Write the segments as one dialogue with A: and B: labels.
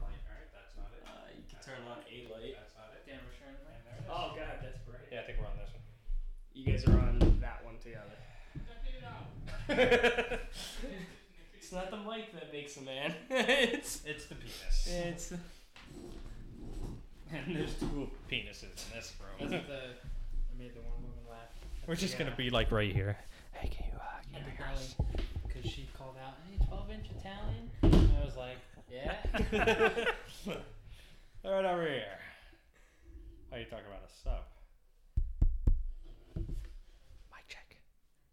A: Uh, Oh, You guys are on that one together. it's not the mic that makes a man. it's
B: It's the penis.
A: it's
B: And there's two penises in this
C: That's
B: room.
C: the I made the one woman laugh.
B: We're just gonna be like right here. Hey, can you uh,
C: at
B: can
C: the
B: you
C: galley because she called out, "Hey, twelve inch Italian." And I was like, "Yeah."
B: right over here. How you talking about a sub? Mic check.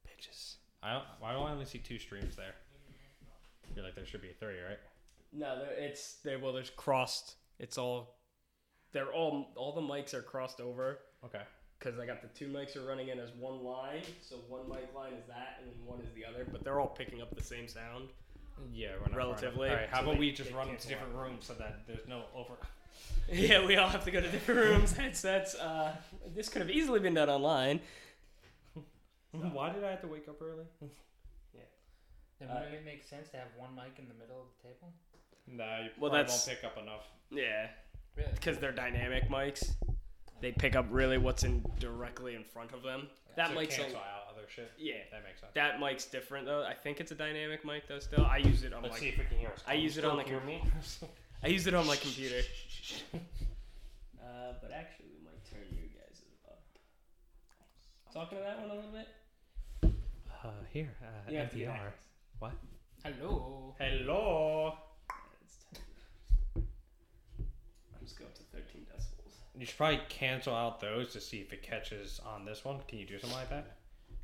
B: Bitches. I don't, why do I only see two streams there? You're like there should be three, right?
A: no, there- it's there. Well, there's crossed. It's all they're all all the mics are crossed over
B: Okay.
A: because I got the two mics are running in as one line. So one mic line is that, and then one is the other. But they're all picking up the same sound. Mm.
B: Yeah, we're not
A: Relatively,
B: All right. How
A: so
B: about
A: they-
B: we just
A: they
B: run
A: cancel
B: to different rooms so that there's no over.
A: Yeah, we all have to go to different rooms, headsets. Uh, this could have easily been done online.
B: Why did I have to wake up early?
C: Then
A: Uh,
C: wouldn't it make sense to have one mic in the middle of the table?
B: Nah, you
A: Well,
B: probably
A: that's-
B: won't pick up enough.
A: Yeah,
C: Really?
A: because they're dynamic mics. They pick up really what's in directly in front of them. That
B: so
A: mic's a,
B: cancel out other shit.
A: yeah.
B: That makes sense.
A: That mic's different though. I think it's a dynamic mic though. Still, I use it on
B: Let's
A: my
B: see if we can hear us.
A: I
B: Can you
A: use it on
B: still
A: the
B: hear me.
A: I use it on my computer. Uh, but actually, we might turn you guys up. Talking to that one a little bit.
B: Uh, here, uh,
A: You have to do
B: NPR.
C: Hello.
B: Hello.
A: Let's turn it. Let's go up to thirteen decibels.
B: You should probably cancel out those to see if it catches on this one. Can you do something like that?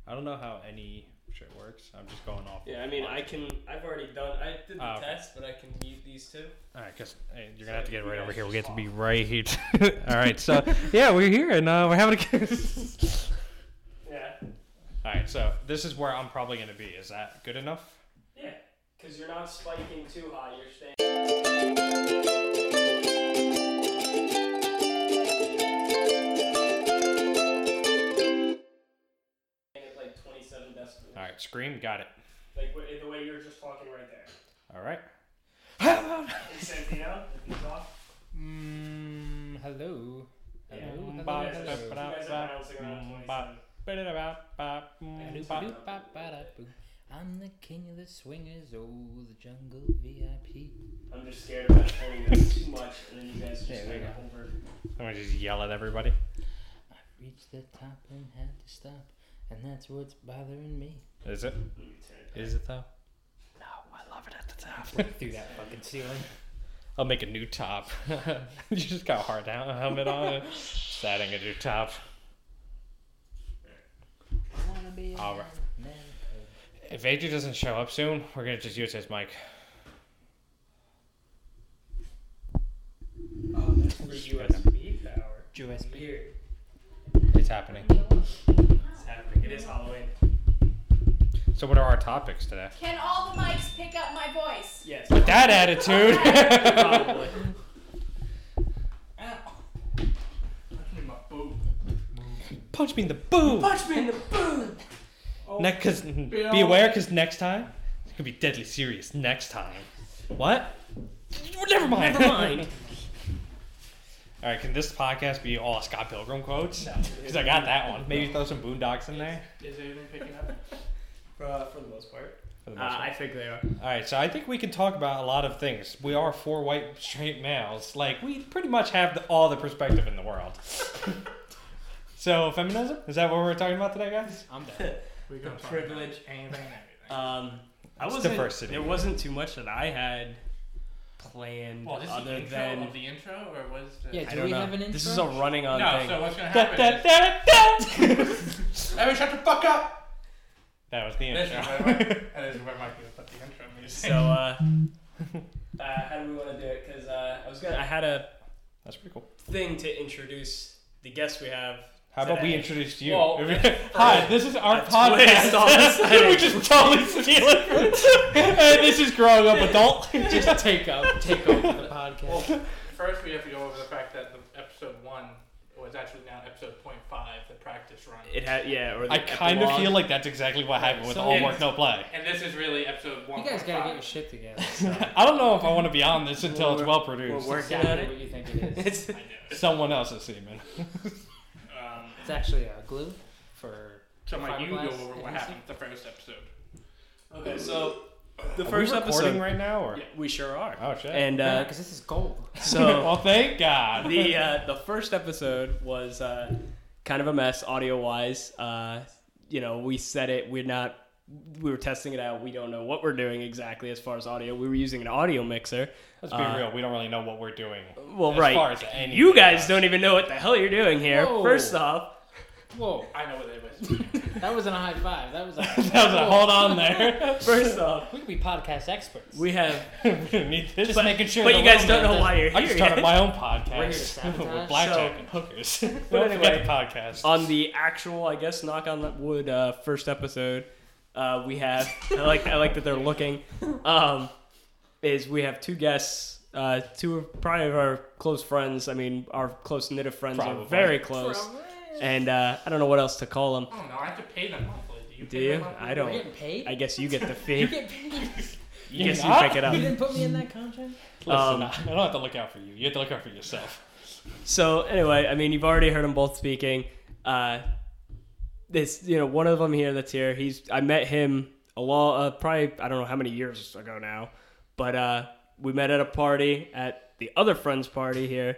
B: I don't know how any shit works. I'm just going off.
A: Yeah, I mean, I can. I've already done. I did the
B: Oh, okay.
A: test, but I can mute these two.
B: All right, because you're
A: So
B: gonna have to get
A: you
B: right
A: guys
B: over here. We
A: just
B: have to be right here. All right, so yeah, we're here and uh, we're having a.
A: Yeah.
B: All right, so this is where I'm probably gonna be. Is that good enough?
A: Yeah. Because you're not spiking too high. You're staying. At like 27 decibels.
B: All right, scream, got it.
A: Like wh- the way you were just talking right there.
B: All right.
A: And same down. If he's off.
C: Mm, hello.
A: Yeah.
C: Hello.
B: Mm,
C: Hello.
B: bop,
A: You guys are-
C: hello.
A: you
B: bop,
A: guys are bouncing around
B: Mm,
A: 27.
B: bop.
C: Ba-do,
A: bop.
C: ba-do, bop, ba-da, boo. I'm the king of the swingers, oh, the jungle VIP.
A: I'm just scared about turning this too much, and then you guys just
C: There we
A: kinda over.
B: I'm gonna just yell at everybody.
C: I reached the top and had to stop, and that's what's bothering me.
B: Is it?
A: Let me turn it
B: Is it though?
C: No, I love it at the top. Break through that fucking ceiling.
B: I'll make a new top. you just got a hard down helmet on. and just Adding a new top.
C: I wanna be a
B: All right.
C: man.
B: If AJ doesn't show up soon, we're gonna just use his mic.
A: Oh, that's for USB power.
C: USB.
A: Weird.
B: It's happening.
A: It's happening. It is Halloween.
B: So what are our topics today?
D: Can all the mics pick up my voice?
A: Yes.
B: With that attitude.
A: Probably. Ow. Punch me in my boob.
B: Punch me in the boob.
A: Punch me in the boob. Oh,
B: Ne- cause, be aware, cause next time it could be deadly serious. Next time. What? Never mind.
A: Never mind.
B: all right. Can this podcast be all Scott Pilgrim quotes? Because I got that one. Maybe throw some boondocks in there.
C: Is everything picking up?
A: for, uh, for the most part.
B: For the
A: Uh,
B: most part.
A: I think they are.
B: All right, so I think we can talk about a lot of things. We are four white straight males. Like we pretty much have the, all the perspective in the world. so feminism is that what we're talking about today, guys?
C: I'm done.
A: We
C: can
A: got
C: talk
A: privilege.
C: Anything, everything.
A: Um, I
B: It's
A: wasn't.
B: diversity.
A: There wasn't too much that I had planned
E: Well, this is
A: other
E: the intro
A: than.
E: of the intro, or was the...
C: Yeah,
A: I
C: do
A: don't
C: we
A: know.
C: have an
A: This is a
C: intro?
A: running on
E: No,
A: thing.
E: so what's gonna
B: Da,
E: happen
B: da,
E: is...
B: da, da, da.
E: Everyone shut the fuck up!
B: that was the
E: This
B: intro.
E: is where, that is where Mike put the intro music.
A: So, uh, uh, how do we want to do it? Because uh, I was gonna, I had a
B: That's pretty cool.
A: thing to introduce the guest we have.
B: How about we
A: Today.
B: introduce you?
A: Well,
B: Hi, this is our
A: a twist all of a
B: podcast.
A: sudden.
B: we just totally steal it. from- hey, this is growing up adult.
C: Just take up, take over the podcast.
E: Well, first we have to go over the fact that the episode 1 was actually now episode point five, the practice run.
A: It had yeah. Or the
B: I kind of
A: epilogue.
B: feel like that's exactly what happened with
C: So-
B: all work no play.
E: and this is really episode one.
C: you guys gotta get your shit together.
B: I don't know if I want to be on this until it's
A: We're-
B: well
A: we're
B: produced.
A: working on
C: exactly
A: it.
C: what you think it is.
A: It's
E: I know.
B: Someone else's semen.
E: Um,
C: It's actually uh, glue for
E: So my you go
C: Fiberglass
E: over what
C: adhesive?
E: happened with the first episode.
A: Okay, so the
B: Are
A: first
B: we recording
A: episode.
B: right now, or
E: Yeah.
A: We sure are.
B: oh shit.
A: And uh,
C: because this is gold.
A: so
B: well, thank God.
A: the uh, the first episode was uh, kind of a mess audio wise. Uh, you know, we said it. We're not. We were testing it out. We don't know what we're doing exactly as far as audio. We were using an audio mixer.
B: Let's be
A: uh,
B: real. We don't really know what we're doing.
A: Well,
B: as
A: right.
B: Far as anything
A: you guys
B: else.
A: don't even know what the hell you're doing here.
C: Whoa.
A: First off,
C: Whoa,
E: I know what it was.
C: that wasn't a high five. That was a,
A: e-
B: that was a
C: Whoa.
B: hold on there.
A: first off,
C: We could be podcast experts.
A: we have.
B: we don't need this.
C: just making sure.
A: But
C: the
A: you guys
C: one
A: don't
C: man
A: know why
C: doesn't-
A: you're here.
B: I just started
A: yet.
B: my own
C: We're here
B: podcast
C: to sabotage.
B: with blackjack
A: So-
B: and hookers. don't
A: anyway,
B: forget the podcast.
A: on the actual, I guess, knock on the wood uh, first episode, uh, we have. I like. I like that they're looking. Um, is we have two guests, uh, two of probably of our close friends. I mean, our close knit of friends
B: Probably.
A: are very close, and uh, I don't know what else to call them.
E: I don't know. Oh, I have to pay them monthly. Do you?
A: Do
E: pay them
A: you?
E: monthly?
A: I
C: We're
A: don't.
C: getting paid.
A: I guess you get the
C: you
A: fee.
C: get paid.
A: I guess you
B: not?
A: pick it
C: You
A: up.
C: didn't put me in that contract.
B: Listen,
A: um,
B: I I don't have to look out for you. You have to look out for yourself.
A: So anyway, I mean, you've already heard them both speaking. Uh, this, you know, one of them here that's here. He's I met him a long, uh, probably I don't know how many years ago now, but uh, we met at a party at the other friend's party here.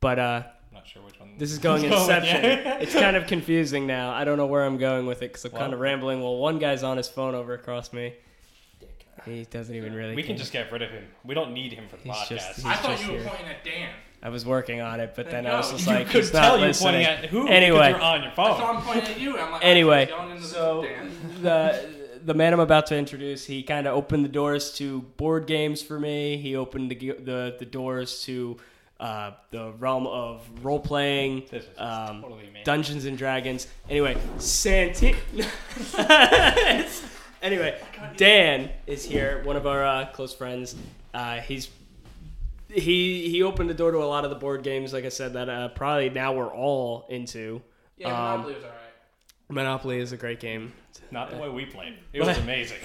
A: But uh,
B: I'm not sure which one.
A: this is going
B: Let's go with
A: inception.
B: you.
A: it's kind of confusing now. I don't know where I'm going with it because I'm kind
B: Well-
A: of rambling. Well, one guy's on his phone over across me. He doesn't even really.
B: we can
A: care.
B: just get rid of him. We don't need him for the
A: He's
B: podcast.
A: just-
E: I
A: He's
E: thought
A: just
E: you were
A: here.
E: pointing at Dan.
A: I was working on it, but then I
E: No,
A: was just
B: you
A: like,
B: could
A: he's
B: tell
A: not
B: you
A: listening.
B: pointing at who because
A: Anyway. Um,
B: you're on your
E: That's why
B: phone.
E: I'm pointing at you. I'm like,
A: Oh. Anyway,
E: I'm going into this
A: so-
E: with Dan.
A: the the man I'm about to introduce, he kind of opened the doors to board games for me. He opened the ge- the, the doors to uh, the realm of role playing,
B: This is
A: um,
B: totally me.
A: Dungeons and Dragons. Anyway, Santi. anyway, Dan is here, one of our uh, close friends. Uh, he's he he opened the door to a lot of the board games, like I said, that uh, probably now we're all into.
E: Yeah,
A: Um,
E: Monopoly was alright.
A: Monopoly is a great game.
B: Not the way we played. It was amazing.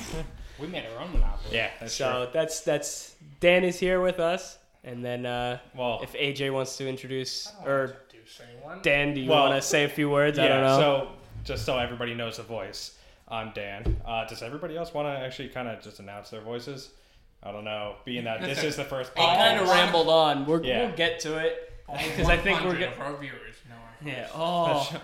C: We made our own monopoly.
B: yeah, that's
A: so that's that's Dan is here with us, and then uh,
B: true. Well,
A: if AJ wants to introduce
E: I don't
A: or
E: want to introduce anyone.
A: Dan, do you
B: Well,
A: want to say a few words?
B: yeah,
A: I don't know.
B: so just so everybody knows the voice, I'm Dan. Uh, does everybody else want to actually kind of just announce their voices? I don't know. Being that this is the first
A: I kind
B: podcast.
A: of rambled on. We're,
B: Yeah.
A: We'll get to it.
E: Only
A: 'Cause Oh. I think we're
E: 100
A: get-
E: of our viewers know our
A: Yeah.
E: voice.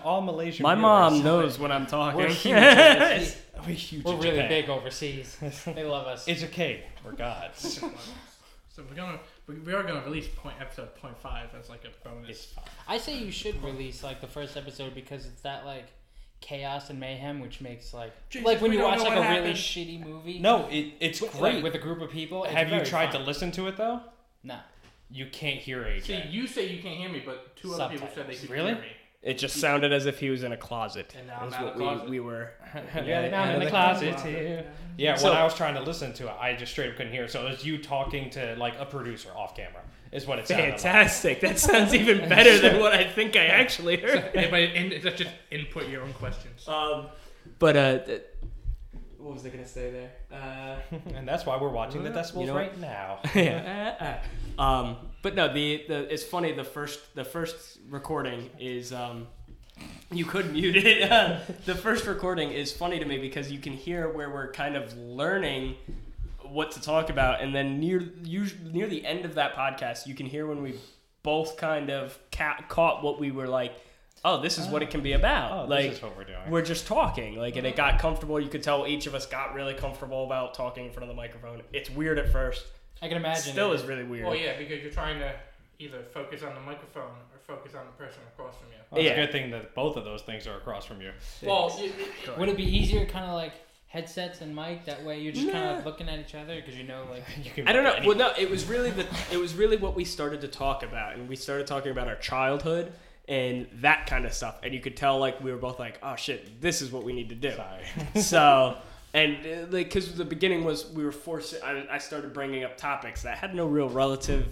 A: Oh,
B: all Malaysian.
A: my
B: viewers.
A: mom knows when I'm talking.
C: We're huge. overseas.
B: We're huge.
C: We're
B: in
C: really
B: Japan.
C: big overseas. They love us.
B: It's okay. We're gods.
E: So we're gonna we, we are gonna release point episode point five as like a
B: It's
E: bonus.
B: fine.
C: I say you should release like the first episode because it's that like chaos and mayhem, which makes like
E: Jesus,
C: like when
E: we
C: you
E: don't
C: watch
E: know
C: like a
E: what
C: really
E: happened.
C: shitty movie.
B: No, it, it's
C: with,
B: great.
C: like, with a group of people. it's
B: Have you
C: very
B: tried
C: fun.
B: to listen to it though?
C: No.
B: You can't hear AJ.
E: See, you say you can't hear me, but two other people said they
C: Subtitles.
E: could
B: Really?
E: hear me.
A: It just sounded as if he was in a closet.
E: And now
A: That's
E: I'm out
A: what
E: of the closet.
A: we, we were.
B: yeah,
A: they-
B: now I'm
A: and
B: in
A: they-
B: the closet here. Yeah,
A: So-
B: when I was trying to listen to it, I just straight up couldn't hear. So it was you talking to like a producer off camera. Is what it sounded like.
A: Fantastic. That sounds even better than what I think I actually heard.
E: Anybody, in, that's just input your own questions.
A: Um, but uh, th- what was I gonna say there? Uh,
B: and that's why we're watching the decibels
A: You know what?
B: right now.
A: yeah. um, but no, the, the it's funny. The first the first recording is um, you could mute it. the first recording is funny to me because you can hear where we're kind of learning what to talk about, and then near us- near the end of that podcast, you can hear when we both kind of ca- caught what we were like. Oh, this is what it can be
B: Oh,
A: about. like
B: this is what we're doing.
A: we're just talking like and it got comfortable you could tell each of us got really comfortable about talking in front of the microphone it's weird at first
C: I can
A: It
C: imagine.
A: still
C: it.
A: is really weird
E: Well, yeah, because you're trying to either focus on the microphone or focus on the person across from you.
B: Well, Oh, it's
A: yeah.
B: a good thing that both of those things are across from you.
E: Well, you,
C: Would it be easier, kind of like headsets and mic? That way you're just kind of looking at each other because you know like
B: You can
A: i don't know
B: any-
A: well no it was really the it was really what we started to talk about and we started talking about our childhood and that kind of stuff and you could tell like we were both like oh shit this is what we need to do
B: Sorry.
A: so and uh, like because the beginning was we were forced I, I started bringing up topics that had no real relative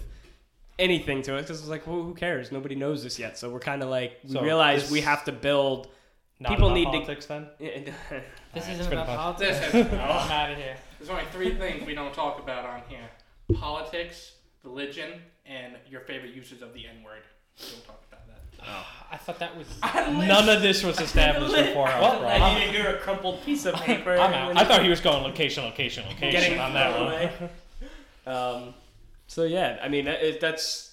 A: anything to it because it's like well, who cares nobody knows this yet so we're kind of like we
B: So
A: realize
B: this-
A: we have to build
B: Not
A: People
B: about
A: need to-
B: politics then.
C: this
B: Alright, it's
C: isn't
B: been
C: about
B: fun.
C: politics.
E: this has,
C: I'm out of here.
E: there's only three things we don't talk about on here: politics, religion, and your favorite uses of the N word. We don't talk about that.
B: I thought that was
A: I lit-
B: none of this was established
A: lit-
B: before I was
A: Well,
B: brought
A: I
B: up.
A: need to hear a crumpled piece of paper.
B: I'm out. I thought he was going location, location, location
A: getting
B: on that one.
A: one. um, so yeah, I mean that- it, that's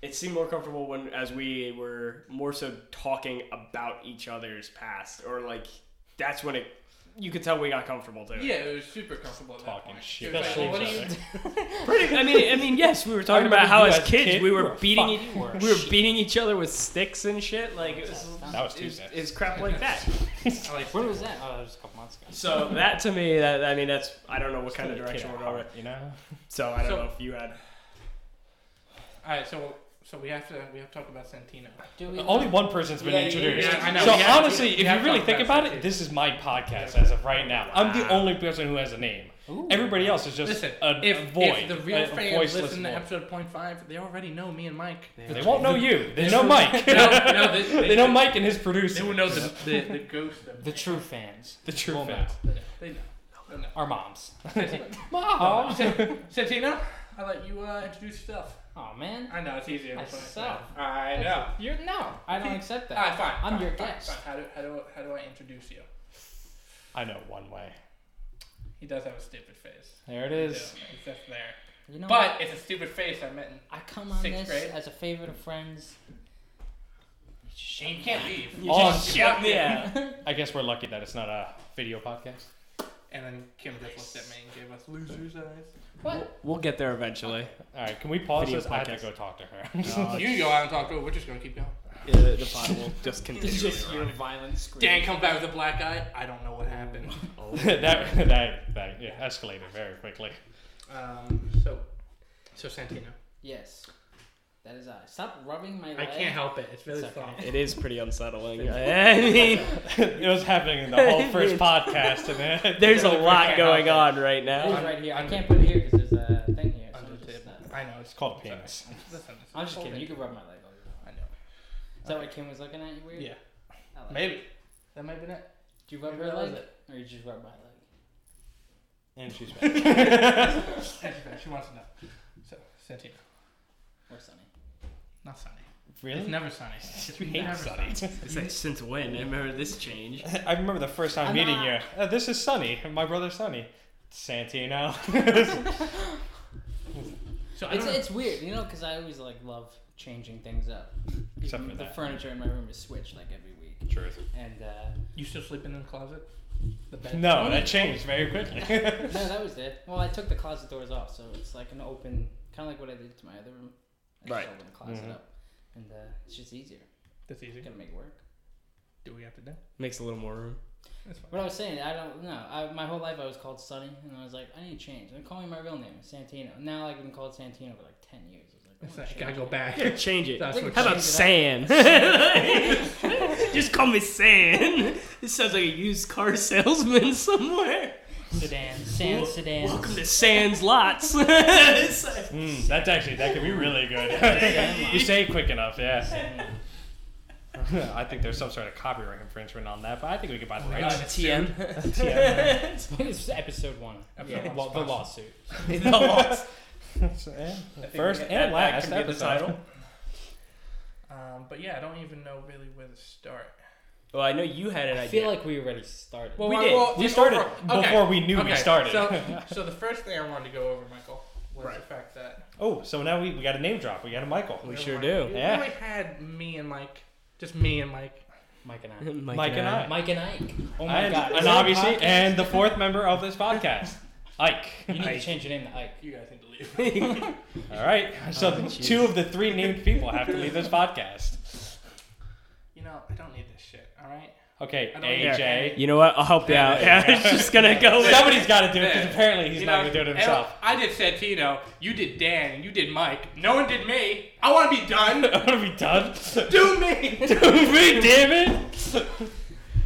A: it seemed more comfortable when as we were more so talking about each other's past or like that's when it you could tell we got comfortable too.
E: Yeah, it was super comfortable at that
B: Talking
E: point.
B: shit.
E: It was
B: Especially
E: like, what
B: each
E: do you
B: other.
A: Pretty. I mean, I mean, yes, we were
B: I
A: talking
B: remember
A: about how
B: you
A: as
B: as a
A: kids
B: kid,
A: we
B: you
A: were
B: were
A: beating
B: fucked.
A: each,
B: You were
A: we were
B: shit.
A: beating each other with sticks and shit. Like it was,
B: That was
A: it was,
B: Tuesday.
A: it was crap like that.
E: I like
C: When was that? Oh, that was a couple months ago.
A: So that to me, that I mean, that's I don't know what kind of
B: Still a
A: direction
B: kid at
A: we're going.
B: heart,
A: with.
B: You know,
A: So I don't
E: So-
A: know if you had.
E: All right, so so we have to we have to talk about Santino.
B: Uh,
C: Do we
B: only one person's been
C: Yeah, yeah,
B: introduced.
E: yeah, I know.
B: So
E: We have-
B: honestly,
E: we
B: if
E: have
B: you really
E: talked
B: think
E: about
B: about
E: that
B: it,
E: too.
B: this is my podcast as of right now. I'm the
A: Wow.
B: only person who has a name.
C: Ooh.
B: Everybody else is just
E: Listen,
B: a
E: if,
B: a void.
E: if the real
B: a
E: fans
B: voiceless
E: listen to
B: void.
E: episode point five, they already know me and Mike.
B: They won't know you. They
E: the-
B: know Mike.
E: no, no, they-
B: they,
E: they-
B: know Mike and his producer.
E: They will know the, the, the ghost of
C: the true fans?
B: the true
C: Won't
B: fans.
E: They know. They know.
C: Our moms.
B: Mom.
E: Santino, I'll let you uh, introduce yourself.
C: Oh man.
E: I know it's easier. than
C: Myself.
E: putting it down. I know.
C: You're no. I don't accept
E: All
C: that.
E: right, fine.
C: I'm
E: fine,
C: your
E: fine,
C: guest.
E: fine. How do how do how do I introduce you?
B: I know one way.
E: He does have a stupid face.
B: There it
E: Yeah,
B: is.
E: it's just there.
C: You know.
E: But it's a stupid face I met.
C: I come on
E: Sixth
C: this
E: grade.
C: as a favorite of friends. It's a
E: In,
C: shame.
E: you can't leave.
A: You
B: Oh,
A: just
B: shit.
A: shut me out.
B: I guess we're lucky that it's not a video podcast.
E: And then Kim just looked at me and gave us losers eyes.
C: What?
A: We'll get there eventually.
B: All right, can we pause
A: Video
B: this? I have
A: podcast.
B: to go talk to her.
E: You go out and talk to her. We're just gonna keep going.
A: Yeah, the, the pod will just continue.
F: It's just your violent scream.
E: Dan comes back with a black eye. I don't know what happened.
B: that that, that yeah, escalated very quickly.
E: Um, so, so Santino.
C: Yes. That is I. Stop rubbing my leg.
E: I can't help it. It's really
C: It's okay.
E: soft.
A: It is pretty unsettling. I mean,
B: it was happening in the whole first podcast, and then
A: there's a
E: Really
A: lot
E: can't
A: going
E: help
A: on right
C: It
A: now.
C: is right here. I can't put it here because there's a thing here. so
E: Under the
C: it's
E: table.
C: not-
E: I know. It's
B: it's called a penis.
E: Listen, it's
C: I'm just kidding. You
E: folded.
C: can rub my leg. all you want.
E: I know.
C: Is that why Kim was looking at you weird?
E: Yeah.
C: I like
E: Maybe. That might have been it.
C: Do you rub
E: Maybe
C: her
E: that was
C: leg? Or you just rub my leg?
B: And she's back.
E: Anyway, she wants to know. So, Santino.
C: Or Sunny?
E: Not sunny. It's
B: really?
E: never sunny. It's
B: You hate
E: never sunny.
A: It's like, since when? I remember this change.
B: I remember the first time
C: I'm
B: meeting
C: not-
B: you. "Oh, this is Sonny, my brother Sonny. Santino.
E: So I
C: It's,
E: don't.
C: it's weird, you know, because I always like love changing things up.
B: Except for
C: the
B: that.
C: furniture in my room is switched like every week,
B: Truth.
C: and uh,
E: you still sleeping in the closet? The bed.
B: No, that changed very quickly.
C: no, that was it. Well, I took the closet doors off, so it's like an open, kind of like what I did to my other room. I
A: Right.
C: Just opened the closet
E: Mm-hmm.
B: Mhm.
C: up, and uh, it's just easier.
E: That's easy.
C: You gotta make it work.
E: Do we have to do?
A: Makes a little more room.
E: That's fine.
C: What I was saying, I don't know. I, my whole life I was called Sonny, and I was like, I need to change. And call me my real name, Santino. Now like, I've been called Santino for like ten years. I was
E: It's
C: like, "Oh,
E: like,
C: I
E: gotta
C: wanna change.
E: go back.
A: Yeah, change it.
E: That's
C: Think
A: How
E: what she-
A: about San? just call me San. This sounds like a used car salesman somewhere.
C: Sedan, San Sedan.
A: Welcome to San's Lots. It's like-
B: Mm, that's actually, that could be really good. you say it quick enough, yeah. I think there's some sort of copyright infringement on that, but I think we could buy the rights.
A: TM.
C: This is episode one.
E: Episode
C: Yeah,
E: one.
C: well, the lawsuit.
A: The Lots.
B: First
A: that-
B: and
A: that
B: last
A: could be the
B: episode.
A: title.
E: Um, but yeah, I don't even know really where to start.
A: Well, I know you had an
C: I
A: idea.
C: feel like we already started.
A: We did.
B: We
E: just
B: started
E: overall-
B: before we knew we
E: okay,
B: started.
E: So, so the first thing I wanted to go over, Michael, was the
A: Right.
E: fact that
B: oh, so now we, we got a name drop. We got a Michael.
A: We
E: Never
A: sure
E: mind.
A: do.
E: You
B: Yeah.
E: really had me and Mike, just me and Mike.
C: Mike and I.
B: Mike and I.
C: Mike and Ike. Oh my
B: and,
C: god.
B: and obviously, and the fourth member of this podcast, Ike.
C: you need
A: Ike.
C: to change your name to Ike.
E: You guys need to leave.
B: All right. So
A: Oh, jeez.
B: two of the three named people have to leave this podcast.
E: You know, I don't need this shit. All right.
B: Okay,
E: I don't
B: AJ.
A: You know what? I'll help you out. Yeah, it's just gonna go with.
B: Somebody's got to do it because apparently he's
E: You
B: not going to
E: know,
B: do it
E: and
B: himself.
E: I did Santino. You did Dan. and You did Mike. No one did me. I want to be done.
B: What are we done?
E: Do me.
B: Do me, damn it!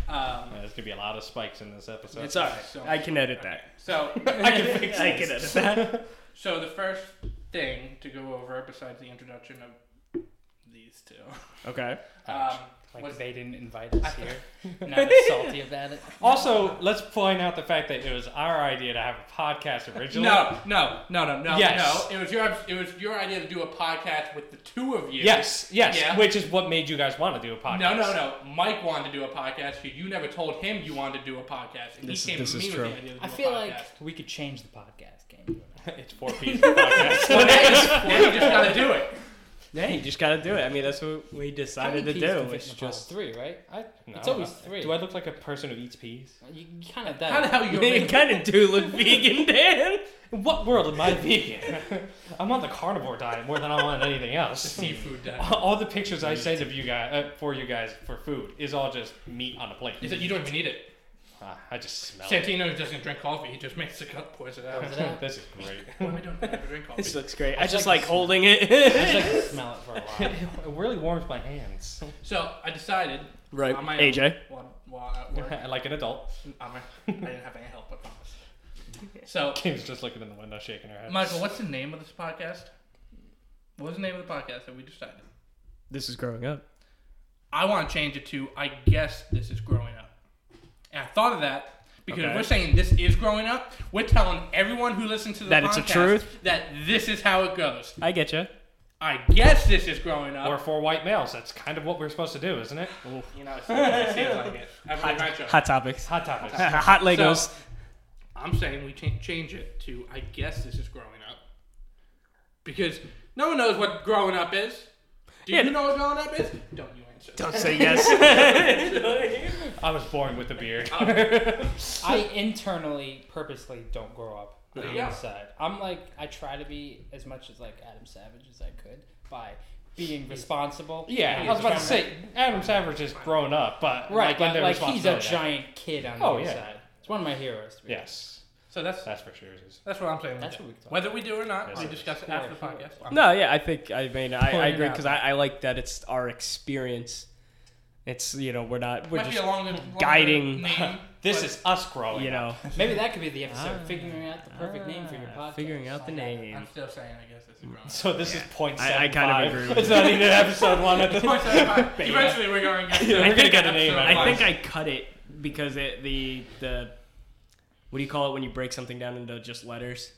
E: Um,
B: There's going to be a lot of spikes in this episode.
A: It's alright. I can edit that.
E: so,
B: I can fix
A: I can edit that.
E: so the first thing to go over, besides the introduction of these these two.
A: Okay.
E: Um,
C: Like
E: was-
C: they didn't invite us
E: I-
C: here. and I was salty about it.
B: Also, let's point out the fact that it was our idea to have a podcast originally.
E: no, no, no, no, no,
B: Yes.
E: no. It was your it was your idea to do a podcast with the two of you.
B: Yes, yes,
E: Yeah.
B: which is what made you guys want to do a podcast.
E: No, no, no. Mike wanted to do a podcast. You, you never told him you wanted to do a podcast. And
A: This-
E: he came
A: this
E: to
A: is
E: me
A: true.
E: with the idea to do
C: I
E: a
C: feel
E: podcast.
C: like we could change the podcast game.
B: It's four P's podcast.
E: yeah, you just gotta do it.
A: Hey, you just gotta do it. I mean, that's what we
C: How
A: decided to
C: many peas
A: do.
C: can fit in
A: It's
C: a pod?
A: just
C: three, right? I,
B: No,
C: it's always
B: I-
C: three.
B: Do I look like a person who eats peas?
C: you you kind of
E: How the
C: does.
E: hell you gonna
A: you
E: make
A: kind of do look vegan, Dan.
B: In what world am I vegan? I'm on the carnivore diet more than I'm on anything else.
E: seafood done?
A: Oh.
B: All the pictures I send of you guys uh, for you guys for food is all just meat on a plate.
E: He said you don't even need it.
B: Ah, I just smell it.
E: Santino doesn't drink coffee. He just makes the cup, pours it out.
C: Pours it out.
B: This is great.
E: What am I doing? I never drink coffee.
A: This looks great. I,
C: I
A: just like
C: like this.
A: holding
C: I just
A: it.
C: like to smell it for a while.
B: It really warms my hands.
E: So I decided.
A: right,
E: on my
A: AJ.
E: Own, while, while at work,
B: like an adult.
E: on my, I didn't have any help, I promise. So,
B: Kim's just looking in the window, shaking her head.
E: Michael, what's the name of this podcast? What was the name of the podcast that we decided?
A: This is growing up.
E: I want to change it to I guess this is growing up. And I thought of that because if
B: Okay.
E: we're saying this is growing up, we're telling everyone who listens to the
A: That
E: podcast
A: it's a truth?
E: that this is how it goes.
A: I get you.
E: I guess this is growing
B: We're
E: up.
B: four white males. That's kind of what we're supposed to do, isn't it?
E: you know, it seems like it. seems like it. I believe I chose.
A: Hot topics.
B: Hot topics.
A: Hot Legos.
E: So, I'm saying we cha- change it to I guess this is growing up because no one knows what growing up is. Do
A: Yeah.
E: you know what growing up is? Don't you answer.
A: Don't say yes.
B: I was born with a beard.
C: I internally, purposely don't grow up on the
E: Yeah.
C: inside. I'm like, I try to be as much as like Adam Savage as I could by being responsible.
B: yeah, I was about to say Adam Savage is grown up, but
C: Right,
B: like, when
C: but
B: they're
C: like he's a
B: responsibility-
C: giant kid on the
B: Oh, yeah.
C: inside. It's one of my heroes. to be honest.
B: Yes,
E: So that's
B: that's for sure. Is
E: that's what I'm saying. we
C: That's
E: do.
C: what we can talk
E: Whether we do or not,
B: Yes,
E: we
B: it is.
E: discuss it after the
C: Sure, sure.
E: podcast.
A: no, yeah, I think I mean I, I
E: Pointing
A: agree
E: out.
A: because I, I like that it's our experience. It's you know we're not we're
E: Might be
A: just
E: a long, longer
A: guiding-
E: name,
B: this
E: but-
B: is us growing.
A: you know
C: Maybe that could be the episode,
A: Ah.
C: figuring out the perfect name for your
A: Ah,
C: podcast.
A: figuring out the name.
E: I'm still saying I guess this is growing.
B: So this is point seven.
A: I- I kind of agree with
B: It's not even episode one at this point.
E: Eventually, we're going.
B: Yeah, we're
A: I
B: gonna
A: think
B: get a name.
E: episode
B: out of
A: I
E: five.
B: this.
A: think I cut it because it, the the what do you call it when you break something down into just letters?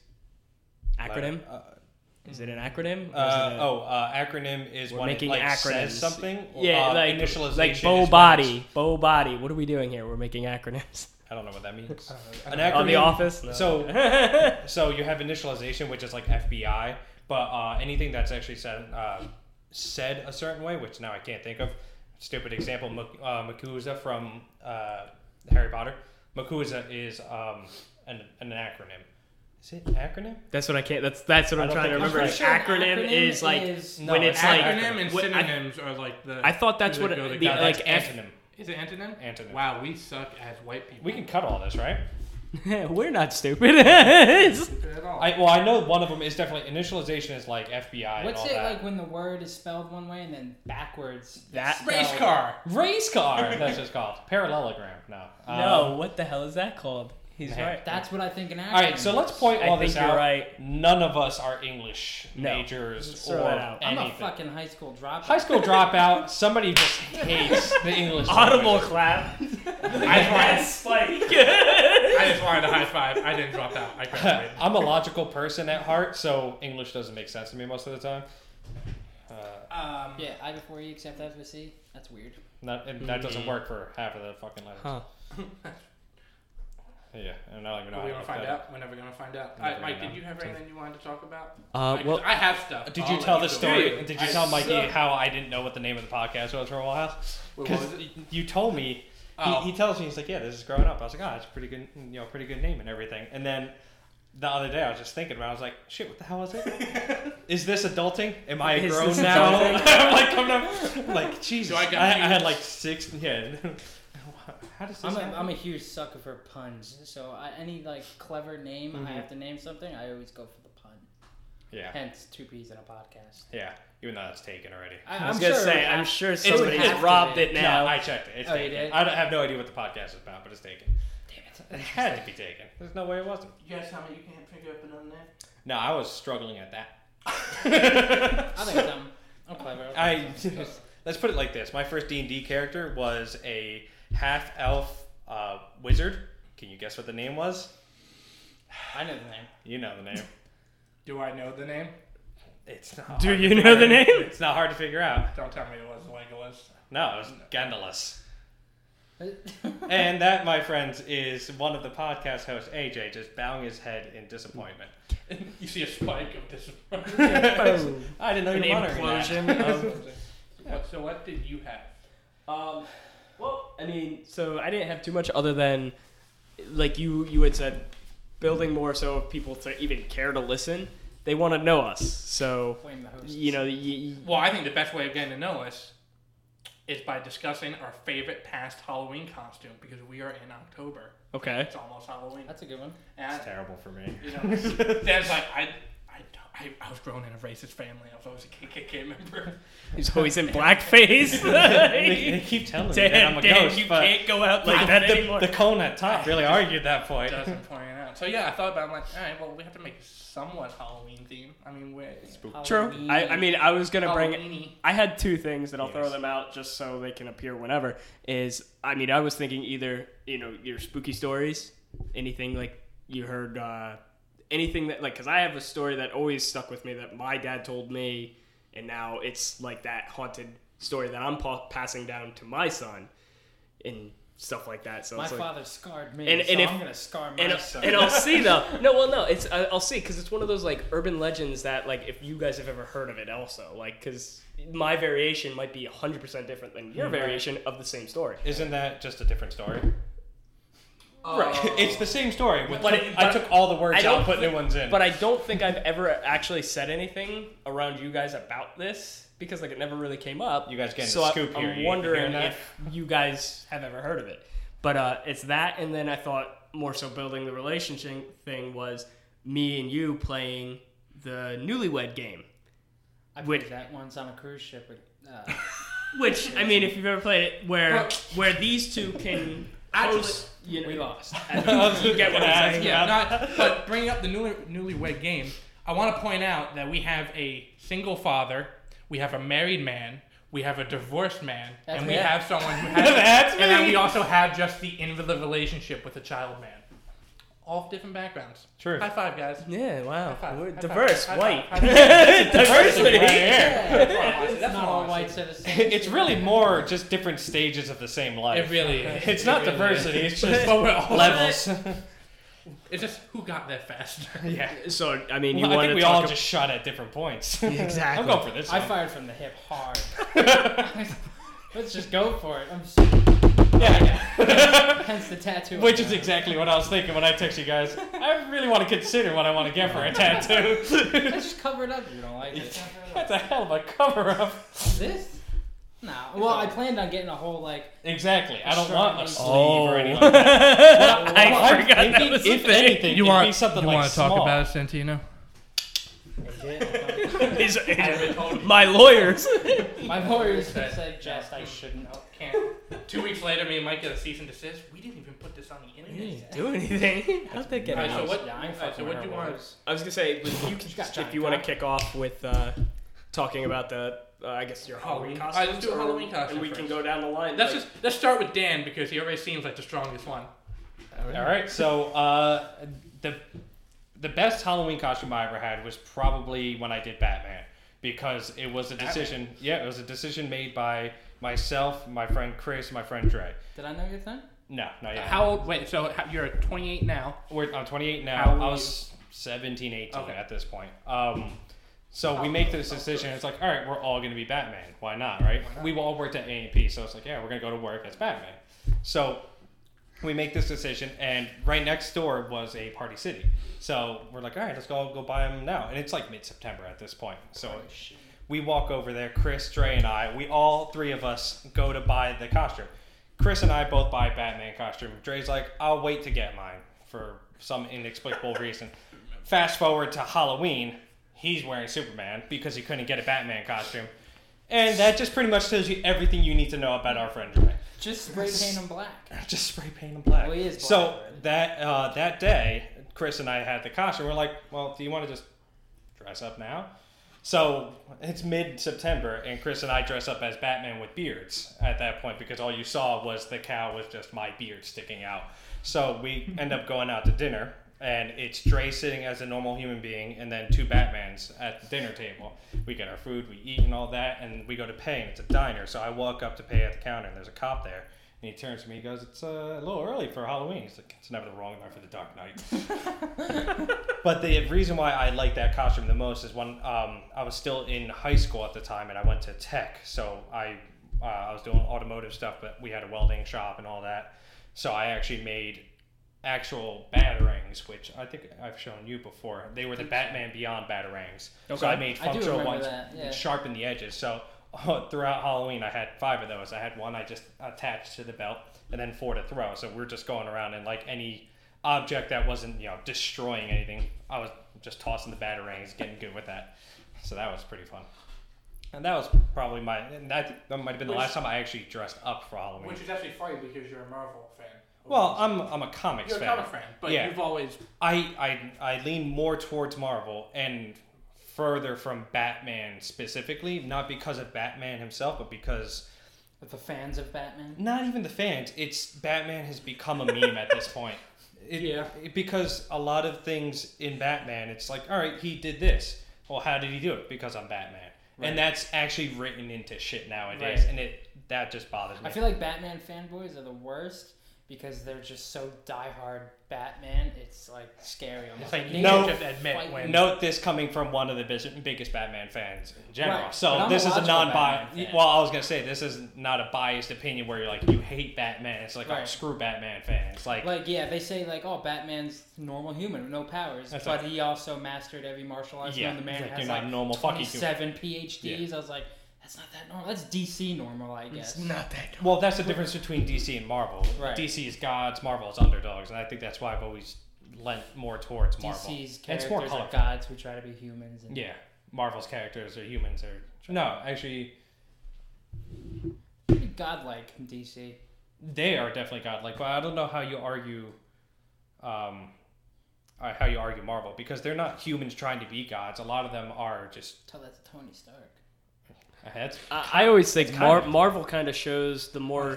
A: Acronym?
B: Uh,
A: Is it an acronym? Or is
B: Uh,
A: it a-
B: oh, uh, acronym is
A: We're
B: when
A: making
B: it like
A: acronyms.
B: says something. or,
A: yeah,
B: uh,
A: like
B: initialization.
A: like
B: is
A: bow
B: when it's-
A: body, bow body. What are we doing here? We're making acronyms.
B: I don't know what that means.
E: I
B: An
E: don't
B: acronym.
E: know.
A: On the office. No.
B: So, so you have initialization, which is like FBI, but uh, anything that's actually said uh, said a certain way, which now I can't think of. Stupid example: Mak- uh, Makuza from uh, Harry Potter. Makuza is um, an, an acronym. Is it acronym?
A: that's what I can't. That's that's what
B: I
A: I'm
B: don't
A: trying to
B: think-
A: remember.
B: I'm
A: An
B: pretty
A: acronym, is like
C: is-
A: when it's, like
E: acronym and
A: what- I-
E: synonyms are like the.
A: I thought that's
E: they
A: what
E: go
A: it- the
E: together.
A: like F-
B: antonym.
E: Is it antonym?
B: Antonym.
E: Wow, we suck as white people.
B: We can cut all this, right?
A: we're not stupid. It's-
E: at all.
B: I, well, I know one of them is definitely initialization is like FBI. and
C: What's
B: all
C: it
B: that.
C: like when the word is spelled one way and then backwards? it's
A: That-
C: spelled-
E: race car.
B: Race car. That's just called parallelogram. No. Um,
A: no, what the hell is that called? He's
B: Man.
A: right.
C: That's what I think an acronym.
B: All right, so let's point
A: I
B: all
A: think
B: this
A: you're
B: out.
A: right.
B: None of us are English
A: No.
B: majors
A: throw
B: or
A: that out.
C: I'm
B: anything.
C: a fucking high school dropout.
B: High school dropout. Somebody just hates the English.
A: Audible
B: language.
A: clap.
E: That's
A: like.
E: I just wanted a high five. I didn't drop out. I graduated.
B: I'm a logical person at heart, so English doesn't make sense to me most of the time. Uh,
E: um,
C: Yeah, I before E except F for C. That's weird.
B: not, and that doesn't work for half of the fucking letters.
A: Hmm. Huh.
B: Yeah, and I don't even know. how
E: We're gonna
B: to
E: find
B: that.
E: out. We're never gonna find out.
B: Never
E: Alright, Mike,
B: gonna
E: did you have anything you wanted to talk about?
A: Uh,
E: Like,
A: well,
E: I have stuff.
B: Did
E: I'll
B: you
E: let
B: tell the
E: go.
B: story? Did you
E: I
B: tell Mikey
E: suck.
B: how I didn't know what the name of the podcast was for a while?
E: Wait, what
B: Because
E: was it?
B: you told me.
E: Oh.
B: He, he tells me he's like, yeah, this is growing up. I was like, oh, it's a pretty good, you know, pretty good name and everything. And then the other day, I was just thinking about. it. I was like, shit, what the hell is it? is this adulting? Am I
A: Is
B: grown
A: this
B: now?
A: adulting?
B: I'm like, I'm not, like Jesus.
E: Do I
B: I,
E: get
B: I,
E: views?
B: had like six. Yeah. how does this?
C: I'm a,
B: happen?
C: I'm a huge sucker for puns. So I, any like clever name
A: Mm-hmm.
C: I have to name something, I always go for the pun.
B: yeah,
C: Hence two P's in a podcast.
B: yeah. Even though that's taken already.
C: I,
A: I was
C: I'm
A: gonna
C: sure
A: say,
C: it-
A: I'm sure
C: would
A: somebody's
C: have to
A: robbed
C: be.
A: it now.
B: No, I checked it. It's
C: Oh, you
B: taken.
C: did?
B: I don't- have no idea what the podcast is about, but it's taken.
C: Damn
B: It
C: it.
B: had to be taken. There's no way it wasn't.
E: You guys tell me you can't figure up another name?
B: No, I was struggling at that.
C: I think I'm, I'm clever.
B: I I let's put it like this: my first D and D character was a half elf uh, wizard. Can you guess what the name was?
C: I know the name.
B: You know the name.
E: Do I know the name?
B: It's not.
A: Do
B: hard to
A: you know the
B: figure-
A: name?
B: It's not hard to figure out.
E: Don't tell me it was Legolas.
B: No, it was Gandalf.
C: and
B: And that, my friends, is one of the podcast hosts, AJ, just bowing his head in disappointment.
E: you see a spike of this.
B: I didn't know
A: An
B: you were monitoring that.
A: implosion of.
E: What- so what did you have?
A: Um, well, I mean, so I didn't have too much other than, like you you had said, building more so if people to even care to listen, they want to know us. So
C: blame the host.
A: you know, you,
E: Well, I think the best way of getting to know us is by discussing our favorite past Halloween costume because we are in October.
A: okay,
E: It's almost Halloween.
C: That's a good one.
E: And,
B: It's terrible for me.
E: you know, there's like I, I, I, I was grown in a racist family. I was always a KKK member.
A: he's always in blackface.
B: They, they
A: Like,
B: keep telling me that
A: Dan,
B: I'm a
A: Dan,
B: ghost,
A: you
B: but
A: can't go out like
B: the-
A: that
B: the,
A: anymore.
B: the cone at top really argued that point.
E: Doesn't point it out. So yeah, I thought about. It, I'm like, all right, well, we have to make it somewhat Halloween themed. I mean, we're
A: True. I, I mean, I was gonna bring.
E: Halloweeny.
A: I had two things that I'll throw
B: Yes.
A: them out just so they can appear whenever. Is I mean I was thinking either you know your spooky stories, anything like you heard, uh, anything that like because I have a story that always stuck with me that my dad told me, and now it's like that haunted story that I'm pa- passing down to my son, and stuff like that. So
C: My
A: it's like,
C: father scarred me,
A: And-
C: so
A: and if-
C: I'm gonna scar my
A: and,
C: son.
A: and I'll see though. No, well, no, it's I- I'll see because it's one of those like urban legends that like if you guys have ever heard of it, also like because my variation might be hundred percent different than
B: Mm-hmm.
A: your variation of the same story.
B: Isn't that just a different story?
E: Oh.
B: It's the same story. With
A: But it-
B: I
A: but-
B: took all the
A: I
B: words
A: don't
B: out, put
A: thi-
B: new ones in.
A: But I don't think I've ever actually said anything around you guys about this because like it never really came up.
B: You guys getting
A: so
B: the
A: I-
B: scoop here.
A: I'm
B: You- you
A: wondering
B: hearing that?
A: if you guys have ever heard of it. But uh, it's that, and then I thought more so building the relationship thing was me and you playing the newlywed game.
C: I played
A: Wait.
C: that once on a cruise ship. With, uh,
A: Which I mean, if you've ever played it, where
E: Well-
A: where these two can
E: Actually,
A: host, you know,
C: we lost.
A: you get what I'm saying.
E: Yeah, not, but bringing up the newly, newlywed game, I want to point out that we have a single father, we have a married man, we have a divorced man,
C: That's
E: and we
C: me.
E: have someone who has.
B: That's
E: and then
B: me.
E: we also have just the invalid relationship with a child man. All different backgrounds.
B: True.
E: High five, guys.
A: Yeah, wow,
E: High five,
A: We're
E: high five,
A: diverse,
E: high five,
A: white,
E: high five.
A: diversity.
B: Right here.
E: That's
C: It's not all whites are the same.
B: It's really more just different stages of the same life.
E: It really is.
B: it's not
E: It really is.
B: diversity, it's just
E: But we're all-
B: levels.
E: It's just who got there faster.
B: yeah.
A: So I mean, you
B: Well, I
A: want
B: think
A: to
B: we all
A: talk
B: just shot at different points.
A: Exactly.
B: I'm going for this
C: I
B: one.
C: fired from the hip hard. Let's just go for it. I'm s-
B: yeah.
C: hence the tattoo.
B: Which is exactly what I was thinking when I text you guys. I really want to consider what I want to get for a tattoo.
C: Let's just cover it up. if You don't like it.
B: That's a hell of a cover up.
C: this? No. Well, I planned on getting a whole like.
B: Exactly. I don't
C: Sure.
B: want a sleeve or anything.
A: Oh.
B: Like that. Well,
A: I
B: I'm
A: forgot that
B: thinking,
A: was a
B: if
A: thing.
B: anything,
E: You
B: it'd
E: want
B: be something
E: you
B: like
E: want to talk
B: small.
E: about it, Santino?
A: He's- my lawyers.
C: My lawyers said just I shouldn't.
E: Can't. Two weeks later, me and Mike get a cease and desist. We didn't even put this on the internet.
A: Do anything? How'd that get
E: Alright, so
A: out?
E: what?
C: Yeah, I'm
E: alright,
C: fucking
E: so
C: with
E: what do you
C: her
E: want?
C: lawyers.
A: I was gonna say, if you,
C: She's got
A: if
C: giant
A: you want to
C: cock.
A: kick off with uh, talking about the, uh, I guess your Halloween
E: Alright,
A: costume.
E: let's do a Halloween costume
A: and we can
E: first.
A: go down the line.
E: Let's
A: like-
E: just let's start with Dan because he already seems like the strongest one.
B: All right, so uh, the the best Halloween costume I ever had was probably when I did Batman because it was a decision. Yeah, it was a decision made by myself, my friend Chris, my friend Dre.
C: Did I know your thing?
B: No, not yet.
E: How old? Wait, so how- you're 28 now.
B: We're, I'm 28 now.
E: How old
B: I
E: are
B: was 17, 18
E: Okay.
B: at this point. Um, so we make this decision. It's like, all right, we're all going to be Batman. Why not, right? We all worked at A&P, so it's like, yeah, we're going to go to work as Batman. So we make this decision, and right next door was a Party City. So we're like, all right, let's go go buy them now. And it's like mid September at this point. So we walk over there. Chris, Dre, and I, we all three of us go to buy the costume. Chris and I both buy Batman costume. Dre's like, I'll wait to get mine for some inexplicable reason. Fast forward to Halloween, he's wearing Superman because he couldn't get a Batman costume. And that just pretty much tells you everything you need to know about our friend Dre
C: Just spray paint him black.
B: just spray paint him black.
C: Well, he is black
B: so
C: already.
B: that uh, that day, Chris and I had the costume. We're like, well, do you want to just dress up now? So it's mid September, and Chris and I dress up as Batman with beards at that point because all you saw was the cow was just my beard sticking out. So we end up going out to dinner, and it's Dre sitting as a normal human being, and then two Batmans at the dinner table. We get our food, we eat, and all that, and we go to pay, and it's a diner. So I walk up to pay at the counter, and there's a cop there. And he turns to me, he goes, It's uh, a little early for Halloween. He's like, It's never the wrong night for the Dark Knight. But the reason why I like that costume the most is when um, I was still in high school at the time, and I went to tech. So I uh, I was doing automotive stuff, but we had a welding shop and all that. So I actually made actual batarangs, which I think I've shown you before. They were the Batman Beyond batarangs.
A: Okay.
B: So I made
C: I do
B: functional
C: remember
B: ones,
C: that, yeah.
B: and sharpened the edges. So throughout Halloween, I had five of those. I had one I just attached to the belt, and then four to throw. So we're just going around and like any object that wasn't you know destroying anything, I was just tossing the batarangs, getting good with that. So that was pretty fun. And that was probably my. And I think that might have been the
E: Which-
B: last time I actually dressed up for Halloween.
E: Which is actually funny because you're a Marvel fan.
B: well, I'm I'm a comics
E: you're a
B: fan.
E: comic fan, but
B: Yeah.
E: you've always
B: I, I I lean more towards Marvel and further from Batman specifically, not because of Batman himself, but because
C: With the fans of Batman.
B: not even the fans. It's Batman has become a meme at this point. It,
E: Yeah.
B: it- because a lot of things in Batman, it's like, all right, he did this. Well, how did he do it? Because I'm Batman, and that's actually written into shit nowadays,
C: Right.
B: and it that just bothers me.
C: I feel like Batman fanboys are the worst because they're just so diehard Batman. It's like scary. Almost.
E: It's like you
B: No.
E: can't just admit
C: Fight
E: when
B: Note this coming from one of the bis- biggest Batman fans in general.
C: Right, but
B: So
C: I'm
B: this
C: a
B: is a
C: logical
B: non-biased.
C: Batman fan.
B: Well, I was gonna say this is not a biased opinion where you're like you hate Batman. It's like oh,
C: Right.
B: screw Batman fans. Like,
C: Like yeah, they say like oh Batman's normal human with no powers,
B: That's
C: but
B: right.
C: he also mastered every martial arts.
B: yeah,
C: known to man
B: like,
C: has
B: you're
C: like
B: not a normal fucking human.
C: Seven PhDs. I was like, that's not that normal. That's DC normal, I guess.
E: not that
B: Well, that's the difference between DC and Marvel.
C: Right.
B: DC is gods, Marvel is underdogs, and I think that's why I've always lent more towards Marvel.
C: DC's
B: And it's more
C: characters are
B: colorful.
C: gods who try to be humans. And
B: Yeah, Marvel's characters are humans or no, actually,
C: pretty godlike in DC.
B: they are definitely godlike. But I don't know how you argue, um, uh, how you argue Marvel because they're not humans trying to be gods. A lot of them are just
C: Tell that to Tony Stark.
B: that's
A: I, I always think
B: It's
A: Mar-
B: kind of-
A: Marvel kind of shows the more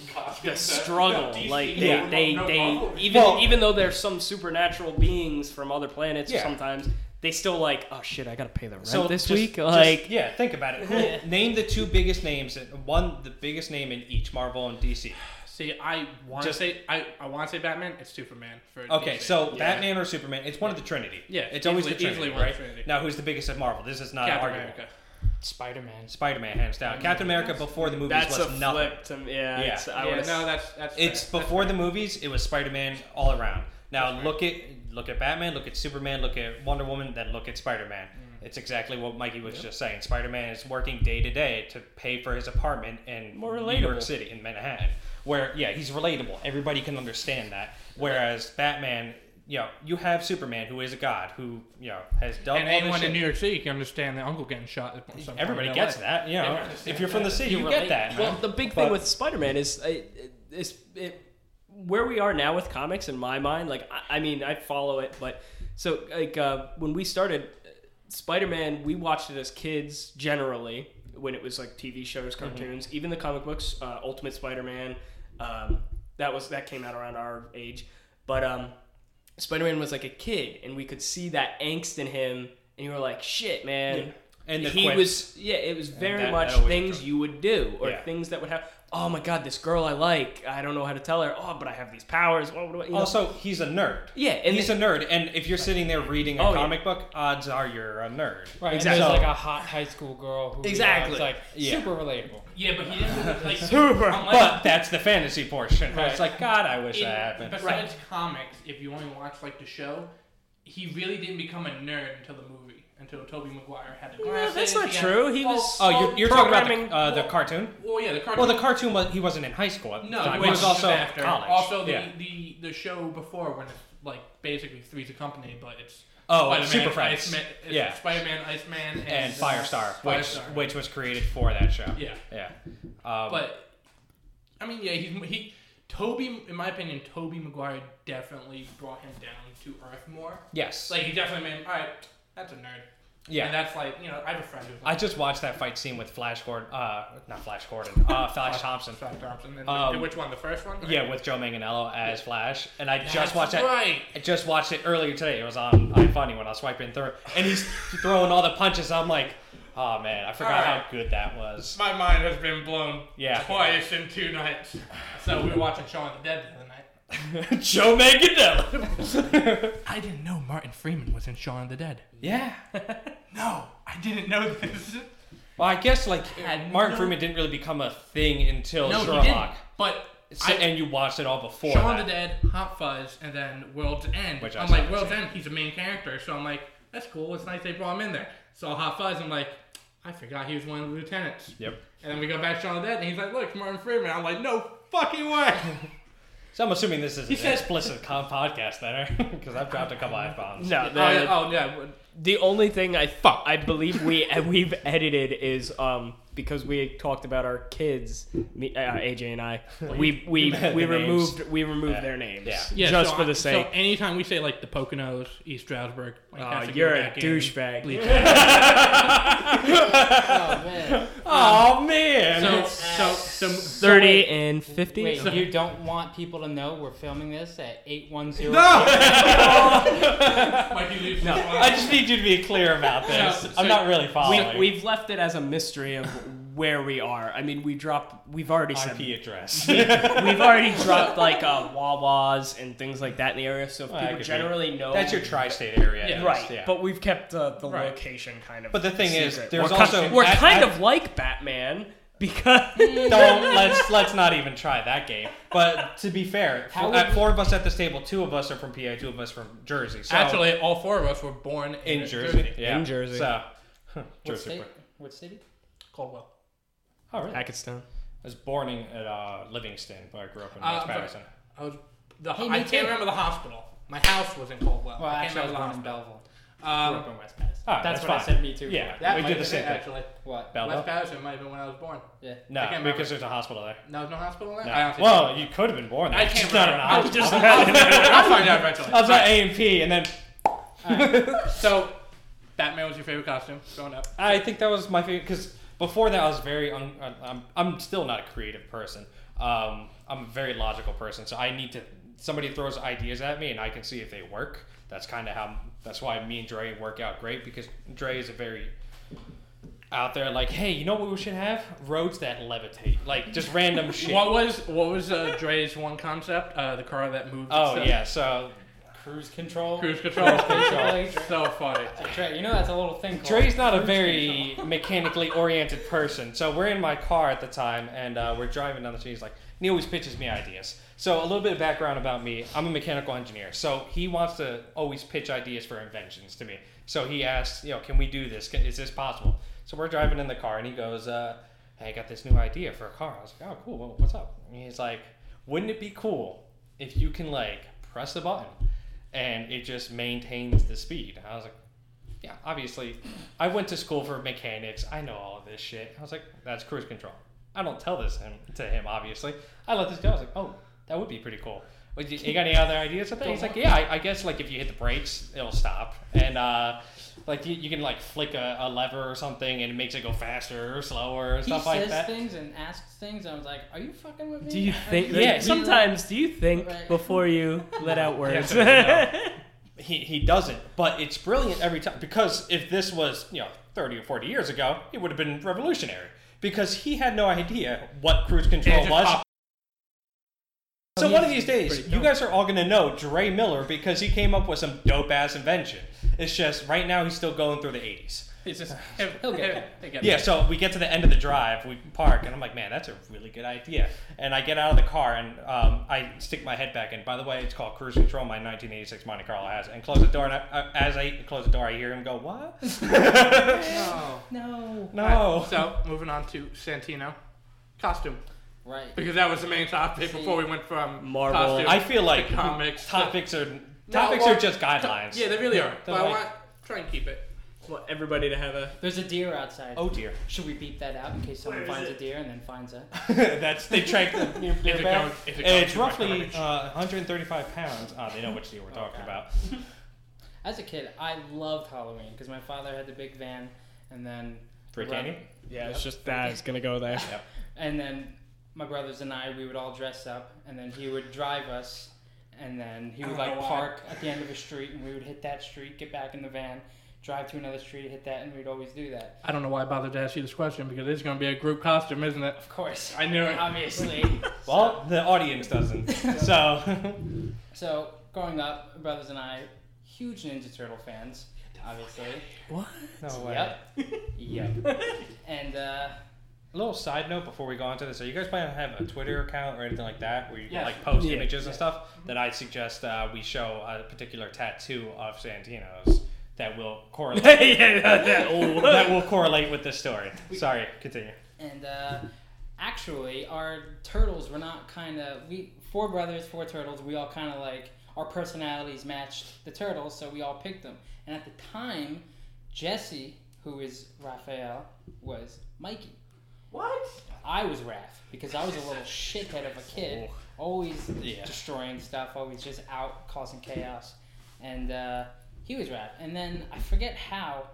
A: the struggle. Like they,
B: Yeah.
A: they, they e-, even
B: Well-
A: even though there's some supernatural beings from other planets
B: Yeah.
A: sometimes, they still like, oh shit, I gotta pay the rent this
B: just-
A: week.
B: just-
A: like
B: yeah, think about it. Who- Name the two biggest names. One, the biggest name in each Marvel and DC.
E: See, I want to
B: Just-
E: say I, I want to say Batman. It's Superman. For
B: Okay,
E: DC.
B: so
E: Yeah.
B: Batman or Superman, it's one of the Trinity.
E: Yeah,
B: it's always the
E: easily-
B: Trinity,
E: easily one
B: right? uh,
E: Trinity.
B: Now, who's the biggest at Marvel? This is not an
E: Captain
B: argument.
E: America.
C: Spider Man.
B: Spider-Man, hands down. Captain America before the movies
A: that's a
B: was nothing.
A: flip to me. Yeah,
B: Yeah.
A: it's- I
E: yeah,
A: would've-
E: no, that's that's
B: It's
E: fair.
B: before the movies. It was Spider-Man all around. Now look at look at Batman, look at Superman, look at Wonder Woman, then look at Spider-Man. It's exactly what Mikey was just saying. Spider-Man is working day to day to pay for his apartment in
A: More
B: New York
A: relatable.
B: City in Manhattan, where yeah, he's relatable. Everybody can understand that. Whereas Batman, you know, you have Superman who is a god who you know has done
E: and
B: all this
E: anyone
B: shit.
E: in New York City can understand the uncle getting shot. At some point
B: Everybody
E: in
B: gets
E: LA.
B: that, you know.
E: Everyone
B: If
E: understands
B: you're from the
E: that.
B: city, you,
C: relate.
B: get that.
A: Well,
B: man.
A: the big
B: But-
A: thing with Spider-Man is, it, is it, where we are now with comics. In my mind, like I, I mean, I follow it, but so like uh, when we started uh, Spider-Man, we watched it as kids generally when it was like TV shows,
B: Mm-hmm.
A: cartoons, even the comic books, uh, Ultimate Spider-Man. Um, that was that came out around our age, but um, Spider-Man was like a kid, and we could see that angst in him, and you were like, "Shit, man."
B: Yeah. And the
A: he
B: quip.
A: was yeah it was very
B: that-
A: much
B: that always
A: things
B: drove-
A: you would do or
B: Yeah.
A: things that would happen oh my god this girl i like i don't know how to tell her oh but i have these powers oh, what do I, you know?
B: Also, he's a nerd.
A: Yeah, and
B: he's
A: the-
B: a nerd. And if you're sitting there reading a
A: Oh, yeah.
B: comic book, odds are you're a nerd.
C: Right,
A: Exactly.
C: exactly. There's like a hot high school girl who
A: Exactly.
C: is like
B: Yeah.
C: super relatable.
E: Yeah, but he didn't like
A: Super.
E: unless-
B: But that's the fantasy portion. It's
C: Right.
B: like God, I wish
E: in-
B: that happened.
E: Besides comics, if you only watch like the show, he really didn't become a nerd until the movie. Until Toby Maguire had the
A: No,
E: glasses.
A: that's not
E: he had-
A: true. He
E: Oh,
A: was-
B: Oh, you're, you're talking about
A: Programming-
B: the, uh, the cartoon.
E: Well, yeah, the cartoon.
B: Well, the cartoon was he wasn't in high school. At the
E: No,
B: time.
E: which
B: he was also
E: after.
B: college.
E: Also, the,
B: yeah.
E: the the show before when it's like basically Three's a Company, but it's
B: Oh, and
E: Spider-Man,
B: Super Friends.
E: Iceman, it's
B: Yeah.
E: Spider-Man, Iceman, and,
B: and Firestar,
E: Firestar.
B: which which was created for that show.
E: yeah.
B: Yeah. Um,
E: But I mean, yeah, he's he. Toby, in my opinion, Toby Maguire definitely brought him down to earth more.
B: yes.
E: Like he definitely made him, all right. That's a nerd.
B: Yeah.
E: And that's like, you know, I have a friend who's
B: I
E: like,
B: just watched that fight scene with Flash Gordon, uh, not Flash Gordon, uh, Flash Thompson.
E: Flash Thompson. And
B: Um,
E: and which one? The first one?
B: Yeah, with Joe Manganiello as Flash, and I
E: That's
B: just watched that.
E: right.
B: I just watched it earlier today. It was on iFunny when I was swiping through, and he's throwing all the punches. I'm like, oh man, I forgot
E: All right.
B: how good that was.
E: My mind has been blown
B: Yeah.
E: twice in two nights. So we were watching Shaun of the Dead the other night.
B: Joe Manganiello.
E: I didn't know Martin Freeman was in Shaun of the Dead.
B: yeah.
E: No, I didn't know this.
B: Well, I guess like
E: Had
B: Martin
E: no-
B: Freeman didn't really become a thing until
E: no, he
B: Sherlock,
E: didn't. But
B: S-
E: I,
B: and you watched it all before.
E: Shaun
B: that.
E: of the Dead, Hot Fuzz, and then World's End.
B: Which I
E: I'm
B: still
E: like,
B: haven't
E: World's End, he's a main character, so I'm like, that's cool. It's nice they brought him in there. So Hot Fuzz, I'm like, I forgot he was one of the lieutenants.
B: Yep.
E: And then we go back to Shaun of the Dead, and he's like, look, it's Martin Freeman. I'm like, no fucking way. Oh,
B: So I'm assuming this is an
E: said-
B: explicit com- podcast then, because I've dropped a couple F bombs.
A: No,
E: oh,
A: the,
E: yeah, oh, yeah.
A: the only thing I I believe we we've edited is um because we talked about our kids, me, uh, AJ and I, we we
B: you meant
A: we
B: the names.
A: removed we removed
B: Yeah.
A: their names
B: Yeah.
E: Yeah,
A: just
E: so
A: for
E: I-
A: the sake.
E: So anytime we say like the Poconos, East Stroudsburg, like,
A: Aw,
E: has to go
A: you're a
E: back in.
A: douchebag.
E: Bleep.
C: Oh man.
B: Oh man.
E: so, so, so, so,
A: Thirty
C: wait.
A: and fifty.
C: Wait,
A: So-
C: you don't want people to know we're filming this at eight one zero.
E: Mikey leaves
A: No,
E: this one.
B: I just need you to be clear about this.
E: So-
B: I'm
E: so-
B: not really
A: we,
B: following.
A: we've left it as a mystery of where we are. I mean, we dropped. We've already said.
B: IP address.
A: We've already dropped like uh, Wawas and things like that in the area, so if
B: Well, that
A: people
B: could be-
A: generally know
B: That's your tri-state area,
E: Oh, Yeah.
A: right.
B: Yeah.
A: But we've kept uh, the
E: Right.
A: location kind of.
B: But the thing is,
A: secret.
B: there's
A: we're kind-
B: also-
A: we're
B: I-
A: kind
B: I-
A: of like Batman because
B: don't let's let's not even try that game. But to be fair,
C: How
B: f-
C: would
B: uh,
C: you-
B: four of us at this table, two of us are from PA, two of us from Jersey. So
E: Actually, all four of us were born in,
B: in Jersey, yeah.
A: In Jersey.
B: So huh,
C: What
B: Jersey.
C: state?
B: boy.
C: What city?
E: Caldwell.
B: Oh really? I
A: Hackettstown.
B: was born in at, uh, Livingston, but I grew up in
E: Uh,
B: West
E: I'm sorry.
B: Patterson.
E: I was the.
C: Hey, me
E: I
C: too.
E: can't remember the hospital. My house was in Caldwell.
C: Well,
E: I
C: actually, I
E: can't
C: was born in
E: remember
C: Belleville.
E: the hospital.
C: Grew
E: Um,
C: up in West Patterson.
B: All right,
C: that's
B: that's
C: what I
B: fine.
C: said. Me too.
B: Yeah,
E: that
B: we
E: might
B: did
E: be
B: the same
E: it,
B: thing.
E: actually.
C: What?
B: Belleville?
E: West Patterson might have been when I was born.
C: Yeah.
B: No,
E: I can't remember.
B: because there's a hospital there.
E: No, there's no hospital there.
B: No.
E: I honestly
B: well, you could have been born there.
E: I can't
B: It's not an
E: remember.
B: option.
A: just
E: I'll find out eventually.
B: I was
E: All
B: at
E: right,
B: A and P, and then
E: So, Batman was your favorite costume growing up.
B: I think that was my favorite because before that I was very un, un- I'm I'm still not a creative person. Um, I'm a very logical person, so I need to somebody throws ideas at me and I can see if they work. That's kind of how. That's why me and Dre work out great because Dre is a very out there like, hey, you know what we should have? Roads that levitate, like just random shit.
E: What was what was uh, Dre's one concept? Uh, the car that moved.
B: oh
E: itself.
B: yeah, so
C: Cruise control.
E: Cruise control.
B: control.
E: so funny.
C: Dre, you know that's a little thing called.
B: Dre's not a very mechanically oriented person, so we're in my car at the time, and uh, we're driving down the street. He's like, and he always pitches me ideas. So a little bit of background about me: I'm a mechanical engineer, so he wants to always pitch ideas for inventions to me. So he asks, you know, can we do this? Can, is this possible? So we're driving in the car, and he goes, uh, "Hey, I got this new idea for a car." I was like, "Oh, cool. Well, what's up?" And he's like, "Wouldn't it be cool if you can like press the button, and it just maintains the speed?" I was like. Yeah, obviously, I went to school for mechanics. I know all of this shit. I was like, that's cruise control. I don't tell this him, to him, obviously. I let this go. I was like, oh, that would be pretty cool. Would you, you got any other ideas with that? He's like, yeah, I, I guess like if you hit the brakes, it'll stop, and uh, like you, you can like flick a, a lever or something, and it makes it go faster or slower or
C: He
B: stuff like
C: says
B: that.
C: things and asks things. I was like, "Are you fucking with me?"
A: Do you
C: Are
A: think?
B: Yeah,
A: Sometimes, do you think
C: Right.
A: before you let out words?
B: he, he doesn't, but it's brilliant every time because if this was, you know, 30 or 40 years ago, it would have been revolutionary because he had no idea what cruise control
E: just
B: was.
E: popped-
B: So
C: He's
B: one of these days,
E: pretty
B: you
E: dope.
B: guys are all going to know Dre Miller because he came up with some dope ass invention. It's just right now he's still going through the 80s.
E: It's just.
C: He'll get
E: it. They get it.
B: Yeah, so we get to the end of the drive, we park, and I'm like, man, that's a really good idea. And I get out of the car and um, I stick my head back in. By the way, it's called cruise control. My 1986 Monte Carlo has it. And close the door, and I, I, as I close the door, I hear him go, what?
E: Oh.
C: No.
B: no.
E: So moving on to Santino costume
C: Right.
E: because that was the main topic
C: See.
E: before we went from
A: Marvel.
E: costume
B: I feel like
E: to comics.
B: topics are topics
E: well,
B: are just guidelines.
E: yeah, they really are. But I
B: like-
E: want try and keep it.
A: Want everybody to have a.
C: There's a deer outside.
B: Oh dear,
C: Should we beep that out in case someone
A: Where is
C: finds
A: it?
C: a deer and then finds it?
B: that's they track the near,
E: Is it
B: back.
E: going- is
B: And
E: it going
B: it's
E: to my
B: roughly
E: garbage?
B: Ah, uh, 135 pounds. Uh, they know which deal we're talking about.
C: God. As a kid, I loved Halloween because my father had the big van, and then
B: For
C: Right.
B: candy?
A: Yeah, it's just that it's gonna go there.
C: and then my brothers and I we would all dress up, and then he would drive us, and then he
E: I
C: would
E: don't
C: like
E: know why.
C: park at the end of a street, and we would hit that street, get back in the van, drive to another street, hit that, and we'd always do that.
E: I don't know why I bothered to ask you this question because it's going to be a group costume, isn't it?
C: Of course,
E: I knew it.
C: obviously.
B: Well, the audience doesn't. so,
C: So growing up, my brothers and I, huge Ninja Turtle fans, obviously.
A: What?
B: no way.
C: Yep. Yep. and uh,
B: A little side note before we go on to this: Are you guys planning to have a Twitter account or anything like that where you can
C: Yes.
B: like post
A: Mm-hmm. Yeah. Mm-hmm.
B: images and stuff? Then I'd suggest uh, we show a particular tattoo of Santino's that will correlate.
A: yeah, that, that,
B: that will correlate with this story. Sorry, continue.
C: and uh, actually our turtles were not kind of we four brothers four turtles we all kind of like our personalities matched the turtles so we all picked them and at the time jesse who is raphael was mikey
E: What?
C: i was raph because i was a little shithead of a kid always destroying stuff always just out causing chaos and uh, he was raph and then i forget how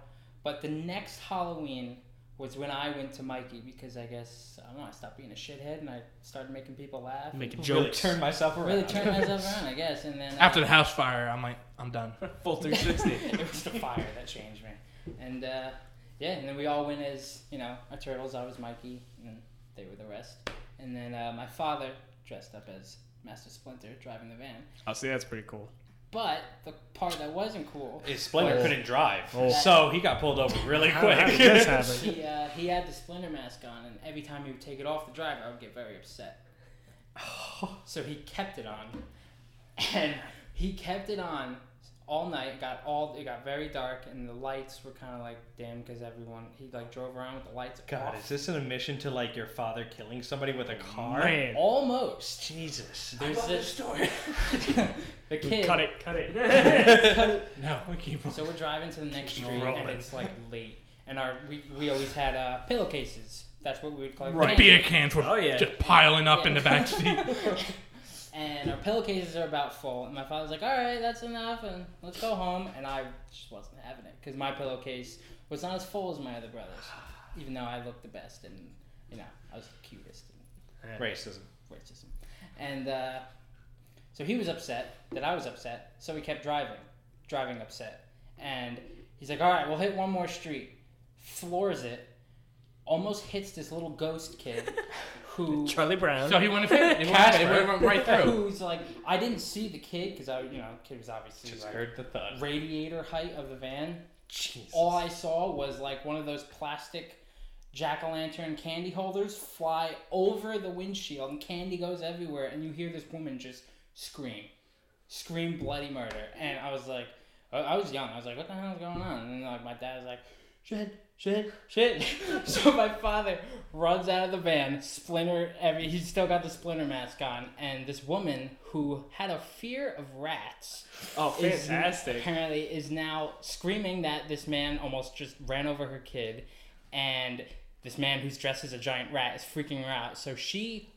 C: but the next halloween was when I went to Mikey because I guess I don't know, I stopped being a shithead and I started making people laugh.
A: Making
B: Really
A: jokes.
B: turn myself around.
C: really turned myself around, I guess, and then uh,
E: After the house fire, I'm like, I'm done.
A: Full 360.
C: it was the fire that changed me. And uh, yeah, and then we all went as you know our turtles. I was Mikey, and they were the rest. And then uh, my father dressed up as Master Splinter driving the van.
A: Oh, see, that's pretty cool.
C: But the part that wasn't cool,
B: Is Splinter
A: Oh.
B: couldn't drive,
A: Oh.
B: so he got pulled over really
A: How-
B: quick.
A: how did this happen?
C: he uh, he had the Splinter mask on, and every time he would take it off the driver, I would get very upset. So he kept it on, and he kept it on all night. It got all it got very dark, and the lights were kind of like dim because everyone he like drove around with the lights
B: God,
C: off.
B: is this an admission to like your father killing somebody with a car?
A: Man.
C: Almost.
B: Jesus.
C: There's this
E: story.
C: the kid.
A: Cut it, cut it.
B: No, we keep.
C: So we're driving to the next street,
B: Roll
C: and
B: it.
C: it's like late, and our we, we always had uh, pillowcases. That's what we would call
E: Right. Beer cans were
A: Oh, yeah.
E: just piling up in the
C: Yeah.
E: back seat.
C: and our pillowcases are about full. And my father's like, "All right, that's enough, and let's go home." And I just wasn't having it because my pillowcase was not as full as my other brothers, even though I looked the best and you know I was the cutest and
B: Racism.
C: racism. And uh, so he was upset that I was upset, so we kept driving, driving upset. And he's like, "All right, we'll hit one more street." Floors it, almost hits this little ghost kid who
A: Charlie Brown.
E: So he went and fit. It went, it went right through.
C: Who's like, I didn't see the kid because I, you know, kid was obviously
B: Just
C: like
B: heard the thud.
C: radiator height of the van.
B: Jesus.
C: All I saw was like one of those plastic jack o' lantern candy holders fly over the windshield, and candy goes everywhere, and you hear this woman just scream, scream bloody murder, and I was like, I- I was young, I was like, what the hell is going on? And then like my dad was like, shit. Shit, shit. so my father runs out of the van, splinter every he's still got the splinter mask on, and this woman who had a fear of rats
A: oh,
C: is-
A: fantastic.
C: apparently is now screaming that this man almost just ran over her kid and this man who's dressed as a giant rat is freaking her out so she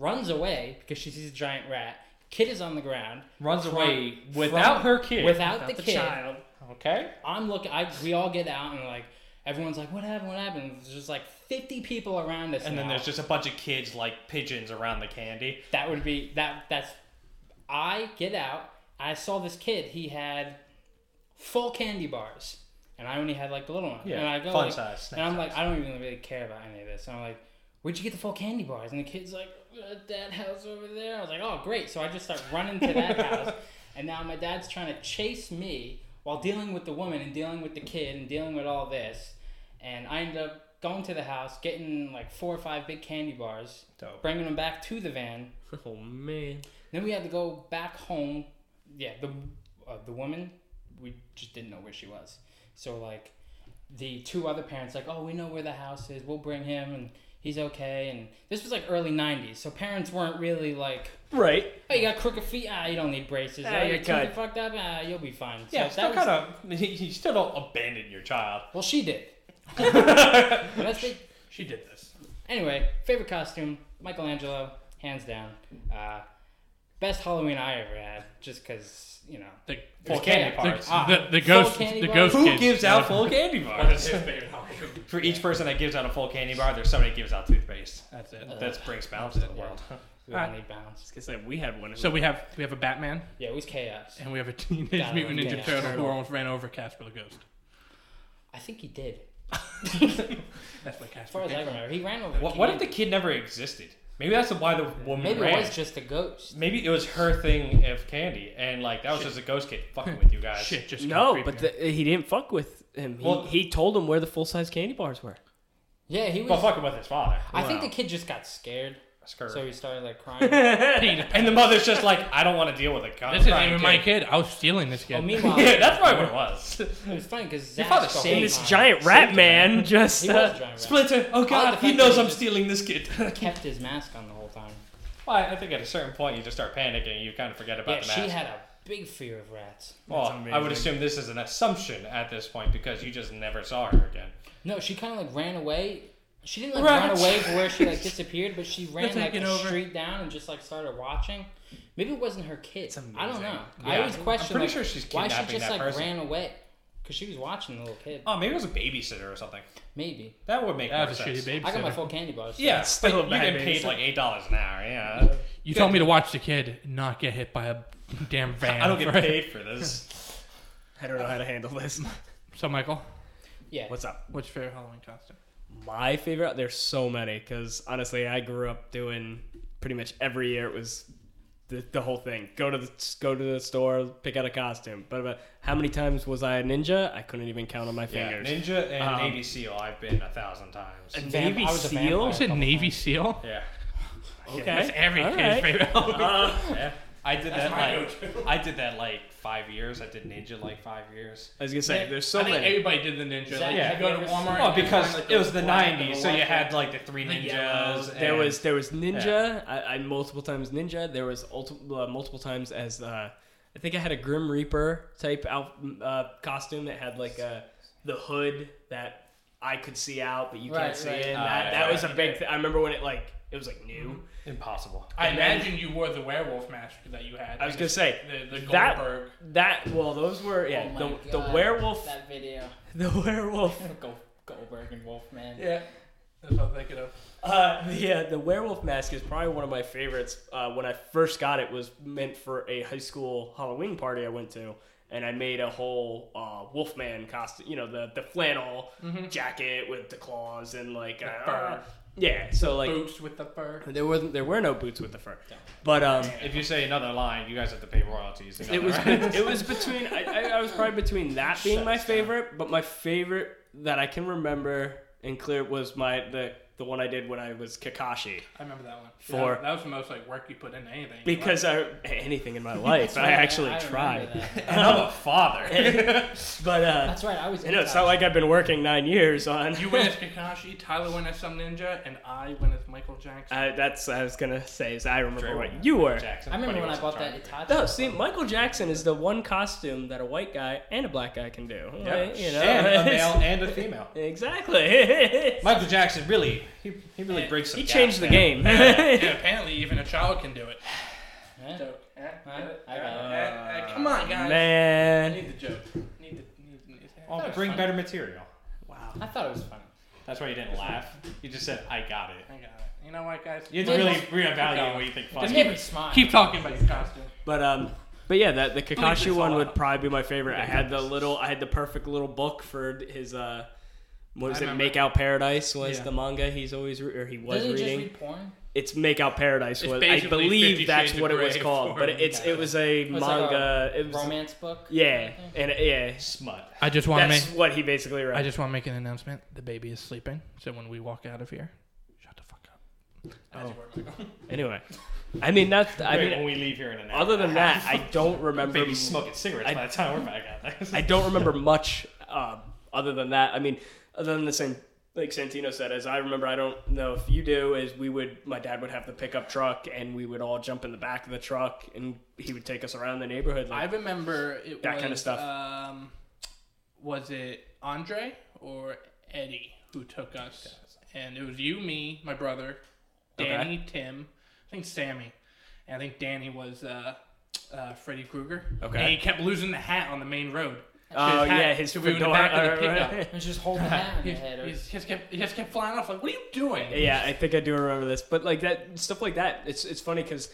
C: runs away because she sees a giant rat kid is on the ground
B: Runs
C: From-
B: away
C: from-
B: without her kid.
C: without, the, kid
A: child.
B: Okay.
C: i'm looking i we all get out and like everyone's like what happened what happened there's just like 50 people around us
B: And then
C: now.
B: there's just a bunch of kids like pigeons around the candy.
C: That would be that. That's. I get out. I saw this kid. He had full candy bars, and I only had like the little one.
B: Yeah,
C: and I go
B: fun
C: like,
B: size, snack
C: And I'm like, I don't even really care about any of this. And I'm like, where'd you get the full candy bars? And the kid's like, at that house over there. I was like, oh great. So I just start running to that house, and now my dad's trying to chase me while dealing with the woman and dealing with the kid and dealing with all this, and I end up going to the house, getting like four or five big candy bars,
B: Dope.
C: bringing them back to the van.
A: Oh, man.
C: Then we had to go back home. Yeah, the uh, the woman, we just didn't know where she was. So like, the two other parents like, oh, we know where the house is. We'll bring him, and he's okay. And this was like early '90s, so parents weren't really like,
A: Right.
C: oh, you got crooked feet. Ah, you don't need braces.
A: Ah,
C: Ah, your
A: you're
C: teeth
A: good."
C: are fucked up. Ah, you'll be fine.
B: Yeah,
C: so
B: still
C: that was-
B: kind of. You still don't abandon your child.
C: Well, she did. But that's big.
E: She did this.
C: Anyway, favorite costume, Michelangelo, hands down. Uh, Best Halloween I ever had, just because you know.
F: The,
B: It was candy bars.
F: the, the
C: Full
F: ghost,
C: candy
F: the
C: bar.
F: ghost
C: Who
F: kids.
B: full candy
E: That's his favorite Halloween.
B: For each person that gives out a full candy bar, there's somebody that gives out toothpaste. That's it. that brings balance to the world.
C: We don't need balance.
A: Because like we had one.
F: So we have we have a Batman
C: Yeah, it was chaos.
F: and we have a Teenage
C: Batman,
F: Mutant Ninja
C: yeah.
F: Turtle who
C: Turtle.
F: almost ran over Casper the Ghost.
C: I think he did.
F: That's where
C: As
F: Casper
C: far as
F: came
C: I
F: from.
C: remember, he ran over. a
B: What, what if
C: kid.
B: the kid never existed? Maybe that's why the woman
C: Maybe
B: ran.
C: it was just a ghost.
B: Maybe it was her thing of candy, and like that was just a ghost kid fucking with you guys.
F: Shit, just
A: No,
F: kinda
A: but
F: creeped
A: the, he didn't fuck with him. He,
B: Well-
A: he told him where the full size candy bars were.
C: Yeah, he was.
B: Well, fucking with his father.
C: I think
F: Wow.
C: the kid just got scared,
B: Skirt.
C: so he started like crying.
F: me out.
B: and the mother's just like, I don't want to deal with a gun.
F: this isn't even my kid. I was stealing this kid.
C: well, meanwhile,
B: yeah, that's probably what it was.
C: it was funny because
B: Your father saved
A: And
B: Hey,
A: this
B: uh,
A: giant rat man just
C: He
A: uh,
C: was a giant rat.
B: Splinter. Oh
C: I
B: god,
C: like the
B: he
C: fact that
B: knows
C: he
B: I'm
C: just-
B: stealing this kid.
C: Kept his mask on the whole time.
B: well, I think at a certain point you just start panicking. You kind of forget about
C: yeah,
B: the
C: she
B: mask.
C: had a big fear of rats.
B: well,
F: That's
B: I would
F: amazing.
B: assume this is an assumption at this point because you just never saw her again.
C: No, she kind of like ran away. She didn't like run
B: Rats.
C: away from where she like disappeared, but she ran like
F: taking
C: a
F: over.
C: street down and just like started watching. Maybe it wasn't her kid. I don't know. I
B: Yeah.
C: always
B: I'm
C: question
B: pretty
C: like,
B: sure she's
C: why she
B: kidnapping
C: just
B: that
C: like
B: person.
C: ran away because she was watching the little kid.
B: Oh, maybe it was a babysitter or something.
C: Maybe
B: That would make
F: That
B: more
F: was a
B: sense.
F: shitty babysitter.
C: I got my full candy bars.
B: Yeah,
A: It's
B: but
A: still a
B: you
A: bad
B: get paid
A: babysitter.
B: like eight dollars an hour. Yeah,
F: You told me to watch the kid not get hit by a damn van.
B: I don't get
F: right?
B: paid for this.
A: I don't know how to handle this.
F: So, Michael,
C: yeah.
A: What's up?
F: what's your favorite Halloween costume?
A: My favorite? There's so many because honestly, I grew up doing pretty much every year. It was the, the whole thing. Go to the go to the store, pick out a costume. But, but how many times was I a ninja? I couldn't even count on my
B: Yeah,
A: fingers.
B: ninja and
A: Um,
B: Navy SEAL. I've been a thousand times.
A: A
C: Vamp-
A: Navy
C: I was a
A: seal.
E: Oh,
F: You
C: vampire.
F: said Navy SEAL?
B: yeah,
A: Okay,
F: That's every
A: All
F: kid's
A: right.
F: favorite Halloween.
B: yeah. I did
E: Uh, That's
B: that
E: my
B: like I did that like five years. I did ninja like five years.
A: I was gonna say, there's so
E: I think
A: many.
E: everybody did the ninja.
C: Zach,
E: Like,
B: have
E: you go
C: you
E: to
C: ever
E: Walmart.
B: Well,
E: and you
B: because
E: find, like,
B: it was the
E: black and
B: '90s, so you
E: white
B: had like the three
E: The
B: ninjas.
E: yellows.
A: There
B: and-
A: was there was ninja. I, I multiple times ninja. There was ulti- uh, multiple times as uh, I think I had a grim reaper type out uh, costume that had like a the hood that I could see out, but you
C: Right,
A: can't see
C: right. Mm-hmm.
A: in.
B: Ah,
A: that
B: yeah,
A: that
B: yeah.
A: was a big. thing. I remember when it like it was like new.
B: impossible.
E: I
A: and then-
E: imagine you wore the werewolf mask that you had.
A: I was gonna say
E: the, the
A: that-
E: Goldberg.
A: that. Well, those were yeah.
C: Oh my
A: the, the
C: God,
A: werewolf.
C: That video.
A: The werewolf.
C: Go Goldberg and Wolfman.
E: Yeah, that's what I'm thinking of.
A: Uh, the uh, the werewolf mask is probably one of my favorites. Uh, when I first got it, was meant for a high school Halloween party I went to, and I made a whole uh, Wolfman costume. You know, the the flannel
F: Mm-hmm.
A: jacket with the claws and like uh,
E: fur.
A: Yeah, so like
E: Boots with the fur.
A: there wasn't there were no boots with the fur, but um,
B: If you say another line, you guys have to pay royalties. You know
A: it
B: that,
A: was
B: right?
A: bet- it was between I, I, I was probably between that being my favorite, but my favorite that I can remember and clear was my the the one I did when I was Kakashi.
E: I remember that one.
A: For-
E: that, that was the most like work you put into anything.
A: because I anything in my life I
C: Right,
A: actually
C: remember
A: tried. Um,
C: that.
B: and I'm a father.
A: But uh,
C: That's right. I was.
A: you know, it's not like I've been working nine years on.
E: you went as Kakashi, Tyler went as some ninja, and I went as Michael Jackson.
A: I, that's I was gonna say. Is I remember
B: Dre
A: what
B: went
A: you were.
B: Jackson,
C: I remember
B: funny
C: when I
B: was
C: bought
B: trying
C: that
B: to-
C: Itachi.
A: No, see, Michael Jackson is the one costume that a white guy and a black guy can do. Like, you know,
B: and a
A: it's-
B: male and a female.
A: Exactly.
B: Michael Jackson really, he, he really brings some.
A: he
B: gaps
A: changed the
B: there.
A: game.
E: and apparently, even a child can do it.
C: Yeah.
E: Joke. Eh,
C: Huh?
E: eh,
C: I got
E: eh, eh, Come on, guys. I
A: Man,
E: need the joke. Need the need, the- need the-
B: Well, Oh, bring better material.
A: wow.
C: I thought it was funny.
B: That's why you didn't laugh. You just said, "I got it."
E: I got it. You know what, guys?
B: You had to really reevaluate what you think
C: It
B: funny.
C: made me smile.
E: Keep talking about your costume.
A: But um, but yeah, that the Kakashi
E: this
A: one
E: all
A: would
E: out.
A: probably be my favorite. I had the little, I had the perfect little book for his uh, what was it?
E: I remember.
A: Make Out Paradise was
E: Yeah.
A: the manga he's always re- or he was
C: Doesn't he
A: reading.
C: just read porn?
A: it's Make Out Paradise
E: It's
A: was I
E: basically Fifty
A: believe that's
E: Shades
A: what it
E: of
A: was
E: Grey
A: called,
E: for
A: but
E: him.
A: it's it was a
C: like
A: manga. it was
C: uh, Romance book.
A: yeah, and yeah,
B: smut.
F: I just want to make.
A: that's what he basically read.
F: I just want to make an announcement. The baby is sleeping, so when we walk out of here, shut the fuck up.
E: That's where we're going.
A: anyway, I mean that's I
B: Wait,
A: mean
B: when we leave here in an hour.
A: other than that, I don't remember
B: baby smoking cigarettes
A: I-
B: by the time we're back out there.
A: I don't remember much um, other than that. I mean, other than the same, like Santino said, as I remember, I don't know if you do, is we would, my dad would have the pickup truck and we would all jump in the back of the truck and he would take us around the neighborhood.
E: I
A: Like,
E: remember it
A: That
E: was,
A: kinda stuff.
E: Um, was it Andre or Eddie who took us? And it was you, me, my brother, Danny, Tim, I think Sammy. and I think Danny was uh, uh, Freddy Krueger.
A: Okay.
E: And he kept losing the hat on the main road.
A: Oh
E: His hat.
A: yeah, his
E: So we went
A: fedora.
E: back to the
A: right,
E: pickup.
A: right.
C: It's just holding that in
E: He,
C: your head. Or,
E: he's- he just kept, he just kept flying off. Like, what are you doing?
A: Yeah, I think I do remember this. But like that stuff like that, it's it's funny because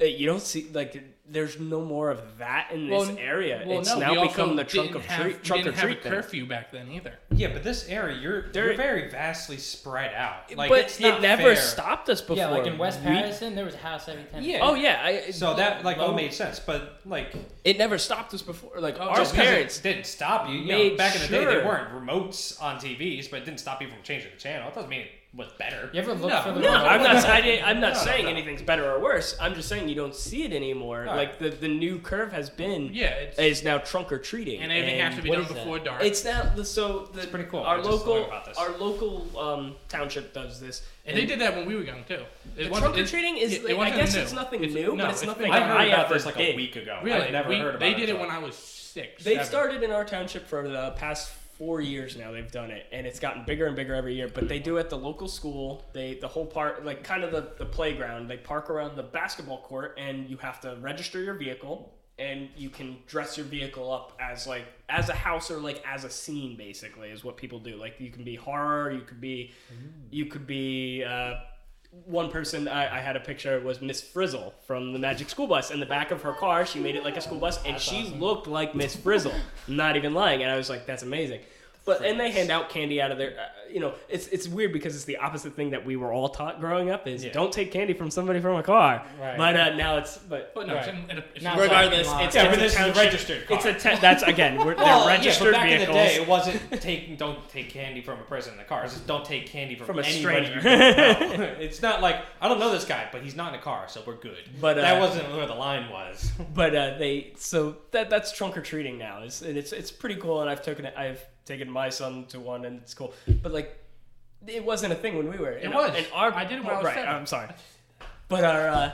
A: you don't see like there's no more of that in
E: Well,
A: this area.
E: Well,
A: it's
E: no, we
A: now become
E: also
A: the trunk
E: didn't
A: of
E: have-
A: treat,
E: we
A: trunk
E: didn't
A: or
E: have a
A: treat thing.
E: curfew back then either.
B: Yeah, but this area you're
A: There-
B: you're very vastly spread out. Like,
A: but
B: it's
A: it
B: not
A: never
B: fair.
A: stopped us before.
C: yeah, like in West
A: We-
C: Patterson, there was a house every ten.
E: Yeah.
A: Oh yeah, I,
B: So that like all
A: Well,
B: made sense, but like
A: it never stopped us before. Like our
B: just 'cause it
A: parents.
B: didn't stop you. you
A: made
B: know, back in the day,
A: sure-
B: they weren't remotes on TVs, but it didn't stop you from changing the channel. It doesn't mean it was better.
C: You ever look
B: No,
C: for the
A: No, I'm not. I didn't, I'm not
B: No, no,
A: saying
B: no.
A: anything's better or worse. I'm just saying you don't see it anymore.
B: All
A: Like the, the new curve has been
E: Yeah, it's,
A: is now trunk or treating,
E: and everything has to be
C: what
E: done
C: is that?
E: before dark.
A: It's now the- so the,
B: It's pretty cool. I
A: Our
B: just
A: local
B: learned about this.
A: our local um, township does this,
E: and they did that when we were young too. It
A: The
E: wasn't-
A: trunk or treating is.
E: it- it
A: like, I
E: wasn't
A: guess
E: new.
A: it's nothing new,
E: no,
A: but it's,
E: it's
A: nothing
E: been-
B: I heard
A: I
B: about
A: ever
B: this like
A: did.
B: a week ago.
E: Really,
B: I've never
E: we,
B: heard about
E: they
B: it.
E: did it
B: until-
E: when I was six.
A: They've
E: seven.
A: started in our township for the past four years now. They've done it, and it's gotten bigger and bigger every year. But they do it at the local school. They the whole part, like kind of the the playground. They park around the basketball court, and you have to register your vehicle, and you can dress your vehicle up as like as a house or like as a scene. Basically, is what people do. Like you can be horror, you could be,
E: Mm.
A: you could be. Uh, one person I, I had a picture was Miss Frizzle from the Magic School Bus. In the back of her car, she made it like a school bus, and she looked like Miss Frizzle. I'm not even lying, and I was like, "That's amazing." But and they hand out candy out of their, uh, you know, it's it's weird because it's the opposite thing that we were all taught growing up is
B: Yeah.
A: don't take candy from somebody from a car.
B: Right.
A: But uh, now it's but.
E: But no, it's
B: Right.
E: in, in a, it's
C: Now
E: in-
C: it's
A: Regardless,
C: Parking lot.
A: it's,
B: Yeah,
A: it's
B: but this is
A: a
B: a
A: township-
B: registered car.
A: It's a te- that's again. We're, they're
B: Well,
A: registered
B: yeah, but back
A: vehicles.
B: in the day, it wasn't take don't take candy from a person in the car. It's just don't take candy from,
A: From a
B: anybody
A: stranger.
B: you don't know. it's not like I don't know this guy, but he's not in a car, so we're good.
A: But, uh,
B: that wasn't where the line was.
A: but uh, they so that that's trunk or treating now is and it's it's pretty cool and I've taken it I've taken my son to one and it's cool but like it wasn't a thing when we were
E: It was. I did it when I was
A: right
E: seven.
A: I'm sorry but our uh,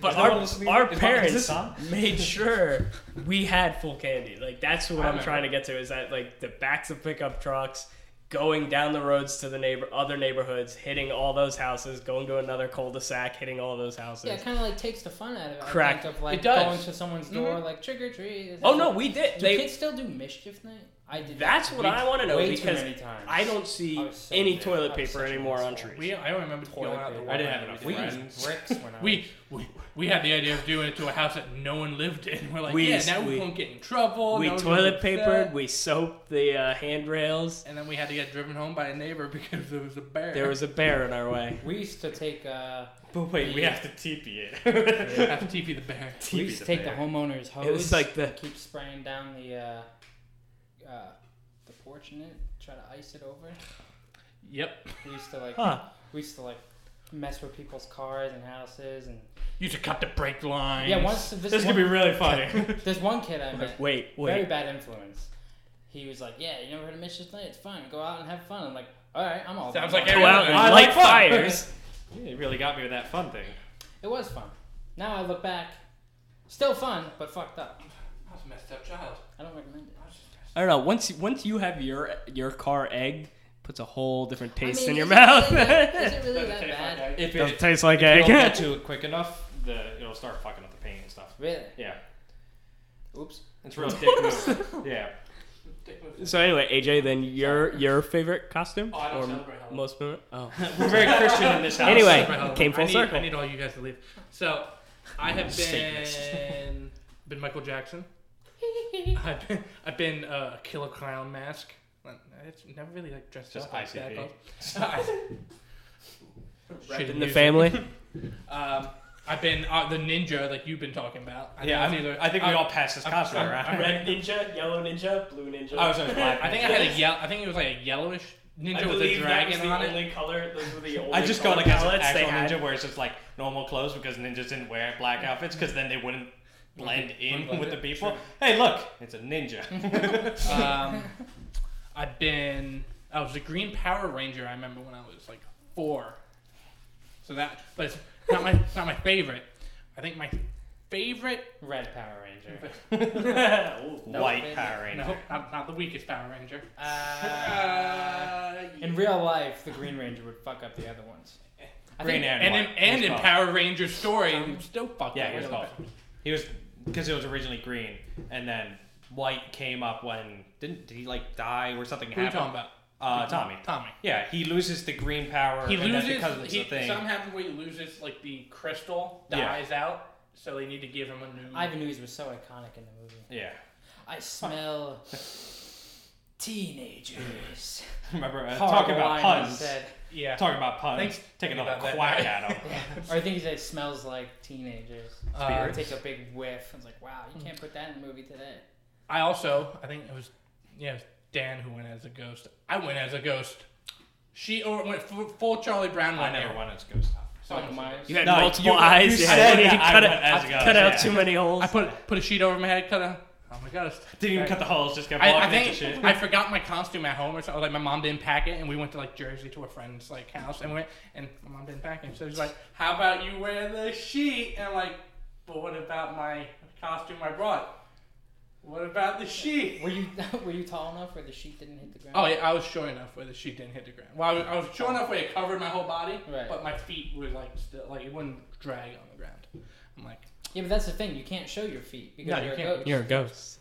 A: but
B: Is no
A: our
B: one listening?
A: our
B: Is my- is
A: parents
B: this on?
A: made sure we had full candy like that's what I'm
E: I remember.
A: trying to get to is that like the backs of pickup trucks going down the roads to the neighbor other neighborhoods hitting all those houses going to another cul-de-sac hitting all those houses
C: Yeah, it kind of like takes the fun out of it. I
A: Correct.
C: think, of like
E: It does.
C: going to someone's door, like trick or treat.
A: oh no we did
C: do
A: they
C: kids still do mischief night? I did.
A: That's what I want to know
C: way
A: because
C: too many times.
A: I don't see
C: I was so
A: any
C: mad.
A: toilet
C: I was
A: paper
C: such an
A: anymore on
C: asshole.
A: trees.
E: we, I don't remember going
C: Toilet
E: out the
C: paper.
E: door.
B: I didn't have enough
C: We-
B: friends.
C: Bricks when I
E: We, we we had the idea of doing it to a house that no one lived in. We're like,
A: We-
E: yeah, now
A: we-
E: we won't get in trouble.
A: we
E: no one's gonna
A: toilet
E: get
A: papered,
E: upset.
A: we soaped the uh, handrails.
E: and then we had to get driven home by a neighbor because there was a bear.
A: There was a bear in our way.
C: we used to take uh,
B: But wait, we have to teepee
E: I
B: it.
E: have to TP the bear.
C: we
B: Teepee
C: used to take
B: bear.
C: the homeowners hose.
A: It was like the
C: keep spraying down the uh, uh, the porch in it, try to ice it over.
E: Yep.
C: We used to like
A: huh.
C: we used to like mess with people's cars and houses and
E: You should cut the brake line.
C: yeah. Once this,
B: This could
C: one,
B: be really funny.
C: there's one kid I met.
A: Wait,
C: Very
A: wait.
C: bad influence. He was like, "Yeah, you never heard of Mischief Night? It's fun. Go out and have fun." I'm like, "All right, I'm all."
E: Sounds
C: down."
E: like every-
A: Go out and
B: I
A: light
B: like fun.
A: fires.
B: you really got me with that fun thing.
C: it was fun. Now I look back, still fun, but fucked up.
E: I was a messed up child.
C: I don't recommend it.
A: I don't know. Once once you have your your car egg, puts a whole different taste
C: I mean,
A: in your
C: is it really
A: mouth.
C: that- Is it really that bad?
B: If
A: Doesn't
B: it,
A: taste like
B: if you don't get
A: egg.
B: to it quick enough, the it'll start fucking up the paint and stuff.
C: Really?
B: Yeah,
C: Oops.
B: it's real dick move. Yeah.
A: so anyway, AJ, then your your favorite costume
E: Oh, I don't
A: or
E: celebrate Halloween.
A: most favorite? Oh,
B: We're very Christian in this house.
A: Anyway.
E: Sorry, hold
A: came
E: on.
A: full
E: I need,
A: circle.
E: I need all you guys to leave. So, I have
B: Statements.
E: been been Michael Jackson. I've been, I've been uh, a killer clown mask. Like, It's never really like dressed
B: Just
E: up like that.
B: ICP.
E: but- Shouldn't
A: in the
E: use it.
A: family.
E: Um, I've been uh, the ninja like you've been talking about.
B: yeah, I,
E: think
B: mean,
E: it's either-
B: I think we
E: I-
B: all passed this
E: I'm-
B: costume
E: I'm-
B: around.
E: I'm ready.
A: Red ninja, yellow ninja, blue ninja.
B: I was in black.
E: I think I had a yellow. I think it was like a yellowish ninja with a dragon on it.
A: color. Those were the only
B: I just got like as an actual ninja, where it's just like normal clothes because ninjas didn't wear black outfits because then they wouldn't blend in
E: blend
B: with
E: in,
B: the people. Hey, look, it's a ninja.
E: Um, I've been. I was a Green Power Ranger. I remember when I was like four. So that, but it's not my it's not my favorite. I think my favorite.
C: Red Power Ranger.
B: White Power Ranger.
E: No, not, not the weakest Power Ranger.
C: Uh, in real life, the Green Ranger would fuck up the other ones. I
B: Green
C: think,
B: and,
E: And in,
B: white.
E: and
B: He's
E: in
B: called.
E: Power Ranger story, I'm still fucking.
B: Yeah, he was
E: with
B: called.
E: it.
B: He was because it was originally green, and then white came up when didn't did he like die or something
E: Who are you
B: happened?
E: talking about?
B: Uh, Tommy.
E: Tommy.
B: Yeah, he loses the green power.
E: He
B: and that's
E: loses.
B: because it's
E: He,
B: the thing.
E: something happens where he loses, like the crystal
B: Yeah.
E: dies out, so they need to give him a new.
C: Ivan Ooze was so iconic in the movie.
B: Yeah,
C: I smell teenagers.
B: remember uh,
C: Horrible
B: talking about
C: line I
B: puns.
C: said.
E: yeah.
B: Talking about puns.
E: Thanks.
B: Take another
E: About that.
B: quack at him.
C: Or I think he said smells like teenagers.
E: Uh,
C: I take a big whiff. I was like, wow, you can't put that in a movie today.
E: I also, I think it was, yeah, it was Dan who went as a ghost. I went as a ghost. She or went fu- full Charlie Brown.
B: I
E: one
B: never
E: year.
B: wanted to go stop.
E: Someone
C: Michael
E: said
C: Myers.
A: You had
B: No,
A: multiple
B: you- you
A: eyes. yeah,
B: said
A: you
B: that I
A: cut,
B: went as a
A: out,
B: ghost,
A: cut
B: yeah.
A: out too many holes.
E: I put put a sheet over my head, cut a. Oh my god! it's-
B: Didn't even cut the holes. Just kept walking
E: I, I
B: into shit.
E: think I forgot my costume at home or something. Like my mom didn't pack it, and we went to like Jersey to a friend's like house, and went and my mom didn't pack it. So she's like, "How about you wear the sheet?" And I'm like, "But what about my costume I brought? What about the sheet?"
C: Were you were you tall enough where the sheet didn't hit the ground?
E: Oh yeah, I was short enough where the sheet didn't hit the ground. Well, I was, I was short enough where it covered my whole body,
C: Right.
E: but my feet were like still like it wouldn't drag on the ground. I'm like,
C: Yeah, but that's the thing. You can't show your feet because
E: No, you
C: you're a
E: can't.
C: ghost.
A: You're a ghost.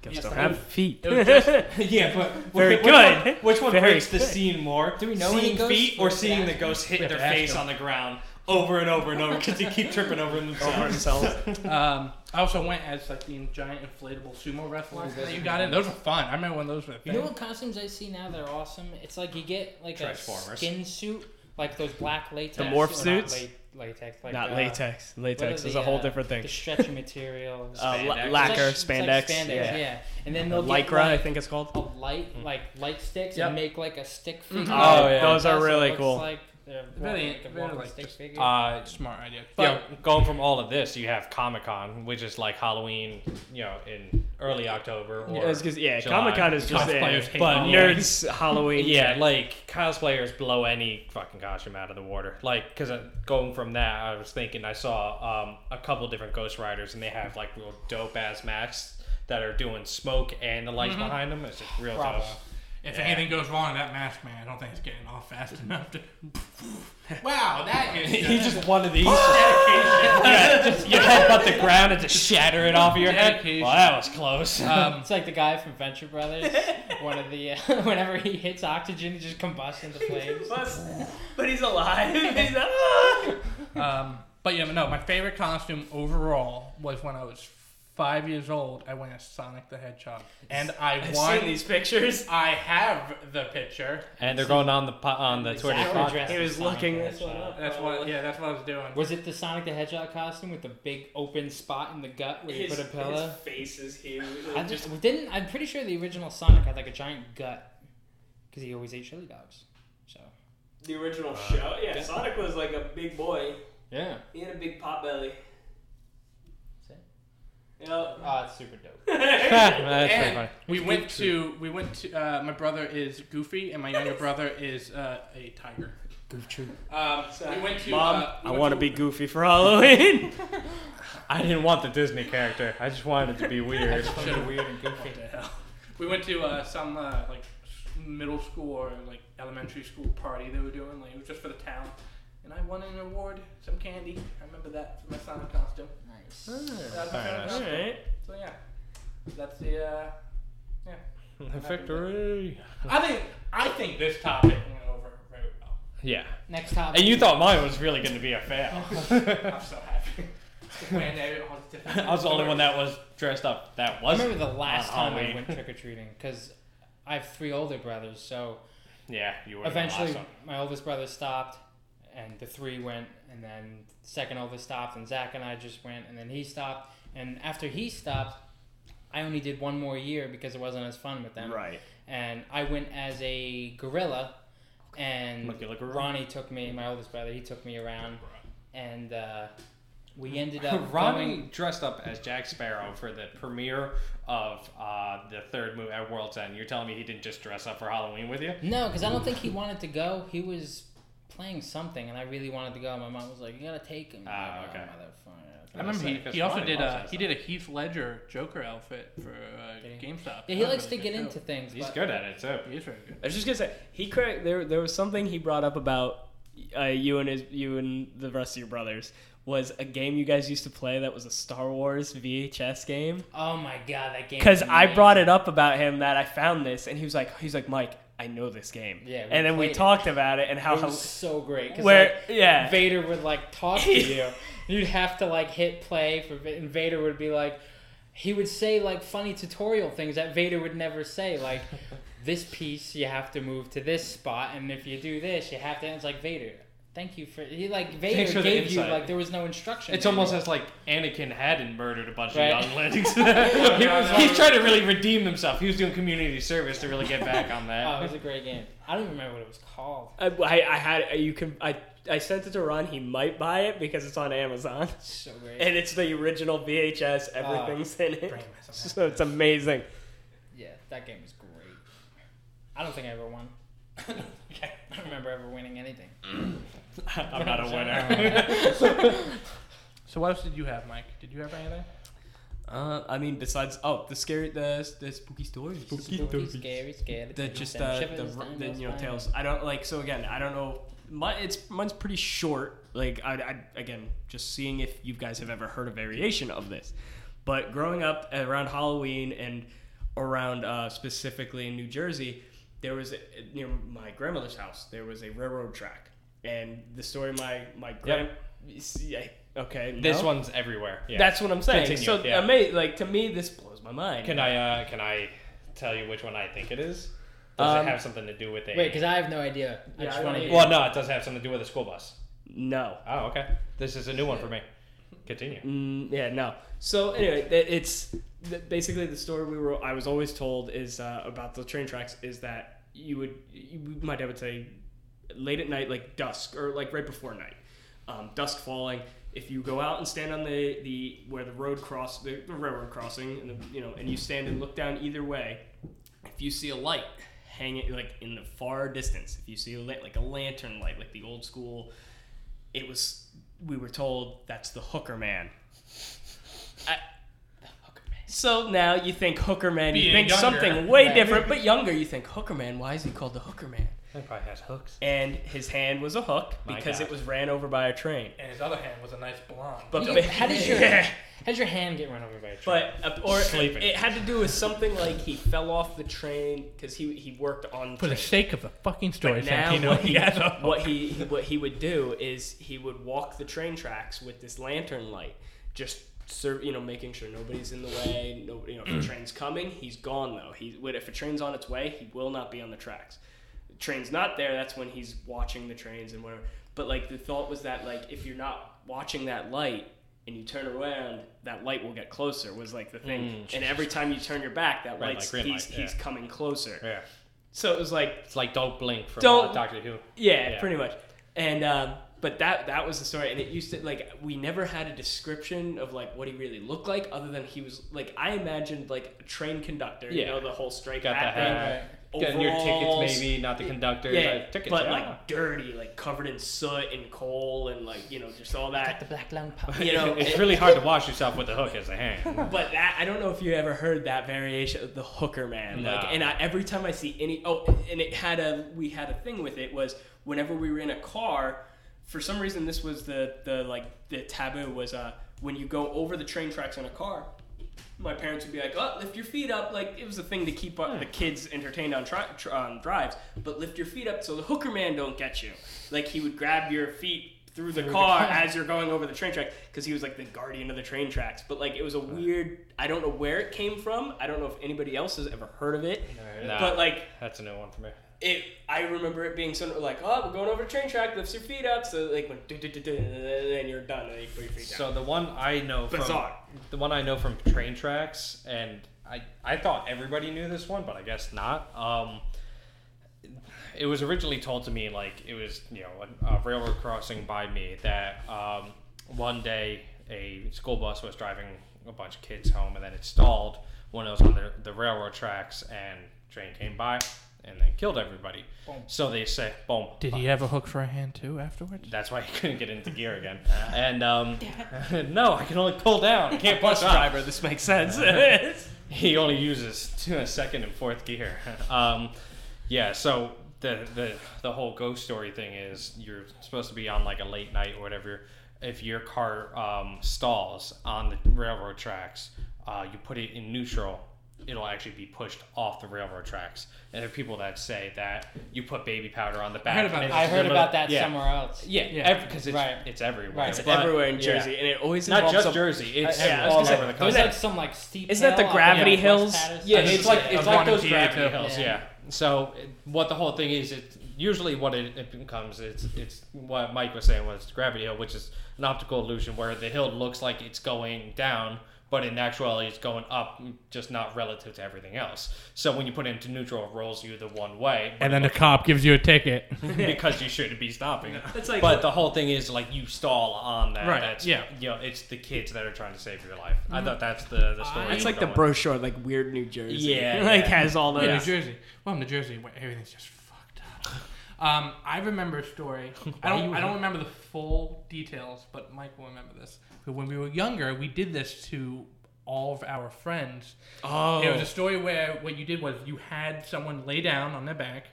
A: Ghosts
E: Yes,
A: don't
E: I
A: have
E: am.
A: feet.
E: It was just-
B: yeah, but
A: Very
B: which
A: good.
B: One, which one
A: Very
B: breaks the
A: good.
B: scene more?
C: Do we know any
B: seeing
C: ghosts?
B: feet
C: We
B: or
C: have to
B: seeing the
C: ask.
B: ghosts
E: We
B: hit
E: have
B: their
E: to ask
B: face
E: them.
B: on the ground over and over and over because they keep tripping over
A: Over
B: themselves?
A: themselves.
E: um, I also went as like the giant inflatable sumo wrestler
C: Ooh, those
E: that you
C: are
E: got in. Those were fun. I remember when those were. a
C: You
E: thing.
C: know what costumes I see now that are awesome? It's like you get like a
B: Transformers.
C: skin suit, like those black latex.
A: The morph
C: or not
A: suits?
C: la- latex, like
A: Not
C: uh,
A: latex.
C: what are
A: Latex is
C: the,
A: a whole
C: uh,
A: different thing.
C: The stretchy material.
A: Uh,
B: spandex.
A: la-
B: It's like-
A: lacquer,
C: It's like-
A: spandex.
C: it's like spandex,
A: yeah.
C: And then they'll
A: Lycra,
C: get like,
A: I think it's called.
C: a light like light sticks
E: Yep.
C: and make like a stick figure.
E: Mhm.
A: Oh,
C: Like,
A: yeah. Those are
C: so it
A: really
C: looks
A: cool.
C: Like they're
E: Really-
C: like a
E: really
C: walking
E: like
C: stick
E: just-
C: figure.
B: Uh,
E: Smart idea.
B: But going from all of this, you have Comic Con, which is like Halloween, you know, in early October. Or,
A: Yeah, it's 'cause- yeah,
B: July.
A: Comic Con is just
E: Cosplayers
A: a
E: hate
B: But
E: Halloween.
B: yeah,
A: nerds Halloween.
B: yeah, like cosplayers blow any fucking costume out of the water. Like, because going from that, I was thinking I saw um, a couple different Ghost Riders, and they have like real dope ass masks that are doing smoke and the
C: Mm-hmm.
B: lights behind them. It's just real
C: Bravo.
B: dope.
E: If
B: Yeah.
E: anything goes wrong, that mask man, I don't think it's getting off fast enough to. wow, that is.
B: He
E: just
B: just one of these. yeah, just your head butt the ground and just shatter it off of your head.
E: Dedication.
B: Well, that was close.
E: um,
C: it's like the guy from Venture Brothers. One of the uh, whenever he hits oxygen, he just combusts into flames.
A: but he's ah! alive.
E: um, but yeah, no, my favorite costume overall was when I was five years old. I went as Sonic the Hedgehog, and I
A: I've
E: won.
A: seen these pictures.
E: I have the picture.
B: and they're going on the po- on the Twitter.
C: Exactly.
B: pod-
C: dressed
A: He
C: as
A: was
C: Sonic
A: looking
C: the
A: this one
C: Hedgehog.
A: up.
E: That's what. Yeah, that's what I was doing.
C: Was it the Sonic the Hedgehog costume with the big open spot in the gut where you
A: His,
C: put a pillow?
A: his face is huge.
C: I
A: Just,
C: just didn't. I'm pretty sure the original Sonic had like a giant gut because he always ate chili dogs. So
A: the original show. Yeah,
C: yeah.
A: Sonic was like a big boy.
C: yeah,
A: He had a big pot belly.
C: That's it.
A: Yep.
C: oh, it's super dope.
B: That's pretty
E: And
B: funny.
E: we went to we went to uh, my brother is Goofy and my younger brother is uh, a tiger. Um, we went to
A: Mom,
E: uh, we
A: I
E: went
A: want to be goofy for Halloween.
B: I didn't want the Disney character. I just wanted it to be weird.
E: Should've-
B: weird and goofy.
E: We went to uh, some uh, like s- middle school or like elementary school party they were doing. Like it was just for the town, and I won an award, some candy. I remember that for my Sonic costume.
C: Nice.
E: That was my
B: Very
E: Sonic
B: nice.
E: costume.
A: Alright.
E: So yeah, that's the. Uh,
B: Victory.
E: I think I think this topic went over very well.
B: Yeah.
C: Next topic.
B: And you thought mine was really going to be a fail.
E: I'm so happy. When they- all the different
B: I was the only one that was dressed up. That
C: I
B: was.
C: remember the last
B: on
C: time I
B: Halloween.
C: went trick or treating because I have three older brothers. So
B: Yeah, you were
C: eventually,
B: the last one.
C: my oldest brother stopped, and the three went, and then second oldest stopped, and Zach and I just went, and then he stopped, and after he stopped, I only did one more year because it wasn't as fun with them.
A: right.
C: and I went as a gorilla, and
B: Monkey like a gorilla.
C: Ronnie took me, my oldest brother, he took me around, and uh, we ended up
B: Ronnie
C: going.
B: dressed up as Jack Sparrow for the premiere of uh, the third movie at World's End. You're telling me he didn't just dress up for Halloween with you?
C: No, because I don't think he wanted to go. He was playing something, and I really wanted to go. My mom was like, "You gotta take him."
B: Ah,
C: Like, "Oh,
B: okay.
C: motherfucker.
E: I remember he,
B: Because
E: he also
B: Ronnie
E: did
B: loves
E: a
B: that
E: he did a Heath Ledger Joker outfit for uh,
C: Did he?
E: GameStop.
C: Yeah,
E: That
C: he
E: was
C: likes to
E: really
C: get
E: good,
C: into things.
B: He's
C: but
B: good at it too.
E: too. He is very good.
A: I was just gonna say he cra- there there was something he brought up about uh, you and his, you and the rest of your brothers was a game you guys used to play that was a Star Wars VHS game.
C: Oh my god, that game.
A: Because I brought it up about him that I found this, and he was like, he's like, Mike, I know this game.
C: Yeah, we
A: and then we
C: played it.
A: talked about it and how
C: It was so great. 'cause,
A: where
C: like,
A: yeah
C: Vader would like talk to you. You'd have to like hit play for Va- and Vader would be like he would say like funny tutorial things that Vader would never say like this piece you have to move to this spot and if you do this you have to and it's like Vader thank you for he like Vader
B: Thanks for the
C: gave you
B: insight.
C: like there was no instruction
B: It's almost as like Anakin hadn't murdered a bunch
C: Right.
B: of younglings. he was he's trying to really redeem himself. He was doing community service to really get back on that.
C: oh it was a great game I don't even remember what it was called
A: I, I I had you can I I sent it to Ron he might buy it because it's on Amazon
C: It's so great
A: and it's the original VHS everything's in it
C: Brain myself.
A: so it's amazing
C: yeah that game was great I don't think I ever won I don't remember ever winning anything
B: I'm not a winner.
E: So what else did you have, Mike? Did you have anything?
A: uh I mean besides oh the scary the the spooky stories
C: Spooky, scary, scary.
A: the
C: things
A: just
C: and
A: uh, the,
C: shivers
A: r-
C: down
A: the
C: your
A: you know
C: spine.
A: tales I don't like so again I don't know my it's mine's pretty short like I, I again just seeing if you guys have ever heard a variation of this but growing up around Halloween and around uh, specifically in New Jersey there was a, near my grandmother's house there was a railroad track and the story my my grand See, I- okay
B: this
A: no?
B: one's everywhere. Yeah.
A: that's what I'm saying
B: Continue,
A: so
B: yeah.
A: ama- like to me this blows my mind
B: Can I uh, can I tell you which one I think it is? Does
A: Um,
B: it have something to do with a?
C: Wait, because I have no idea.
A: Yeah,
C: I
A: I
C: just
A: don't
C: want to
A: either.
C: hear.
B: well, no, it does have something to do with a school bus.
A: no
B: Oh, okay. This is a new one for me. Continue.
A: Mm, yeah, no. So anyway, th- it's th- basically the story we were. I was always told is uh, about the train tracks is that you would. You, my dad would say, late at night, like dusk or like right before night, um, dusk falling. If you go out and stand on the, the where the road cross the, the railroad crossing, and the, you know, and you stand and look down either way, if you see a light hanging like in the far distance, if you see a lit, like a lantern light, like the old school, it was. We were told that's the hooker man. So now you think hooker man, you think
E: Being younger.
A: something way
C: Right.
A: different, but younger. You think hooker man. Why is he called the hooker man?
B: That probably has hooks.
A: And his hand was a hook
B: My
A: because
B: God.
A: it was ran over by a train.
E: And his other hand was a nice blonde.
A: But
C: Yeah, how did your how did your hand get run over by a train?
A: but uh, or
B: Sleeping.
A: it had to do with something like he fell off the train because he he worked on.
E: For the
A: train.
E: sake of the fucking story,
A: But now
E: Santino,
A: what, he,
E: he has a
A: what he what he would do is he would walk the train tracks with this lantern light, just serve you know making sure nobody's in the way. No, you know
B: Mm.
A: if a train's coming, he's gone though. He would- if a train's on its way, he will not be on the tracks. train's not there. That's when he's watching the trains and whatever. But like the thought was that like if you're not watching that light. And you turn around, that light will get closer. Was like the thing, and every time you turn your back, that
B: Mm. Right,
A: light's
B: like green
A: he's,
B: light, yeah.
A: he's coming closer.
B: Yeah.
A: So it was like
B: It's like don't blink from
A: Don't-
B: uh, Doctor Who.
A: yeah,
B: Yeah.
A: pretty much. And um, but that that was the story, and it used to like we never had a description of like what he really looked like, other than he was like I imagined like a train conductor, you
B: Yeah.
A: know, the whole strike
B: Got the
A: hat
B: hat.
A: thing,
B: Getting your
A: overalls,
B: tickets, maybe not the conductor.
A: yeah,
B: like, tickets,
A: but
B: yeah.
A: like dirty, like covered in soot and coal, and like you know just all
C: got the
A: that.
C: black lung pop.
A: You know,
B: it's really hard to wash yourself with a hook as a hand.
A: But that I don't know if you ever heard that variation of the hooker man. Like,
B: No.
A: and I, every time I see any, oh, and it had a we had a thing with it was whenever we were in a car, for some reason this was the the like the taboo was uh when you go over the train tracks in a car. My parents would be like, "Oh, lift your feet up!" Like it was a thing to keep uh, the
B: Hmm.
A: kids entertained on tri- tr- on drives. But lift your feet up so the hooker man don't get you. Like he would grab your feet through the car as you're going over the train track because he was like the guardian of the train tracks. But like it was a weird. I don't know where it came from. I don't know if anybody else has ever heard of it.
B: Nah,
A: But like
B: that's a new one for me.
A: it, I remember it being sort of like, "Oh, we're going over the train track. Lift your feet up." So like when and you're done, and then you put your feet down.
B: So the one I know from
A: Bizarre.
B: the one I know from train tracks, and I I thought everybody knew this one, but I guess not. Um, it was originally told to me like it was you know a, a railroad crossing by me that um, one day a school bus was driving a bunch of kids home, and then it stalled when it was on the, the railroad tracks, and train came by and then killed everybody.
C: Boom.
B: So they say, boom.
E: Did he have a hook for a hand too afterwards?
B: That's why he couldn't get into gear again. And um, no, I can only pull down. I can't push up.
A: driver, this makes sense.
B: He only uses two, second and fourth gear. Um, yeah, so the the the whole ghost story thing is you're supposed to be on like a late night or whatever. If your car um, stalls on the railroad tracks, uh, you put it in neutral. It'll actually be pushed off the railroad tracks. And there are people that say that you put baby powder on the back.
E: heard about
B: and
E: that.
B: it's
C: I heard
B: the
C: about
B: little-
C: that
B: yeah.
C: somewhere else.
E: Yeah.
B: Yeah, because it's
C: Right.
B: it's everywhere.
C: Right.
A: It's
B: but-
A: everywhere in
B: yeah.
A: Jersey, and it always
B: Not
A: involves
B: just
A: a-
B: Jersey. It's
A: Uh, yeah, I was
B: all
A: gonna say,
B: over the
C: There's
B: country.
C: like some like steep.
A: Isn't that the
C: hill,
A: gravity
C: like, West
A: hills?
C: Patterson.
B: Yeah,
E: That's
B: it's
E: just
B: like
E: a-
B: it's
E: a
B: like
E: one in
B: those
E: PA
B: gravity
E: too.
B: hills.
C: Yeah.
B: Yeah. So it- what the whole thing is, it's usually what it, it becomes. It's it's what Mike was saying was gravity hill, which is an optical illusion where the hill looks like it's going down, but in actuality it's going up, just not relative to everything else. So when you put it into neutral, it rolls you the one way
E: And then the cop gives you a ticket.
B: because you shouldn't be stopping.
A: It's like-
B: but the whole thing is like you stall on that.
E: Right,
B: That's,
E: yeah. Mm-hmm.
B: You know, it's the kids that are trying to save your life. I thought that's the the story.
A: It's like the
B: going.
A: brochure, like weird New Jersey.
B: Yeah,
A: like
B: yeah.
A: has all those.
E: New Jersey. Well, New Jersey, where everything's just fucked up. Um, I remember a story. I don't. I don't remember the full details, but Mike will remember this. But when we were younger, we did this to all of our friends.
A: Oh,
E: It was a story where what you did was you had someone lay down on their back.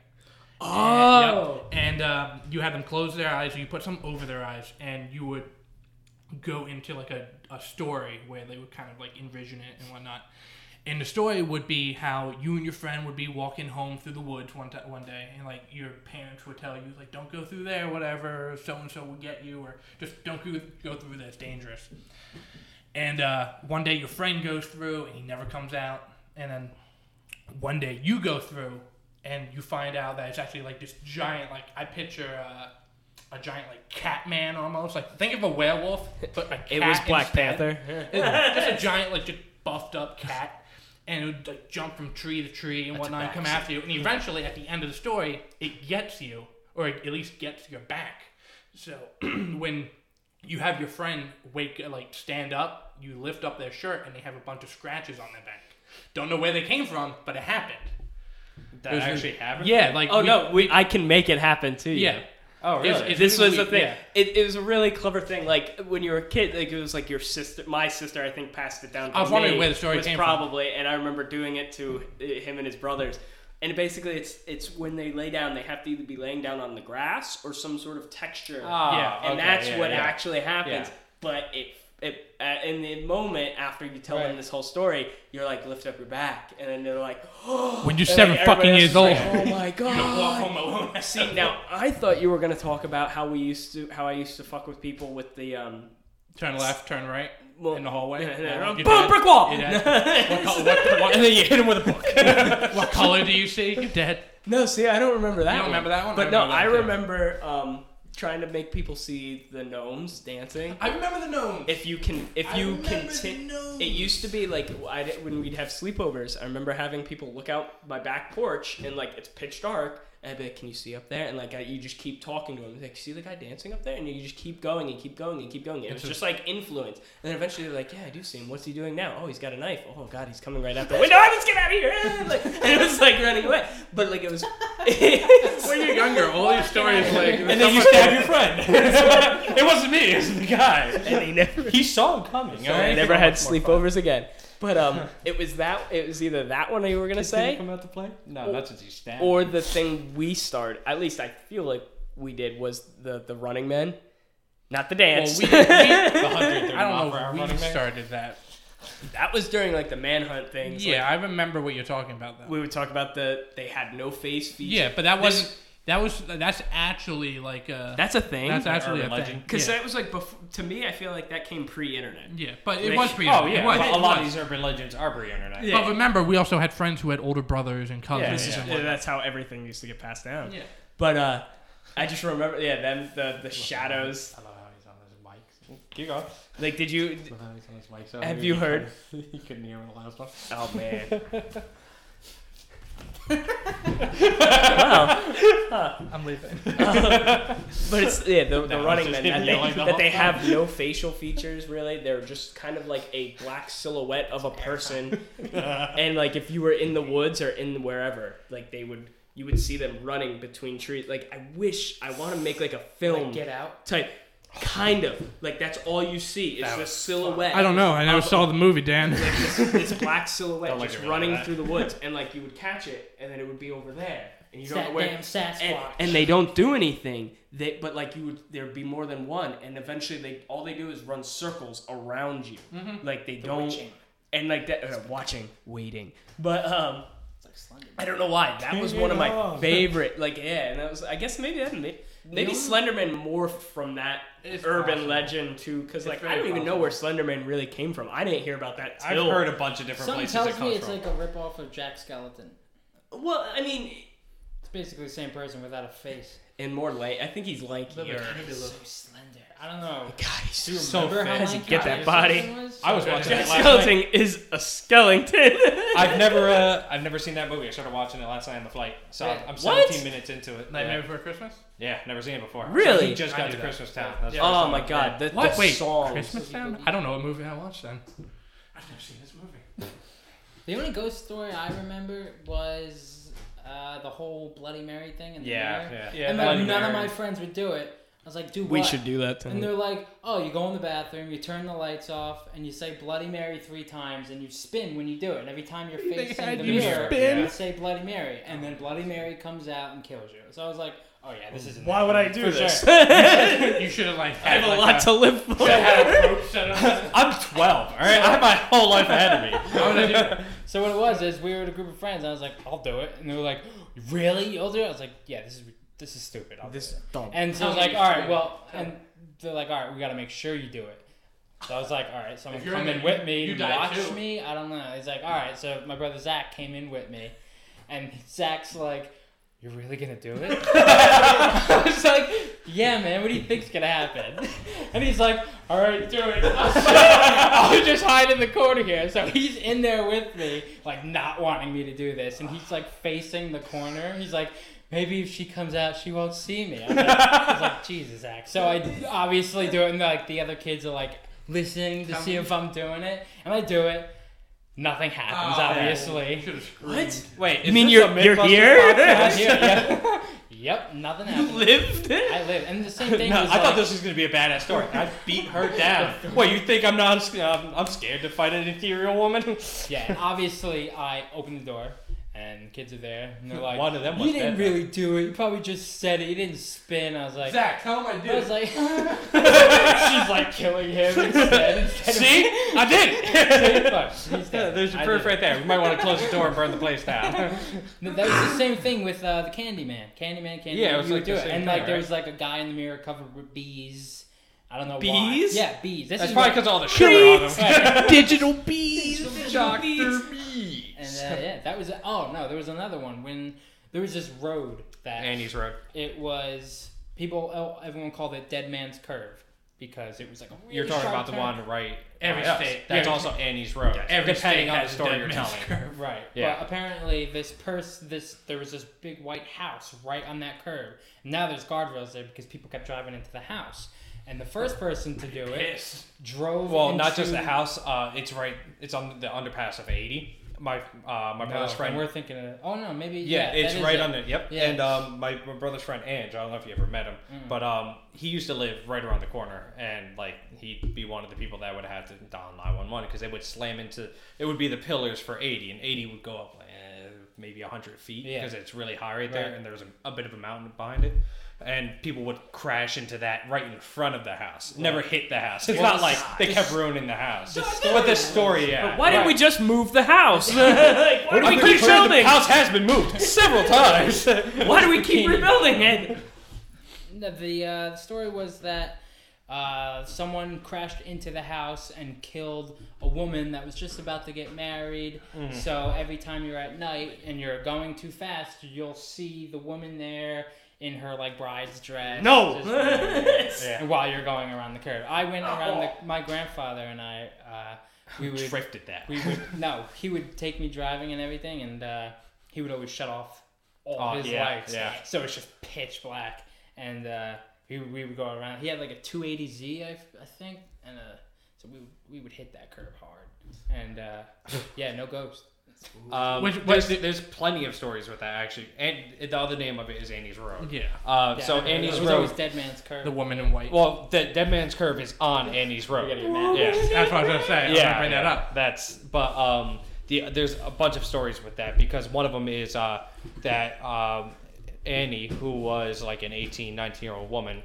A: oh,
E: And, yep, and um, you had them close their eyes, or you put some over their eyes, and you would go into like a, a story where they would kind of like envision it and whatnot. And the story would be how you and your friend would be walking home through the woods one, t- one day, and like your parents would tell you, like, don't go through there, whatever, so and so will get you, or just don't go, go through there, it's dangerous. And uh, one day your friend goes through and he never comes out. And then one day you go through and you find out that it's actually like this giant, like I picture uh, a giant like cat man almost. Like think of a werewolf, but a cat
A: it was Black
E: instead.
A: Panther.
E: It was just a giant like just buffed up cat. And it would like jump from tree to tree and whatnot and come after you. And eventually at the end of the story, it gets you, or it at least gets your back. So when you have your friend wake like stand up, you lift up their shirt and they have a bunch of scratches on their back. Don't know where they came from, but it happened.
B: that
E: It was-
B: actually happened.
E: Yeah, like
A: Oh
E: we-
A: no, we, I can make it happen too.
E: yeah.
B: Oh really?
E: It's- it's
A: this was
E: we-
A: the thing.
E: yeah.
A: It, it was a really clever thing. Like when you were a kid, like it was like your sister, my sister, I think passed it down. To
E: I was
A: me,
E: wondering where the story
A: was
E: came from.
A: probably, and I remember doing it to uh, him and his brothers. And basically, it's it's when they lay down, they have to either be laying down on the grass or some sort of texture,
B: Ah,
A: and
B: okay,
A: that's
B: yeah,
A: what
B: yeah.
A: actually happens.
B: Yeah.
A: But it. It, uh, in the moment after you tell them
C: Right.
A: this whole story, you're like lift up your back, and then they're like,
E: When you're
A: And
E: seven
A: everybody
E: fucking
A: else
E: years
A: is like,
E: old.
A: oh my
E: Walk
A: god!
E: home oh, alone.
A: See, now I thought you were gonna talk about how we used to, how I used to fuck with people with the um.
E: turn left, turn right
A: Well,
E: in the hallway.
A: yeah, yeah,
E: You
A: boom,
E: did.
A: brick wall.
E: You did. What, col- what, what,
B: And then you hit him with a book.
E: what color do you see? You're dead.
A: No, see, I don't remember that.
E: You don't
A: one.
E: remember that one?
A: But
E: I
A: no,
E: remember
A: I
E: that too.
A: remember um trying to make people see the gnomes dancing.
E: I remember the gnome.
A: If you can, if
E: I
A: you
E: remember
A: can,
E: the gnomes.
A: it used to be like I, di- when we'd have sleepovers. I remember having people look out my back porch and like it's pitch dark. And I'd be like, "Can you see up there?" And like I, you just keep talking to them. Like, see the guy dancing up there, and you just keep going and keep going and keep going. It was just like influence. And then eventually they're like, "Yeah, I do see him. What's he doing now? Oh, he's got a knife. Oh God, he's coming right out the window. I must get out of here!" And, like, and it was like running away. But like it was.
E: When you're younger, all your stories like
B: And then you stab your friend. it wasn't me, it was the guy.
A: and he never.
B: He saw him coming.
A: So I never had sleepovers again. But um, it was that. It was either that one you were gonna say,
B: come out to play? No, that's what you stabbed.
A: or the thing we started. At least I feel like we did was the the Running Men, not the
E: Well,
A: dance.
E: we, we, I
B: the 130
E: don't
B: mile per hour
E: know. We
B: running man.
E: started that.
A: that was during like the manhunt things. like,
E: Yeah, I remember what you're talking about. Though.
A: we would talk about the they had no face features.
E: Yeah, but that
A: This-
E: wasn't. That was. That's actually like uh, a.
A: that's a thing.
E: that's actually a
B: urban
E: thing.
B: legend.
A: because
E: yeah.
A: that was like before, to me. I feel like that came pre-internet.
E: yeah, but it
A: Like-
E: was pretty.
B: Oh,
E: it
B: yeah.
E: was,
B: but
E: it
B: a lot of
E: was.
B: these urban legends are pre internet.
A: Yeah.
E: But remember, we also had friends who had older brothers and cousins.
A: Oh, This is-
B: Yeah.
E: and
A: yeah,
E: whatnot.
A: that's how everything used to get passed down.
E: Yeah.
A: But uh, I just remember, yeah, them the the shadows.
B: I love how he's on his mic. Keep going.
A: Like, did you?
B: I love how he's on his mic. So
A: Have you heard-
B: He couldn't hear the last one.
A: Oh man. wow.
E: I'm leaving.
A: But it's yeah, the, the
B: That
A: running
B: was
A: men
B: just
A: that
B: me
A: they,
B: yelling the
A: that they
B: whole
A: have no facial features really. They're just kind of like a black silhouette of a person. and like if you were in the woods or in wherever, like they would you would see them running between trees. Like I wish I want to make like a film
C: Like, Get out.
A: type kind of like that's all you see is
B: That
A: the
B: was
A: silhouette.
E: I don't know. I never
A: of-
E: saw the movie, Dan.
A: like this, this black silhouette
B: Don't look
A: just
B: at me like
A: running
B: that.
A: through the woods, and like you would catch it, and then it would be over there, and you
C: It's
A: don't know
C: that
A: where
C: damn Sasquatch.
A: and, and they don't do anything. They but like you would there'd be more than one, and eventually they all they do is run circles around you.
B: Mm-hmm.
A: Like they don't
C: witching.
A: and like that uh, watching, waiting. But um
C: It's like Slender Man.
A: I don't know why that was one of
B: Turn it
A: my
B: off.
A: favorite. Like yeah, and that was I guess maybe that may- maybe
E: You
A: Slenderman morphed from that
E: It's
A: urban
E: possible.
A: legend to because like I
E: very
A: don't even know where Slenderman really came from. I didn't hear about that.
B: I've
A: till-
B: heard a bunch of different
C: Something
B: places it
C: tells me
B: comes
C: it's
B: from.
C: like a ripoff of Jack Skeleton.
A: Well, I mean,
C: It's basically the same person without a face.
A: and more like I think he's lankier.
C: So slender. I don't know.
A: God, he's
C: Do you
A: so
C: remember how
A: Doesn't
C: lanky
A: get
C: Jack
A: that body.
C: Skeleton Was?
B: I was watching
A: Jack
B: that last night.
A: Skeleton is a skeleton.
B: I've never, uh, I've never seen that movie. I started watching it last night on the flight. So
C: Wait,
B: I'm
A: what?
B: 17 minutes into it.
E: Nightmare
B: Yeah.
E: Before Christmas.
B: Yeah, never seen it before.
A: Really?
B: He just
E: I
B: got
E: knew
B: to
E: that.
B: Christmas Town. That's the first
A: oh
B: time
A: my
B: I've
A: god, the,
E: What?
A: the
E: Wait,
A: songs.
E: Christmas Town? I don't know what movie I watched then. I've never seen this movie.
C: The only ghost story I remember was uh, the whole Bloody Mary thing in the
B: Yeah,
C: mirror.
B: yeah.
E: Yeah,
C: and
B: Bloody
C: like, none of
B: Mary.
C: my friends would do it. I was like, do what?
A: We should do that tonight.
C: And they're like, oh, you go in the bathroom, you turn the lights off, and you say Bloody Mary three times, and you spin when you do it. And every time you're
F: They
C: facing
F: had
C: the
F: you
C: mirror,
F: spin?
C: you say Bloody Mary, and then Bloody Mary comes out and kills you. So I was like, oh yeah, this is
B: Why would I do this?
E: You should have like.
A: I have a
E: like
A: lot to live for.
E: should've had a rope set up.
B: I'm 12. All right, I have my whole life ahead of me.
E: I would've done it.
C: So what it was is we were at a group of friends. And I was like, I'll do it, and they were like, really? You'll do it? I was like, yeah, this is this is stupid. I'll do
A: This
C: it.
A: dumb.
C: And so I was
E: Tell
C: like,
E: me
C: all
E: your
C: right,
E: story.
C: well, and they're like, all right, we got to make sure you do it. So I was like, all right, someone
E: If you're in
C: come in
E: it,
C: with
E: you-
C: me,
E: you
C: and
E: die
C: watch
E: too.
C: me. I don't know. He's like, all right. So my brother Zach came in with me, and Zach's like, you're really gonna do it? I was like, yeah, man. What do you think's gonna happen? And he's like, all right, do it. I was like, I'll just hide in the corner here. So he's in there with me, like not wanting me to do this, and he's like facing the corner. He's like, maybe if she comes out, she won't see me. I'm like, I was like, Jesus, Zach. So I obviously do it, and like the other kids are like listening to
E: Come-
C: see if I'm doing it, and I do it. Nothing happens,
E: Oh, You
C: obviously.
E: should have screamed.
A: What?
B: Wait,
A: You mean you're you're
C: I'm
A: here?
C: here, yeah. yep, nothing
A: You
C: happened.
A: lived it.
C: I live, and the same thing.
B: No,
C: was
B: I
C: like,
B: thought this was gonna be a badass story. I beat her down. Wait, you think I'm not? I'm, I'm scared to fight an ethereal woman.
C: Yeah, and obviously I open the door and the kids are there and they're like,
B: One of them was
C: You didn't
B: dead,
C: really do it. You probably just said it. You didn't spin. I was like,
E: Zach, tell him I did.
C: I was
E: it.
C: like, she's like killing him instead. instead of-
B: See, I did it.
C: Fuck, he's
B: Yeah,
C: dead.
B: There's your
C: I
B: proof
C: did
B: right
C: it.
B: there. We might want to close the door and burn the place down.
C: No, That was the same thing with uh, the Candyman. Candyman, Candyman.
B: Yeah, it was
C: you would
B: like
C: do
B: the
C: it.
B: same
C: And
B: thing,
C: like there
B: right?
C: was like a guy in the mirror covered with bees. I don't know why.
A: Bees?
C: Yeah, bees. This
B: That's
C: is
B: probably
C: what-
B: because all the sugar on them.
F: Digital bees.
B: Doctor B.
C: And uh, yeah, that was. Oh no, there was another one when there was this road that
B: Annie's road.
C: it was people el- everyone called it dead man's curve because it was like a really
B: You're talking
C: sharp
B: about the
C: turn.
B: one right.
E: Every
B: by us.
E: state-
B: That's
E: every-
B: also Annie's road.
E: Every
B: depending on
E: state
B: the
E: has a
B: story
E: dead
B: you're
E: man's
B: telling.
E: curve.
C: right
B: Yeah.
C: but apparently this pers this there was this big white house right on that curve now there's guardrails there because people kept driving into the house and the first person to do it
E: Pissed.
C: drove
B: Well, not just the
C: into-
B: house. Uh, it's right. It's on the underpass of 80. My uh, my
C: no,
B: brother's friend.
C: Oh, we're thinking of oh no maybe
B: Yeah,
C: that
B: it's
C: is
B: right
C: it.
B: on the Yep.
C: Yeah.
B: And um, my, my brother's friend Ange, I don't know if you ever met him, but um, he used to live right around the corner, and like he'd be one of the people that would have to dial nine one one because they would slam into. It would be the pillars for eighty, and eighty would go up like eh, maybe hundred feet
C: Yeah.
B: because it's really high right there,
C: Right.
B: and there's a, a bit of a mountain behind it. And people would crash into that right in front of the house. Never hit the house. It's
C: Well,
B: not like they kept ruining the house.
C: story
B: but the story, yeah.
A: Why didn't we just move the house? Like, why do we
B: I'm pretty
A: keep
B: sure the
A: building?
B: house has been moved several times.
A: Why do we keep rebuilding it?
C: No, the uh, the story was that uh, someone crashed into the house and killed a woman that was just about to get married. So every time you're at night and you're going too fast, you'll see the woman there in her like bride's dress.
A: No.
C: just running around.
B: Yeah.
C: And while you're going around the curve, I went around the, my grandfather and I. Uh, we would
B: drifted that.
C: we would no. He would take me driving and everything, and uh, he would always shut off all
B: Oh,
C: his
B: yeah,
C: lights.
B: yeah.
C: So it's just pitch black, and uh, we, we would go around. He had like a 280Z, I, I think, and uh, so we we would hit that curve hard, and uh, yeah, no ghost.
B: Um,
E: Which-
B: there's, there's plenty of stories with that actually, and the other name of it is Annie's Road.
E: Yeah.
B: Uh,
C: Yeah,
B: so
C: I remember
B: Annie's
C: it was always
B: Road.
C: dead man's curve.
E: The woman in white.
B: Well, the Dead Man's Curve is on Annie's Road.
C: We gotta get mad.
B: Yeah.
E: That's what I was gonna say. I was gonna
B: yeah,
E: bring that
B: yeah,
E: up.
B: That's but um, the there's a bunch of stories with that because one of them is uh that um Annie, who was like an 18, 19 year old woman,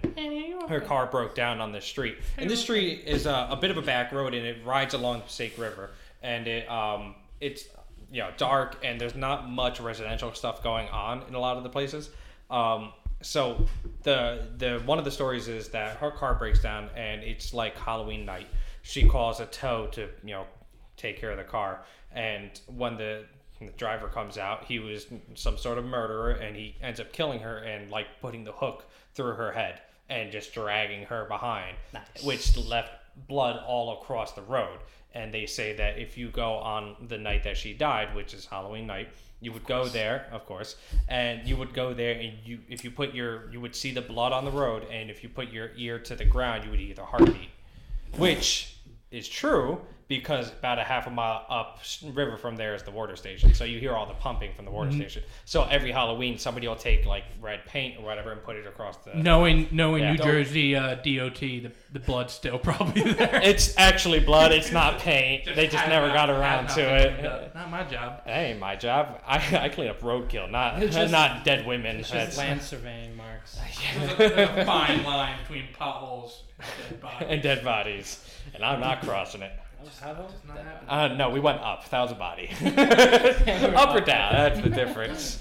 B: her car broke down on this street. And this street is a, a bit of a back road and it rides along the Sake River. And it um, it's you know dark and there's not much residential stuff going on in a lot of the places. Um, so the the one of the stories is that her car breaks down and it's like Halloween night. She calls a tow to you know take care of the car. And when the, the driver comes out, he was some sort of murderer, and he ends up killing her and like putting the hook through her head and just dragging her behind, which left blood all across the road. And they say that if you go on the night that she died, which is Halloween night, you would go there, of course, and you would go there, and you if you put your you would see the blood on the road, and if you put your ear to the ground, you would hear the heartbeat which is true because about a half a mile up river from there is the water station so you hear all the pumping from the water
C: Mm-hmm.
B: station so every halloween somebody will take like red paint or whatever and put it across the
E: Knowing, knowing
B: Yeah.
E: New
B: Don't-
E: Jersey uh, DOT, the, the blood's still probably there.
B: it's actually blood it's not paint they just never
E: Had
B: got
E: not-
B: around
E: had
B: to
E: not
B: it
E: picked up. Not my job.
B: that ain't my job i, I clean up roadkill not
C: It's just-
B: not dead women
C: It's just
B: That's-
C: land surveying marks.
E: There's a, there's a fine line between potholes and dead bodies.
B: and dead bodies and i'm not crossing it
E: It's not happening.
B: uh, no we went up that was a body up or down that's the difference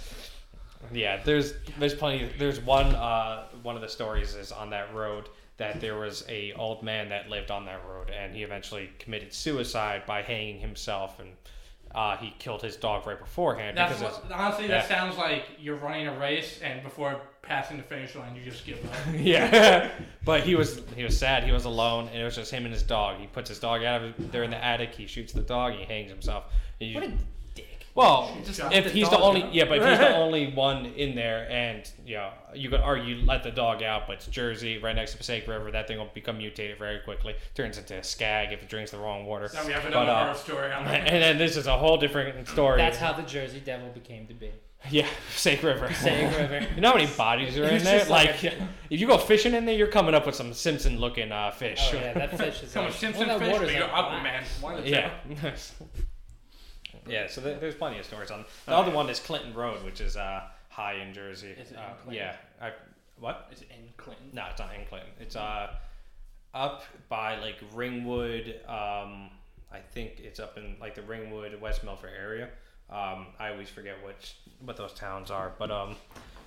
B: Yeah, there's there's plenty. There's one uh, one of the stories is on that road that there was a old man that lived on that road, and he eventually committed suicide by hanging himself, and uh, he killed his dog right beforehand
E: That's
B: because
E: what, honestly, that
B: yeah.
E: sounds like you're running a race, and before passing the finish line, you just give up.
B: of, yeah. but he was he was sad. He was alone, and it was just him and his dog. He puts his dog out of they're in the attic. He shoots the dog. He hangs himself. And you-
C: What a dick.
B: Well,
E: Just shot
B: if
E: the
B: he's the
E: dog
B: only
E: out.
B: yeah, but if he's the only one in there, and you know, you could argue let the dog out, but it's Jersey right next to Passaic River. That thing will become mutated very quickly, turns into a skag if it drinks the wrong water.
E: Now we have
B: But,
E: another
B: uh,
E: horror story. on that.
B: and then this is a whole different story.
C: That's how the Jersey Devil became to be.
B: yeah, Passaic River.
C: Saying River.
B: You know how many bodies are in
C: It's
B: there?
C: just like
B: Like, if you go fishing in there, you're coming up with some Simpson-looking uh, fish.
C: Oh yeah, that fish is.
E: Come
C: like,
E: on, Simpson
C: well, that
E: fish,
C: water's
E: but you're
C: like black.
E: Aquaman. One of the
B: Yeah. yeah, so there, there's plenty of stories on. The other one is Clinton Road, which is uh, high in Jersey.
E: Is it in
B: Uh,
E: Clinton?
B: yeah. I, what?
E: two. It's in Clinton.
B: No, it's not in Clinton. It's uh, up by like Ringwood. Um, I think it's up in like the Ringwood, West Milford area. Um, I always forget which what those towns are, but um,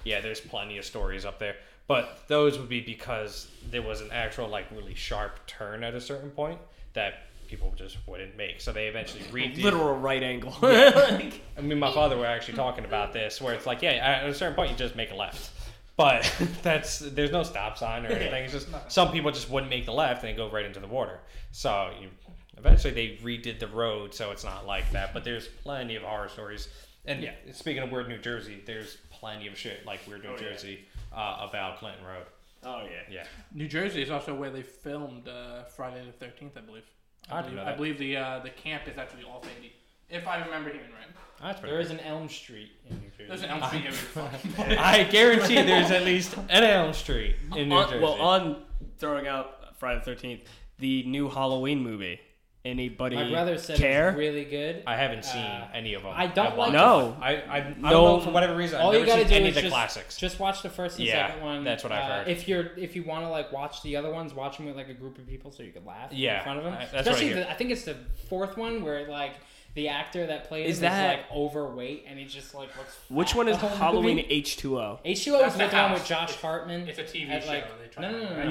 B: yeah, there's plenty of stories up there. But those would be because there was an actual like really sharp turn at a certain point that people just wouldn't make. So they eventually redid.
A: Literal right angle.
B: I mean, my father were actually talking about this, where it's like, yeah, at a certain point you just make a left, but that's there's no stop sign or anything. It's just some people just wouldn't make the left and they go right into the water. So you, eventually they redid the road, so it's not like that. But there's plenty of horror stories. And yeah, speaking of weird New Jersey, there's plenty of shit like weird New
A: yeah.
B: Jersey uh, about Clinton Road.
A: oh yeah.
B: Yeah,
E: New Jersey is also where they filmed uh, Friday the Thirteenth, I believe.
B: I didn't
E: believe,
B: know
E: I
B: that.
E: believe the uh, the camp is actually all Sandy, if I remember hearing right.
B: that's pretty.
C: There is an Elm Street in New
E: There's
C: Jersey.
E: an Elm Street every fucking
B: I guarantee there's at least an Elm Street in New
C: Uh,
B: Jersey.
A: On, well, on throwing out Friday the Thirteenth, the new Halloween movie. Anybody
C: My brother said
A: care?
C: it's really good.
B: I haven't seen
C: Uh,
B: any of them.
C: I don't
B: want
C: like
B: to.
A: no.
B: I, I, I
A: No.
B: don't know for whatever reason. I've
C: All you
B: never
C: gotta
B: seen
C: do
B: any
C: is
B: of the
C: just,
B: classics.
C: just watch the first and
B: Yeah,
C: second one.
B: that's what I've
C: Uh,
B: heard.
C: If you're if you want to like watch the other ones, watch them with like a group of people so you could laugh
B: Yeah,
C: in front of them.
B: I- that's what I
C: Especially
B: hear.
C: the, I think it's the fourth one where like the actor that plays
A: Is
C: is
A: that-
C: like overweight and he just like looks.
A: Which
C: fat
A: one is
C: the whole
A: Halloween
C: movie.
A: H two O?
C: H2O
E: That's
C: is
E: the
C: the one
E: house.
C: with Josh Hartman.
E: It's a TV
C: at,
E: show.
C: like,
E: they try
C: no, no,
E: to-
C: no,
A: No.
C: no,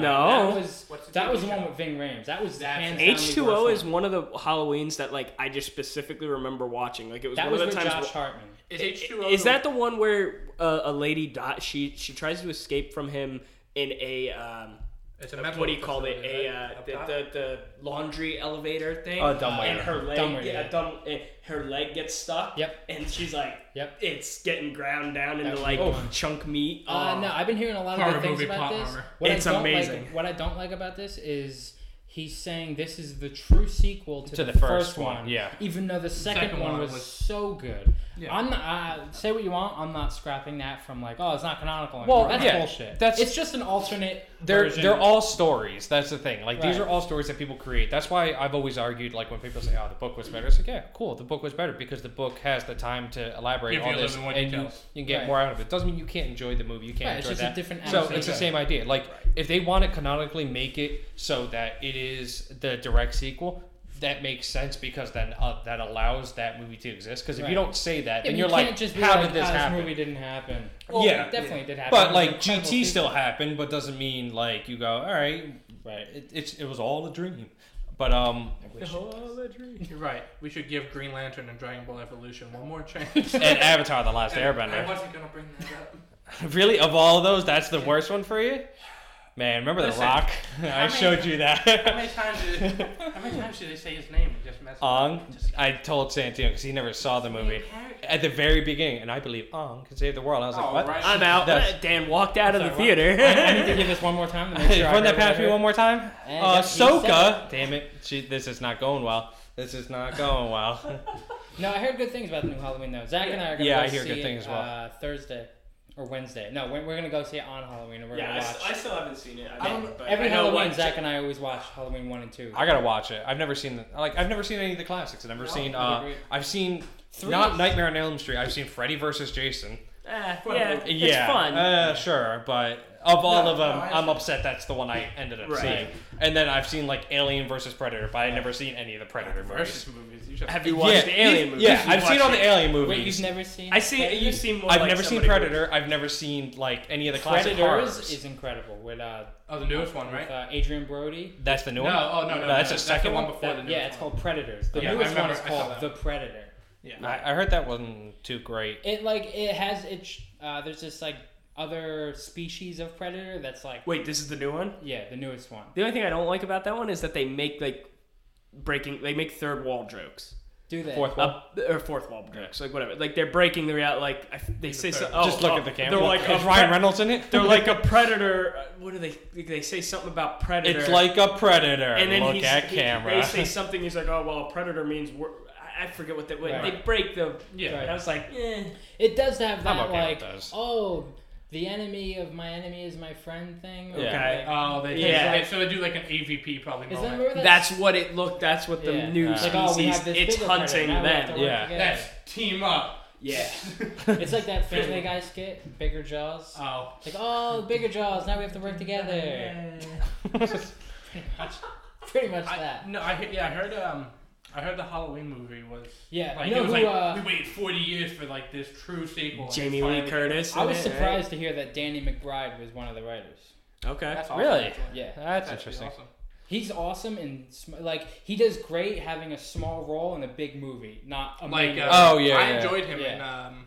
C: That was,
E: What's the
C: that
E: TV
C: was the
E: show?
C: one with Ving Rhames. That was
E: That's
C: hands
E: it.
C: down the
A: H two O
C: worst
A: is one of the Halloweens that like I just specifically remember watching. Like it was
C: That
A: one
C: was
A: of
C: with
A: the times.
C: Josh Hartman.
E: Is H two O?
A: Is that the one where uh, a lady di She she tries to escape from him in a um,
E: It's a mental
A: what do you call it?
E: facility,
A: A
E: right?
A: uh,
E: Up
A: the,
E: top?
A: the the laundry elevator thing.
B: Oh, dumbwaiter.
A: And her leg,
C: Dumbwaiter,
A: yeah,
C: yeah.
A: dumb, and her leg gets stuck.
C: Yep.
A: And she's like,
C: Yep.
A: it's getting ground down into
C: That's
A: like
C: the one.
A: chunk meat.
C: Uh,
A: Oh.
C: no, I've been hearing a lot of
E: Horror
C: good things
E: movie
C: about
E: plot
C: this.
E: armor.
C: What I
A: It's
C: don't
A: amazing.
C: Like, what I don't like about this is he's saying this is the true sequel to,
B: To
C: the,
B: the
C: first,
B: first
C: one.
B: one, yeah.
C: Even though the second,
E: second
C: one
E: one
C: was,
E: was-
C: so good.
E: Yeah.
C: I'm not, uh, say what you want. I'm not scrapping that from like, oh, it's not canonical anymore.
B: Well,
C: that's
B: yeah,
C: bullshit.
B: that's-
C: it's just an alternate.
B: They're
C: version.
B: they're all stories. That's the thing. Like these
C: Right.
B: are all stories that people create. That's why I've always argued. Like when people say, "Oh, the book was better," it's like, yeah, cool. The book was better because the book has the time to elaborate
E: Give you
B: on
E: a little
B: this,
E: bit more
B: and you,
E: details.
B: you can get
C: Right.
B: more out of it. Doesn't mean you can't enjoy the movie. You can't
C: Right, it's
B: enjoy
C: just a
B: that.
C: different
B: so
C: aspect.
B: it's the same idea. Like if they want it canonically, make it so that it is the direct sequel. That makes sense because then uh, that allows that movie to exist. Because if you
C: Right.
B: don't say that,
C: Yeah,
B: then
C: you
B: you're
C: can't
B: like,
C: just be
B: how
C: like,
B: did this
C: "Ah,
B: happen?
C: movie didn't happen. Well,
B: Yeah.
C: it definitely did happen. It
B: But
C: was an
B: like
C: incredible
B: GT
C: sequel.
B: still happened, but doesn't mean like you go, all right,
C: Right.
B: it, it's it was all a dream. But um,
E: You're right. We should give Green Lantern and Dragon Ball Evolution one more chance.
B: and Avatar: The Last
E: I
B: Airbender.
E: wasn't gonna bring that up.
B: really, of all those, that's the worst one for you. Man, remember the
E: Listen,
B: Rock? I
E: many-
B: showed you
E: How
B: that.
E: many times did how many times did they say his name and just mess it up?
B: Ong. I told Santino because he never saw the movie at the very beginning, and I believe Ong can save the world. I was like,
E: Oh,
B: what?
E: right.
A: I'm out.
B: That's-
A: Dan walked out of the
E: Sorry, what?
C: I need
A: theater.
C: to give this one more time to make sure. I
B: Run
C: heard
B: that past
C: what I
B: me
C: heard.
B: one more time.
C: And
B: Uh,
C: yep, he said
B: Soka. Damn it. She, this is not going well. This is not going well.
C: it. No, I heard good things about the new Halloween though. Zach and I are gonna
B: Yeah,
C: go
B: I hear
C: see
B: good
C: it,
B: things as well.
C: uh, Thursday or Wednesday. No, we're, we're gonna go see it on Halloween and we're
A: yeah, I,
C: gonna
A: s-
C: watch.
A: I still haven't seen it. I
C: Yeah.
A: mean, but
C: Every
A: I know
C: Halloween,
A: what-
C: Zach and I always watch Halloween one and two.
B: I gotta watch it. I've never seen the like. I've never seen any of the classics. I've never seen.
C: I
B: Uh,
C: agree.
B: I've seen
C: Three
B: not
C: is-
B: Nightmare on Elm Street. I've seen Freddy versus Jason.
A: Eh, yeah, it's
B: yeah,
A: fun.
B: Uh, sure, but of all
E: No,
B: of them,
E: no, I
B: I'm
E: see.
B: upset that's the one I ended up
A: Right.
B: seeing. And then I've seen like Alien versus Predator, but I've never seen any of the Predator movies.
E: Versus movies. You should
A: Have you watched
B: yeah,
A: the Alien
B: you-
A: movies?
B: Yeah,
A: You've
B: I've seen
A: watched
B: all the
A: it.
B: Alien movies.
C: Wait, you've never seen?
A: I see
C: Predator?
A: you've seen more.
B: I've
A: like
B: never seen
A: somebody who-
B: Predator. I've never seen like any of the classic
C: Predators
B: horrors.
C: is incredible with uh,
E: Oh, the newest one, right?
C: with, uh, Adrian Brody.
B: That's the new
E: No,
B: one.
E: oh no, no,
B: No,
E: no
B: that's
E: no,
B: the second
E: the
B: one?
E: one before the
C: That-
E: newest
C: yeah, it's
E: one.
C: called Predators. The
B: Yeah, I
C: newest
E: remember-
C: one is
E: I saw
C: called
E: that.
C: The Predator.
E: Yeah.
B: I, I heard that wasn't too great.
C: It like it has it. sh- Uh, there's this like other species of predator that's like
A: Wait, this is the new one.
C: yeah the newest one.
A: The only thing I don't like about that one is that they make like breaking. They make third wall jokes.
C: Do they?
B: Fourth one.
A: Up, or fourth wall jokes, like whatever. Like they're breaking the reality. Like I, they say, so,
E: third.
A: oh,
B: Just look
A: oh,
B: at the camera.
A: They're like a
B: is Ryan
A: pre-
B: Reynolds in it?
A: They're like a predator. uh, What do they? They say something about predator.
B: It's like a predator.
A: and then
B: Look
A: he's,
B: at
A: he-
B: camera.
A: They say something. He's like, oh well, a predator means we're, I I forget what they. What,
C: Right.
A: They break the.
E: Yeah.
A: And I was like, eh.
C: It does have
B: I'm
C: that
B: okay
C: like
B: with those.
C: oh the enemy of my enemy is my friend thing. or
B: Yeah.
A: Okay.
C: like-
E: Oh, they
A: Yeah.
E: so they do like an AVP probably
C: Is that
E: moment.
C: remember that?
A: That's what it looked. That's what the
C: Yeah.
A: new
B: Like,
A: species.
C: oh, we have this
A: it's
C: bigger
A: hunting
C: predator, now we have
A: them.
C: to work
B: Yeah.
C: together.
E: That's team up.
A: Yeah.
C: It's like that Family Guy skit, Bigger Jaws.
E: Oh.
C: It's like, oh, bigger jaws, now we have to work together. Pretty much
E: I,
C: that.
E: no, I hear- yeah, I heard um, I heard the Halloween movie was
C: Yeah,
E: like
C: you know
E: it was
C: who,
E: like
C: uh,
E: we waited 40 years for like this true sequel. and
A: Jamie
E: it
A: Lee
E: finally-
A: Curtis.
C: I was
A: in it, right?
C: surprised to hear that Danny McBride was one of the writers.
A: Okay.
E: That's awesome.
B: Really?
E: actually.
C: Yeah.
B: That's
E: That's
B: interesting.
E: Awesome.
C: He's awesome and, sm- like, he does great having a small role in a big movie, not a
E: Like
C: main
E: uh,
C: role.
B: Oh, yeah,
E: I
B: yeah.
E: enjoyed him
C: Yeah.
E: in um,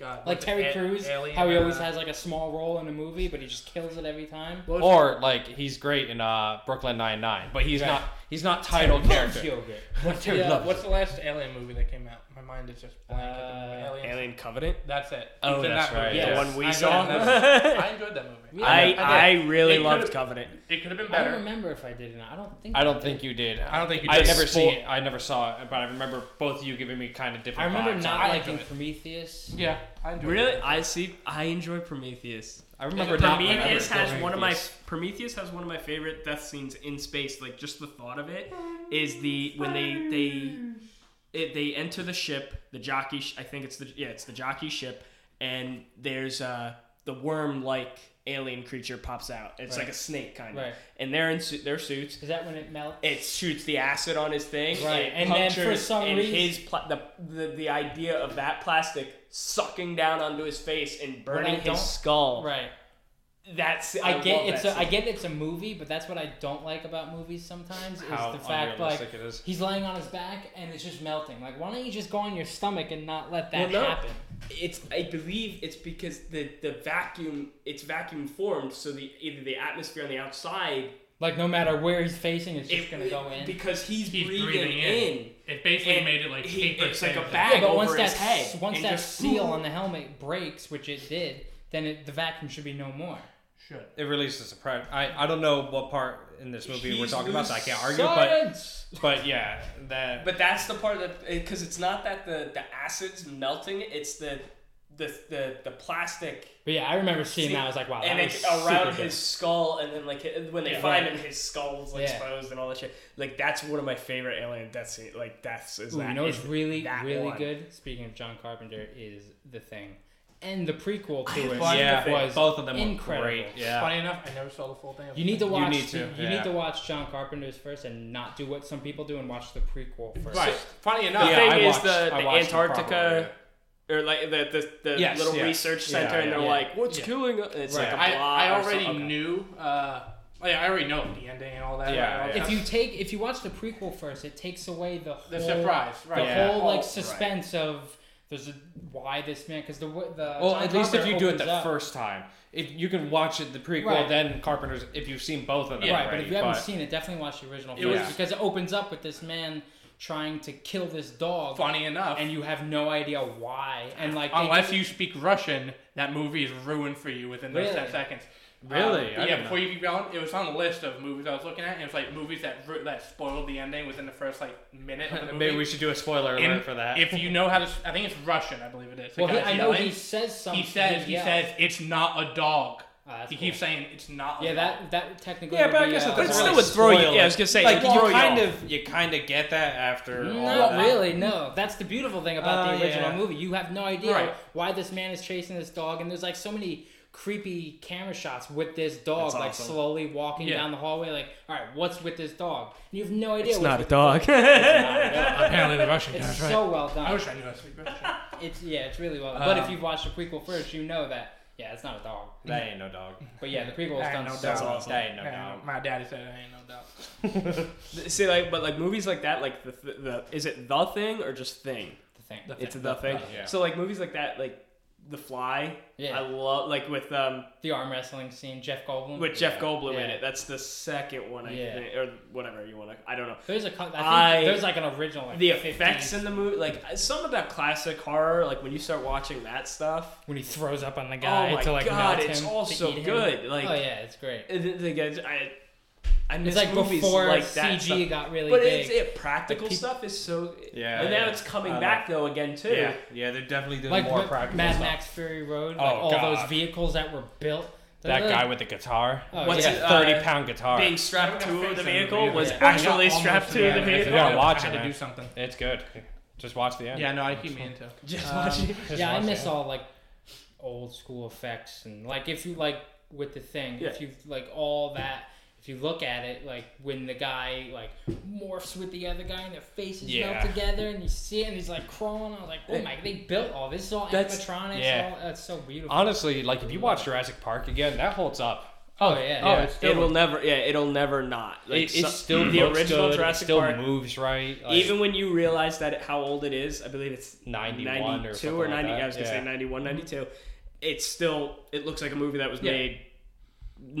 E: God,
C: like
E: what's it,
C: Terry
E: A-
C: Crews,
E: Alien,
C: how he always
E: uh,
C: has, like, a small role in a movie, but he just kills it every time.
E: what was
B: Or like he's great in uh, Brooklyn Nine Nine, but he's
C: Right.
B: not he's not title character.
C: Yogurt.
E: What's
B: Dude,
E: the, uh,
B: love
E: what's the last Alien movie that came out? My mind is just blank. at the moment.
C: Uh,
E: Aliens.
A: Alien Covenant.
E: That's it.
B: Oh,
E: He's in
B: that's
E: that movie.
B: right.
C: Yeah.
A: The
C: Yes.
A: one we
E: I
A: saw.
E: know, that's- I enjoyed that movie.
C: Yeah.
A: I I
E: I did.
A: really
E: It
A: loved
E: could've-
A: Covenant.
E: It could have been
C: I don't
E: better.
C: remember if I did or not. I don't think
B: I don't think you did.
E: I don't think you
B: I
E: did.
B: never
E: Spo-
B: seen. it. I never saw it, but I remember both of you giving me kind of
C: I
B: different.
C: remember
B: vibes.
C: not
E: I
C: liking
E: enjoyed it.
C: Prometheus.
E: Yeah, I enjoyed
A: Really,
E: it.
A: I see. I enjoy Prometheus.
B: I remember not.
A: Prometheus
B: remember
A: has one of my
B: Prometheus.
A: Prometheus has one of my favorite death scenes in space. Like just the thought of it is the when they they it, they enter the ship, the jockey. Sh- I think it's the yeah, it's the jockey ship, and there's uh the worm like alien creature pops out. It's like
C: Right.
A: a snake kind of,
C: Right.
A: and they're in su- their suits.
C: Is that when it melts?
A: It shoots the acid on his thing,
C: Right,
A: And,
C: and then for
A: punctures,
C: some
A: and
C: reason-
A: his pla- the, the the idea of that plastic sucking down onto his face and
C: I
A: burning
C: don't-
A: his skull.
C: Right.
A: That's
C: I, get it's a,
A: a.
C: I get it's a movie, but that's what I don't like about movies sometimes is
B: How
C: the fact like
B: unrealistic it is.
C: he's laying on his back and it's just melting. Like why don't you just go on your stomach and not let that
A: Well, no.
C: happen?
A: It's I believe it's because the the vacuum it's vacuum formed, so the either the atmosphere on the outside
C: Like no matter where he's facing, it's just
A: it-
C: gonna go in.
A: because he's,
E: He's
A: breathing,
E: breathing in.
A: in.
E: It basically
A: and
E: made it like
A: he-
E: paper
A: it's like a
E: thin.
A: bag.
C: yeah, but
A: over
C: once that
A: his head
C: once
A: and
C: that
A: just-
C: seal on the helmet breaks, which it did, then it, the vacuum should be no more.
E: Should.
B: It really is a surprise. I, I don't know what part in this movie we're
A: He's
B: talking about, so I can't argue.
E: Science!
B: But but yeah, that
A: But that's the part that because it's not that the the acid's melting; it's the the the, the plastic
C: But yeah, I remember seeing
A: See,
C: that. I was like, wow,
A: and
C: that
A: it,
C: was super
A: around
C: good.
A: his skull, and then like it- when they
C: Yeah.
A: find him, his skull's like
C: Yeah.
A: exposed and all that shit. Like that's one of my favorite alien death scene. Like deaths is
C: Ooh,
A: that.
C: you know what's
A: is
C: really,
A: that
C: really
A: one.
C: good? Speaking of John Carpenter, is The Thing. And the prequel to it
E: love
B: yeah,
C: was
B: both of them
C: incredible.
B: were great. Yeah,
E: Funny enough, I never saw the full thing. of
C: You need to
E: it.
C: watch.
B: need to,
C: the- you
B: yeah.
C: need to watch John Carpenter's first, and not do what some people do and watch the prequel first.
E: Right. Funny
A: The
E: enough,
B: Yeah,
A: thing
B: I
A: is
B: watched-
A: the,
B: I
A: the
B: watched the
A: Antarctica. or like the the, the
B: Yes,
A: little
B: yes.
A: research
B: Yeah,
A: center, and
B: yeah,
A: they're
E: yeah.
A: like, "What's
E: Yeah.
A: killing?" Us? It's
B: Right.
A: like a
E: I,
A: blob
E: I
A: or
E: already
A: something.
E: knew. Uh, yeah, I already know the ending and all that.
B: Yeah,
E: and all
B: yeah.
E: that.
C: If you take, if you watch the prequel first, it takes away the whole
E: the surprise,
C: the
E: right?
B: Yeah.
C: whole
A: Oh,
C: like
A: right.
C: suspense of there's a why this man because the w- the
B: Well,
C: John
B: at least if
C: Carpenter
B: you do it
C: opens
B: the
C: up-
B: first time, if you can watch it the prequel,
C: Right.
B: then Carpenter's. If you've seen both of them,
E: Yeah,
C: right, but
B: already,
C: if you haven't seen it, definitely watch the original
E: It
C: first
B: was-
C: because it opens up with this man trying to kill this dog,
E: Funny enough,
C: and you have no idea why, and like they
E: unless you speak Russian, that movie is ruined for you within those
C: Really?
E: ten seconds.
C: um,
B: Really?
E: Uh,
B: I
E: yeah.
B: didn't
E: Before you keep going, it was on the list of movies I was looking at, and it's like movies that ru- that spoiled the ending within the first like minute of the movie.
B: maybe we should do a spoiler
E: In-
B: alert for that.
E: If you know how to, s- I think it's Russian. I believe it is. The
C: Well, he,
E: guy's
C: I know
E: yelling.
C: he says something.
E: He says. He
C: yeah.
E: says it's not a dog.
C: Ah, that's
E: he
C: cool.
E: keeps saying it's not. a
C: Yeah,
E: dog.
C: that that technically.
B: yeah,
C: would
B: but I
C: be,
B: guess
C: uh,
B: it
A: But
B: doesn't
A: still
B: really
A: would throw you-
B: spoil
A: yeah, I
B: it.
A: was gonna say,
B: like
A: it'd throw
B: you
A: you
B: kind
A: off.
B: of you kind of get that after. all
C: Not
B: that.
C: really, no. That's the beautiful thing about
B: Oh,
C: the original
B: yeah.
C: movie. You have no idea
E: Right.
C: why this man is chasing this dog, and there's like so many creepy camera shots with this dog,
A: That's
C: like
A: awesome.
C: slowly walking
E: Yeah.
C: down the hallway. Like, all right, what's with this dog? And you have no idea.
A: It's
C: what's
A: not a
C: with
A: dog.
E: Apparently the Russian
C: It's
E: guy's right.
C: so well done.
E: I wish I knew how to speak Russian.
C: It's yeah, it's really well. but if
E: Um,
C: you've watched the prequel first, you know that yeah, it's not a dog.
B: That ain't no dog.
C: But yeah, the prequel is
E: I
C: done
E: know
C: so
E: dogs.
C: well.
B: That ain't no
E: Yeah,
B: dog.
E: my daddy said I ain't no doubt.
A: See, like, but like movies like that, like the th- the is it the thing or just thing?
C: The thing.
A: It's the thing.
B: Yeah.
A: So like movies like that, like The Fly.
C: Yeah.
A: I love like with um
C: The arm wrestling scene, Jeff Goldblum.
A: with Jeff
B: Yeah.
A: Goldblum in
C: Yeah.
A: it. That's the second one I
C: Yeah.
A: think, or whatever you want to. I don't know.
C: There's a co- I think
A: I-
C: there's like an original like
A: The
C: 50s.
A: effects in the movie, like some of that classic horror, like when you start watching that stuff.
C: when he throws up on the guy
A: oh my
C: to like
A: god,
C: melt
A: it's
C: him,
A: all
C: to
A: so
C: eat him.
A: good. Like,
C: oh yeah, it's great.
A: it- it- like, I- I, I miss
C: It's like
A: movies
C: before
A: like that
C: CG
A: stuff.
C: got really
A: but
C: big.
A: it's it, practical
C: Like, peop-
A: stuff is so.
B: Yeah,
A: and now
B: yeah.
A: it's coming
B: I
A: back though again too.
B: Yeah, yeah, they're definitely doing
C: like
B: more
C: Ma-
B: practical
C: Mad
B: stuff.
C: Max Fury Road,
B: Oh,
C: like all those
B: God.
C: vehicles that were built.
B: That guy with the guitar.
C: Oh,
A: What's
C: yeah.
A: it,
B: That
A: uh,
B: thirty pound guitar.
A: Being strapped
E: Having a
A: to the
E: face in the
A: vehicle
E: movie.
A: was
C: Yeah.
A: actually
E: I got
A: strapped
E: almost
A: to
E: the
A: the
E: end.
A: vehicle.
B: You gotta watch
E: I had
B: it,
E: to
B: man.
E: do something.
B: It's good. Just watch the end.
E: Yeah, no, I keep meaning to.
A: Just
C: Um,
A: watching.
B: Just
C: yeah, I
B: watch
C: miss
B: it.
C: all like old school effects and like if you like with the thing, if
A: Yeah.
C: you like all that, if you look at it, like when the guy like morphs with the other guy and their faces
B: Yeah.
C: melt together and you see it and he's like crawling. I was like, oh my, they built all this. It's all
A: That's-
C: animatronics.
B: yeah.
C: all, that's so beautiful.
B: Honestly, like if you watch Jurassic Park again, that holds up.
C: oh yeah,
E: Oh, it's still.
A: it will never. Yeah, it'll never not. Like,
B: it, it
A: so-
B: still
A: the
B: looks
A: original
B: good, it
A: Jurassic
B: still
A: Park.
B: moves right. like-
A: Even when you realize that how old it is, I believe it's
B: 91 or
A: 92
B: something
A: or
B: like
A: 90.
B: that,
A: I was gonna
B: yeah.
A: say 91, 92. It's still. It looks like a movie that was
B: Yeah.
A: made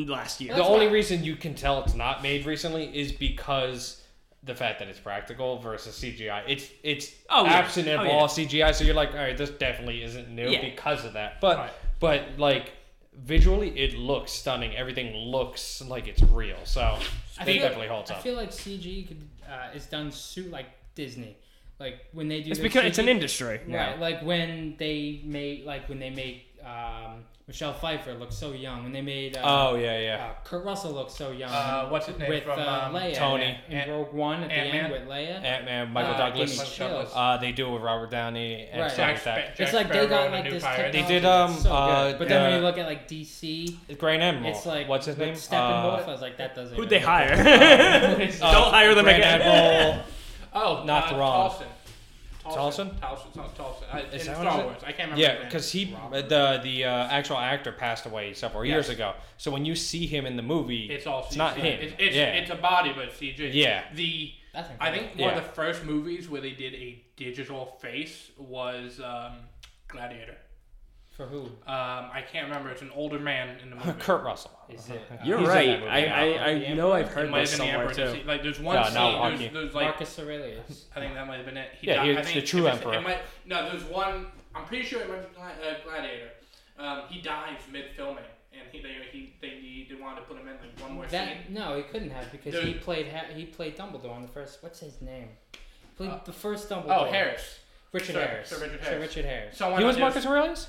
A: last year.
B: the
C: That's
B: only
C: why-
B: reason you can tell it's not made recently is because the fact that it's practical versus CGI. It's it's
A: Oh, yeah.
B: absent of
A: Oh, yeah.
B: all CGI, so you're like, all right, this definitely isn't new
A: Yeah.
B: because of that. But
E: Right.
B: but like visually, it looks stunning. Everything looks like it's real. So it
C: feel-
B: definitely holds
C: I
B: up.
C: feel like CG could, uh, is done suit like Disney, like when they do.
A: It's
C: their
A: because it's an
C: CG
A: industry.
C: Right, like when they made, like when they made um, Michelle Pfeiffer look so young. When they made uh,
B: oh yeah, yeah.
C: uh, Kurt Russell look so young.
E: Uh, what's his name
C: with
E: from,
C: uh,
E: um,
C: Leia
B: Tony.
C: in
E: Ant-
C: Rogue One at
E: Ant-Man?
C: the end with Leia.
B: Ant Man, Michael
C: Uh,
B: Douglas.
C: give me chills.
B: Uh, they do it with Robert Downey and
C: Right.
B: stuff like
E: Jack
B: that.
E: Spa-
C: it's
E: Jack
C: like they
E: Sparrow
C: got
E: and the
C: like
E: new
C: this
E: pirate.
C: technology.
B: They did,
C: that's
B: um,
C: so
B: uh,
C: good. but then when
B: the-
C: you look at like DC,
B: Grand Admiral.
C: it's like
B: what's his
C: with
B: name?
C: Steppenwolf.
B: Uh,
C: I was like, that doesn't.
A: Who'd
C: even
A: they
C: look
A: hire?
C: good.
A: Don't hire them
B: Grand
A: again.
B: Admiral.
E: Oh,
B: Not
E: uh,
B: Thrawn.
E: Tolson.
B: Tolson?
E: Tolson. It's not Tolson. I, in
B: that
E: Star
B: what it is?
E: Wars. I can't remember. his
B: Yeah,
E: name.
B: because he
E: Robert.
B: the the uh, actual actor passed away several years
E: Yes.
B: ago. So when you see him in the movie,
E: It's all CG.
B: it's not him.
E: It's, it's,
B: yeah.
E: it's a body, but it's CG.
B: Yeah.
E: The
C: That's
E: I
C: incredible.
E: think one
B: Yeah.
E: of the first movies where they did a digital face was um, Gladiator.
C: for who
E: Um, I can't remember. It's an older man in the movie.
B: Kurt Russell.
C: is it? Uh,
A: You're
B: He's in that
A: right.
B: movie,
A: I,
B: yeah.
A: I, I know I've
E: It
A: heard
E: might
A: this
E: have been the
A: somewhere
E: Emperor. of the
A: too.
E: Sea- Like there's one
B: No, not
E: scene.
B: Joaquin.
E: There's, there's like
C: Marcus Aurelius.
E: I think that might have been it. He
B: Yeah,
E: died-
B: he
E: I
B: was
E: think
B: the true
E: if it's-
B: emperor.
E: It might, no, there's one. I'm pretty sure it might be Gla- uh, Gladiator. Um, he dies mid filming, and he they he they, they wanted to put him in like one more scene.
C: That no, he couldn't have because he
E: Dude.
C: played ha- he played Dumbledore in the first. What's his name? He played
E: Uh,
C: the first Dumbledore.
E: Oh, Harris.
C: Richard
E: Sir-
C: Harris.
E: Sir Richard
C: Sir
E: Harris.
C: Richard Harris.
E: So why
B: He
E: not
B: was
E: just-
B: Marcus Aurelius?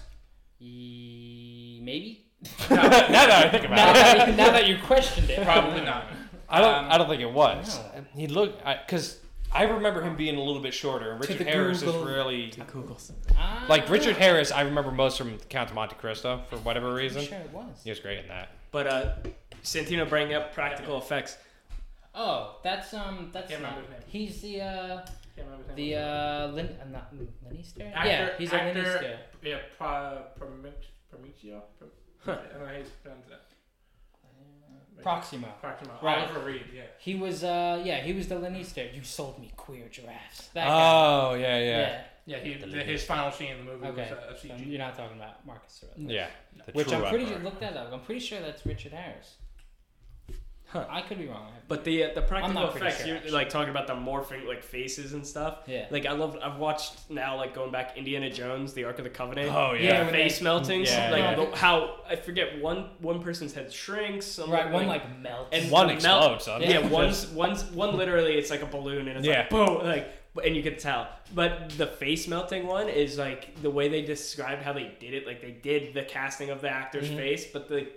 C: Ye- maybe.
B: no, now that I think
C: Now
B: about it,
C: that, you, now that you questioned it,
E: Probably not.
B: I don't.
E: Um,
B: I don't think it was.
C: no.
B: He looked because I, remember him being a little bit shorter, and
C: To
B: Richard
C: the
B: Harris
C: Google.
B: is really
A: Googles.
C: Ah,
B: like Richard Harris. I remember most from Count of Monte Cristo for whatever
C: I'm
B: reason.
C: sure it was.
B: He was great in that.
A: But uh, Santino bringing up practical effects.
C: Oh, that's um, that's
E: Can't
C: not-
E: remember his name.
C: he's the uh,
E: Can't remember his name.
C: the uh, Lin, uh, not Lin- Lannister.
E: Actor-
C: yeah, he's
E: actor-
C: a Lannister.
E: yeah, pra, Promet- Prometeo. Pro-
A: Huh.
E: I don't know how you pronounce that.
C: Proxima.
E: Proxima.
C: Right.
E: Oliver Reed. Yeah.
C: He was uh, yeah, he was the Lannister. You sold me queer giraffes. That guy.
B: Oh yeah, yeah,
C: yeah.
E: Yeah. He,
B: The
E: the-
B: lead.
E: his final scene in the movie
C: Okay.
E: was uh, a
C: So
E: CG.
C: you're not talking about Marcus Aurelius.
B: yeah. The
C: Which
B: true
C: I'm pretty sure,
B: emperor.
C: look that up. I'm pretty sure that's Richard Harris.
A: Huh.
C: I could be wrong. I have-
A: But the uh, the practical
C: not pretty
A: effects,
C: sure,
A: you're
C: actually.
A: like talking about the morphing like faces and stuff.
C: Yeah.
A: Like I love. I've watched now like going back Indiana Jones, the Ark of the Covenant.
B: Oh
A: the
B: yeah.
C: when they-
A: face meltings.
B: Yeah,
A: like
C: yeah.
A: the- how I forget one one person's head shrinks. some-
C: right, one like melts.
A: and
B: One
A: the
B: explodes. huh?
A: Yeah,
C: Yeah.
A: one's one's one literally it's like a balloon and it's
B: Yeah.
A: like boom like and you can tell. But the face melting one is like the way they described how they did it, like they did the casting of the actor's
B: Mm-hmm.
C: Mhm.
A: face, but the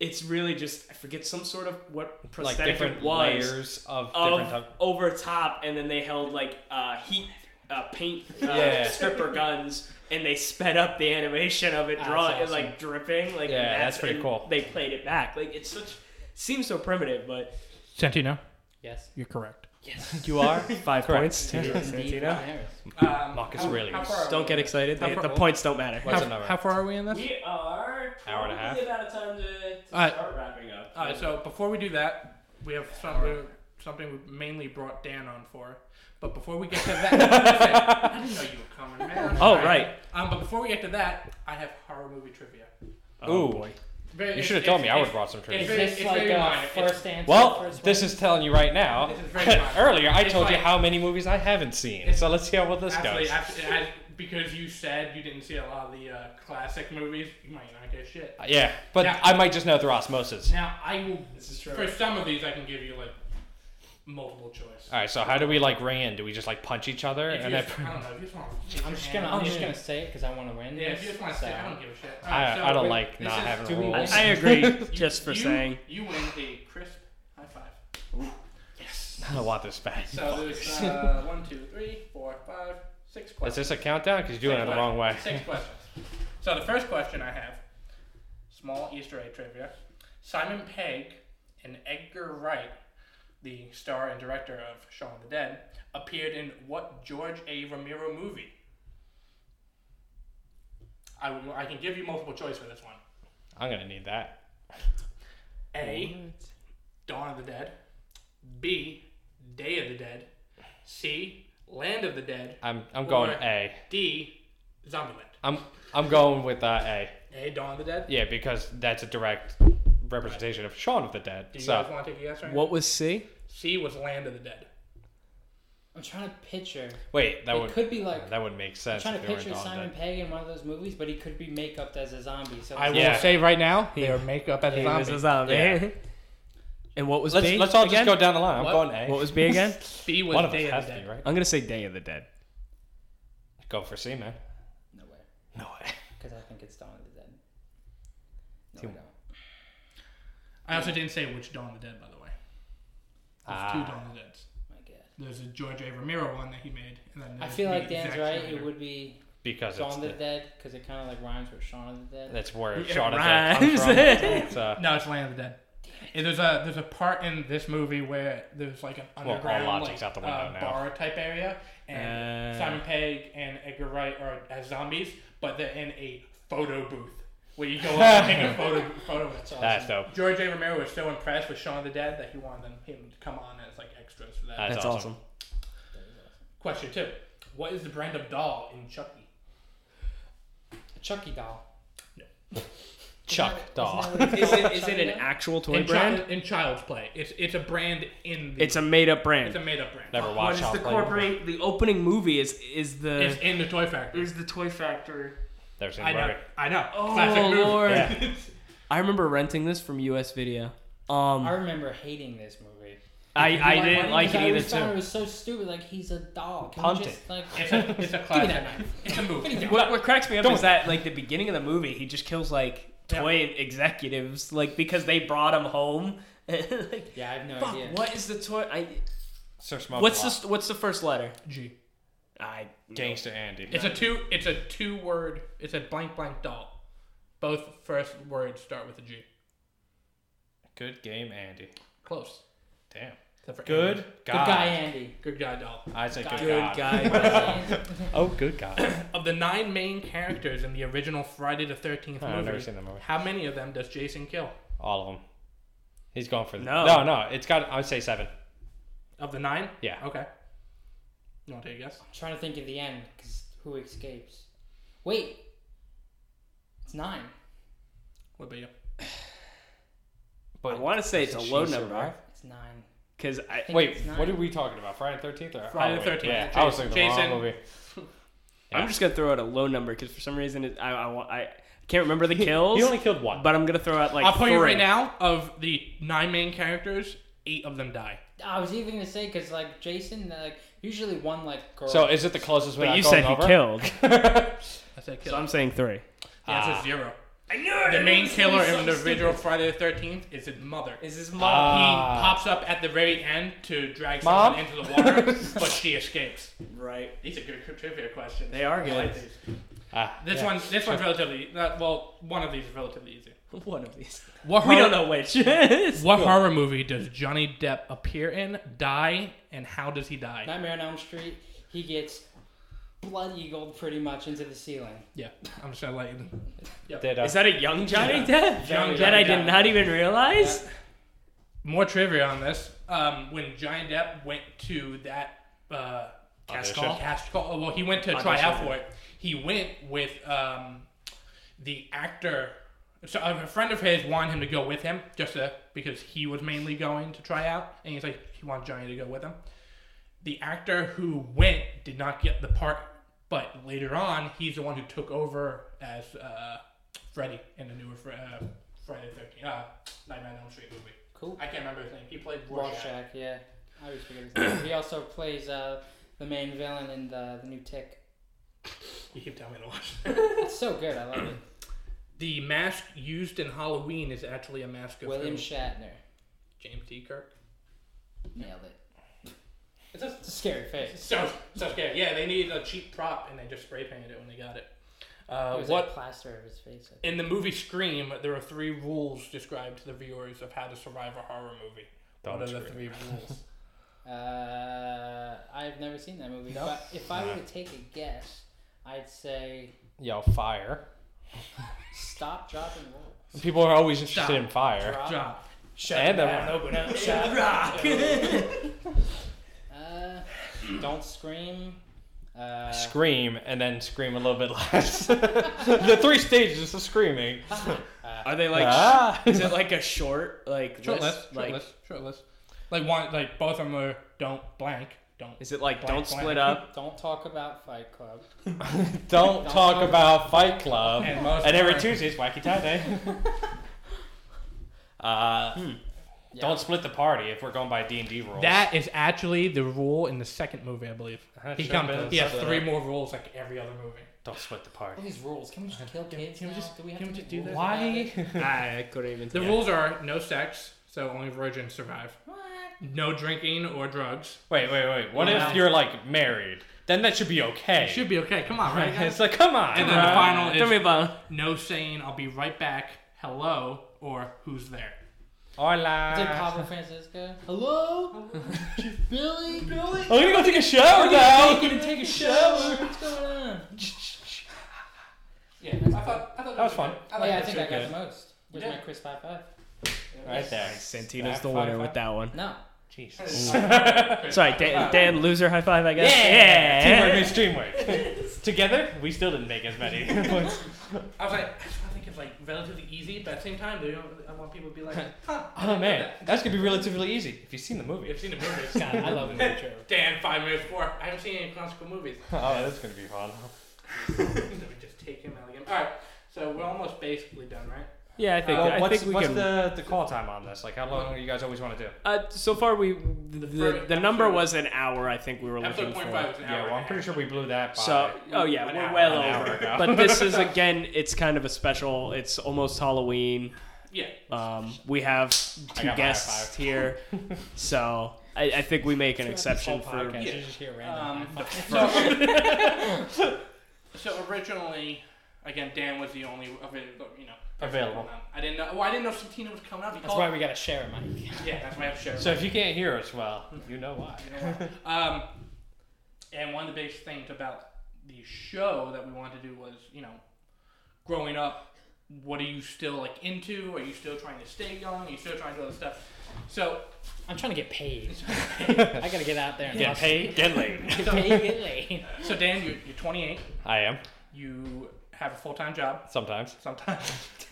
A: it's really just I forget some sort of what
B: Like
A: prosthetic
B: different
A: it was
B: layers of,
A: of
B: different type.
A: over top and then they held like uh heat uh, paint uh,
B: Yeah.
A: stripper guns and they sped up the animation of it
C: That's
A: draw it
C: awesome.
A: like dripping like
B: Yeah, that's pretty
A: and
B: cool.
A: they played it back like it's such seems so primitive but
F: Santino,
C: yes.
F: you're correct.
C: Yes.
B: You are
A: Five
B: Correct.
A: points.
C: It is
A: Santino.
C: indeed Richard Harris.
E: Um,
B: Marcus
E: how-
B: Aurelius.
E: how far are
A: Don't
E: we?
A: get excited.
E: How
A: They-
E: far-
A: the points don't matter.
B: What's
F: how,
B: another?
F: how far are we in this?
A: We are
B: Hour and a half.
A: probably about a time to, to
F: Alright.
A: start wrapping up.
E: All right. Uh, So before we do that, we have some, we- something we mainly brought Dan on for. But before we get to that, listen, I didn't know you were coming, man.
A: Oh, right.
E: Um, but before we get to that, I have horror movie trivia.
A: Oh,
B: Ooh,
E: Very,
B: you
E: it's-
B: should have told
E: it's-
B: me. I would
E: it's-
B: have brought some
E: it's
B: trivia.
C: Is
E: very-
C: this
E: it's
C: like
E: very
C: uh,
E: minor. It's-
C: first answer?
B: Well,
C: first
B: this is telling you right now.
E: This is very minor.
B: Earlier, I
E: It's
B: told you
E: like-
B: how many movies I haven't seen.
E: It's-
B: So let's see how well this
E: Actually,
B: goes.
E: actually, it has- because you said you didn't see a lot of the uh, classic movies, you might not get shit.
B: Yeah, but
E: Now-
B: I might just know through osmosis.
E: Now I will.
A: This is
E: For some of these, I can give you like multiple choice.
B: All right, so how do we like ring in? Do we just like punch each other?
E: If you
B: And
E: just,
B: then,
E: I don't know. If you just want
C: one.
E: to
C: I'm just gonna
B: Oh,
C: I'm just
E: Yeah.
C: gonna say it because I want to win.
E: Yeah,
C: this,
E: if you just want to
C: so.
E: say, I don't give a shit.
B: I,
E: Alright, so
B: I don't
E: wait,
B: like
E: this
B: not
E: is-
B: having
C: do we-
B: rules.
A: I agree, just for
E: you,
A: saying.
E: You win a crisp high five. Yes.
B: I don't want this back.
E: So there's uh, one, two, three, four, five, six
B: Is
E: questions.
B: this a countdown? Because you're doing it the wrong way.
E: Six questions. So the first question I have, small Easter egg trivia. Simon Pegg and Edgar Wright, the star and director of Shaun of the Dead, appeared in what George A. Romero movie? I, will- I can give you multiple choice for this one.
B: I'm gonna need that.
E: A. Dawn of the Dead. B. Day of the Dead. C. Land of the Dead.
B: I'm I'm going
E: Or-
B: A.
E: D. Zombieland.
B: I'm I'm going with uh, A.
E: A. Dawn of the Dead.
B: Yeah, because that's a direct representation of Shaun of the Dead.
E: Do you guys
B: So
E: want to take a guess right now?
A: What was C?
E: C was Land of the Dead.
C: I'm trying to picture.
B: wait, that
C: it
B: would
C: could be like
B: that would make
C: I'm
B: sense.
C: trying
B: if
C: to
B: they were
C: picture
B: Dawn of the
C: Simon
B: Dead.
C: Pegg in one of those movies, but he could be make up as a zombie. So
E: I
C: it's-
B: Yeah.
F: say right now, they are makeup as
A: zombie.
B: Yeah.
A: And what was B?
B: Let's let's all just
A: again?
B: go down the line. I'm
E: What?
B: going A.
A: What was B again?
E: B was
B: One of us
E: Day
B: has
E: of the
B: to
E: Dead.
B: be right.
A: I'm gonna say Day of the Dead.
B: Go for C, man.
C: no way,
B: No way.
C: because I think it's Dawn of the Dead. No, I
B: Two-
C: don't.
E: I also didn't say which Dawn of the Dead, by the way. There's two
B: Ah.
E: Dawn of the Deads.
C: My God.
E: There's a George A. Romero one that he made, and then
C: I
E: there's
C: feel
E: the
C: like Dan's
E: exact
C: right.
E: remainder.
C: It would be
B: Because
C: Dawn
B: it's
C: of the
B: the-
C: Dead because it kind of like rhymes with Shaun of the Dead.
B: that's where
A: It
B: Shaun of the Dead comes
A: rhymes.
B: from. It's, uh,
E: No, it's Land of the Dead. Yeah, there's a there's a part in this movie where there's like an
B: all
E: underground
B: logic's
E: like,
B: out the window
E: uh,
B: now.
E: bar type area, and
A: Uh.
E: Simon Pegg and Edgar Wright are as zombies, but they're in a photo booth where you go up and take a photo photo with.
C: That's awesome.
B: That's dope.
E: George A. Romero was so impressed with Shaun of the Dead that he wanted them, him to come on as like extras for that.
B: That's
A: That's
B: awesome.
A: awesome.
E: Question two: What is the brand of doll in Chucky?
C: A Chucky doll.
B: Chuck
C: Isn't that-
B: doll.
C: isn't that what it's
A: Is it
C: called,
A: is
C: Chucky
A: it an
C: doll?
A: actual toy
E: in,
A: brand?
E: Child, in Child's Play, it's it's a brand in the.
A: It's a made up
E: it's
A: brand.
E: a made up brand.
B: Never
A: What
B: watched
A: is
B: Child's
A: the
B: Play.
A: corporate? The opening movie is is the
E: It's in the toy factory.
A: is the Toy Factory.
B: Never seen
E: I know.
B: Barbie.
E: I know.
A: Oh
E: Classic movie.
A: lord!
B: Yeah.
A: I remember renting this from US Video. Um,
C: I remember hating this movie.
A: I, I
C: Why-
A: didn't
C: why
A: like it
C: I
A: either
C: always found It
A: too.
C: was so stupid. Like he's a dog. Can we
A: Punt
C: just, like,
E: It's a, it's
C: Give
E: a
C: me
E: classic.
C: that knife.
E: It's a movie.
A: What, what cracks me up
B: Don't-
A: is that like the beginning of the movie, he just kills like toy executives like because they brought him home. like,
C: Yeah, I have no
A: fuck,
C: idea.
A: what is the toy? I,
B: Sir Smoke.
A: what's
B: a lot.
A: the what's the first letter?
E: G.
A: I
B: gangster Andy?
E: It's a two. It's a two word. It's a blank blank doll. Both first words start with a G.
B: good game, Andy.
E: Close.
B: Damn.
E: Except for
B: Good
E: Andy.
C: Good guy Andy.
E: Good guy doll.
B: I say good,
A: good
B: God.
A: guy.
B: Oh, good guy.
E: Of the nine main characters in the original Friday the Thirteenth
B: Oh, I've
E: movie,
B: never seen that movie.
E: how many of them does Jason kill?
B: All of them. He's going for the
A: No.
B: no, no. It's got. I would say seven.
E: Of the nine?
B: Yeah.
E: Okay. You want to take a guess?
C: I'm trying to think of the end because who escapes? Wait, it's nine.
E: What about you?
A: I want to say it's a
B: Does
A: low
B: she
A: number
B: survive?
C: It's nine.
A: because I
C: think
B: Wait,
C: it's nine.
B: what are we talking about? Friday the Thirteenth or
E: Friday the
B: Halloween?
E: 13th.
B: Yeah, I was
E: Jason-
B: thinking the wrong
E: Jason-
B: movie. Yeah.
A: I'm just gonna throw out a low number because for some reason it, I, I wa- I can't remember the kills.
B: He only killed one.
A: but I'm gonna throw out like
E: I'll tell
A: three.
E: you right now. Of the nine main characters, eight of them die.
C: I was even gonna say because like Jason, like usually one like girl.
B: So is it the closest
A: But
B: without
A: you
B: going
A: said
B: over?
A: he killed,
E: I said kill.
A: so I'm saying three.
E: yeah, it's
B: Ah.
E: a zero.
A: I knew it.
E: The main killer in the original Friday the Thirteenth is his mother.
A: is his
B: mom.
E: he
B: Ah.
E: pops up at the very end to drag
B: Mom?
E: someone into the water, but she escapes.
A: right?
E: These are good trivia questions.
A: They are
E: I like
A: good.
E: these.
B: Ah,
E: This
B: yeah.
E: one, this one's relatively uh, well. One of these is relatively easy.
A: One of these.
E: What
A: We don't know which. It's
E: What
A: cool.
E: horror movie does Johnny Depp appear in, die, and how does he die?
C: Nightmare on Elm Street, he gets blood eagled pretty much into the ceiling.
E: Yeah, I'm just gonna let you.
B: Did, uh,
A: Is that a young Johnny Depp?
E: Young
A: that
E: Johnny
A: I did
E: Depp.
A: not even realize.
E: More trivia on this. Um, when Johnny Depp went to that uh,
B: Audition.
E: cast call, cast call. Well, he went to try
A: Audition,
E: out for it. He went with um, the actor. So a friend of his wanted him to go with him, just to, because he was mainly going to try out, and he's like he wanted Johnny to go with him. The actor who went did not get the part, but later on he's the one who took over as uh, Freddy in the newer Fre- uh, Friday Thirteen uh, Nightmare on Elm Street movie.
C: Cool.
E: I can't remember his name. He played Rorschach.
C: Rorschach, yeah. I always forget his name. He also plays uh, the main villain in the, the new Tick.
E: You keep telling me to watch.
C: It's so good. I love it.
E: The mask used in Halloween is actually a mask of
C: William
E: who?
C: Shatner.
E: James D. Kirk.
C: Nailed it.
E: It's a,
C: It's a scary face.
E: so so scary. Yeah, they needed a cheap prop and they just spray painted it when they got it.
C: It
E: Uh,
C: was
E: what
C: like plaster of his face. I think.
E: in the movie Scream? There are three rules described to the viewers of how to survive a horror movie.
B: Don't
E: what are the
B: scream.
E: three rules?
C: Uh, I've never seen that movie,
E: No?
C: but if I were
B: Nah.
C: to take a guess, I'd say
B: Yo, fire.
C: stop, drop, and roll.
B: People are always interested
E: Stop.
B: in fire.
C: Drop.
E: Drop. Shut
B: And the-
E: down, open up. Shut.
C: Uh, don't scream. Uh,
B: Scream and then scream a little bit less. the three stages of screaming.
A: Are they like?
B: Ah.
A: Is it like a short like
E: Short
A: list?
E: list. Short
A: Like,
E: list. Short list. Like one. Like both of them are don't blank. Don't.
A: is it like
E: Blank,
A: don't
E: blank.
A: split up?
C: Don't talk about Fight Club.
B: Don't, talk about Fight Club.
E: And most
B: And every
E: are-
B: Tuesday it's Wacky Tie Day. uh, Don't split the party if we're going by D and D rules.
E: That is actually the rule in the second movie, I believe.
B: That
E: He,
B: should've
E: comes,
B: been
E: he has
B: something
E: three
B: that-
E: more rules like every other movie.
B: don't split the
C: All
B: party.
C: these rules. Can we just kill kids?
E: can we
C: now?
E: just-
C: do we have
E: can
C: to
E: we
C: make
E: just do
C: rules
E: that?
C: about it?
B: Why?
A: I couldn't even.
E: The
A: tell.
E: rules are no sex, so only virgins survive.
C: What?
E: No drinking or drugs.
B: Wait, wait, wait. What
E: Wow.
B: if you're like married? Then that should be okay.
E: Should be okay. Come on, right? guys?
B: it's like come on.
E: And then the
B: bro.
E: final
A: Throw me a
E: is
A: bone.
E: no saying "I'll be right back," "Hello," or "Who's there."
B: Hola.
C: Did Pablo Francisco? Hello? Billy? Billy?
B: I'm gonna go take a shower now.
C: Taking to take a shower. What's going on?
E: Yeah, I thought, I thought
B: That was fun.
C: Oh, yeah, I think I got
B: good.
C: the most. Where's
E: Yeah.
C: my Chris 5 5?
B: Right there.
A: Santino's the
B: Back
A: winner
B: five,
A: with that one.
C: No.
B: Jesus.
A: Sorry, Dan, Dan loser high five. I guess.
B: Teamwork makes dream work. Together, we still didn't make as many. points.
E: I was like, I think it's like relatively easy, but at the same time, they don't, I want people to be like, "Huh,
B: oh man, that's gonna be relatively easy if you've seen the movie.
E: you've seen the movie."
C: God, I love the nature.
E: Dan, five minutes four. I haven't seen any classical movies.
B: Oh, that's gonna be fun.
E: Let me just take him out again. All right, so we're almost basically done, right?
A: Yeah, I think
B: Well,
A: I
B: what's
A: think we
B: what's
A: can.
B: the, the call time on this? Like, how long do you guys always want to do?
A: uh, so far, we the, the, the
E: episode-
A: number was an hour. I think we were looking
E: Episode
A: for.
E: point five was an hour.
B: Yeah, well, I'm
E: and a
B: pretty
E: half.
B: sure we blew that by.
A: So, oh yeah,
B: An
A: we're
B: hour-
A: well
B: an hour
A: over.
B: ago.
A: But this is again, it's kind of a special. It's almost Halloween.
E: Yeah.
A: Um, we have
B: I got
A: two
B: my high
A: guests
B: five.
A: here, so I, I think we make an exception
C: This
A: for.
C: whole podcast, you just hear random
E: Um,
C: high fives.
E: So originally, again, Dan was the only available, you know. Um,
B: Available.
E: I didn't know. Well, I didn't know Santina was coming out. He
C: That's
E: called-
C: why we gotta share, Mike.
E: yeah, that's why I have to share.
B: So if you can't hear us well, you know why.
E: um, and one of the biggest things about the show that we wanted to do was, you know, growing up, what are you still like into? Are you still trying to stay young? Are you still trying to do other stuff? So
C: I'm trying to get paid. I gotta get out there and hustle.
B: paid, get laid.
C: Get paid, get laid.
E: So Dan, you're, you're 28.
B: I am
E: You have a full time job.
B: sometimes.
E: Sometimes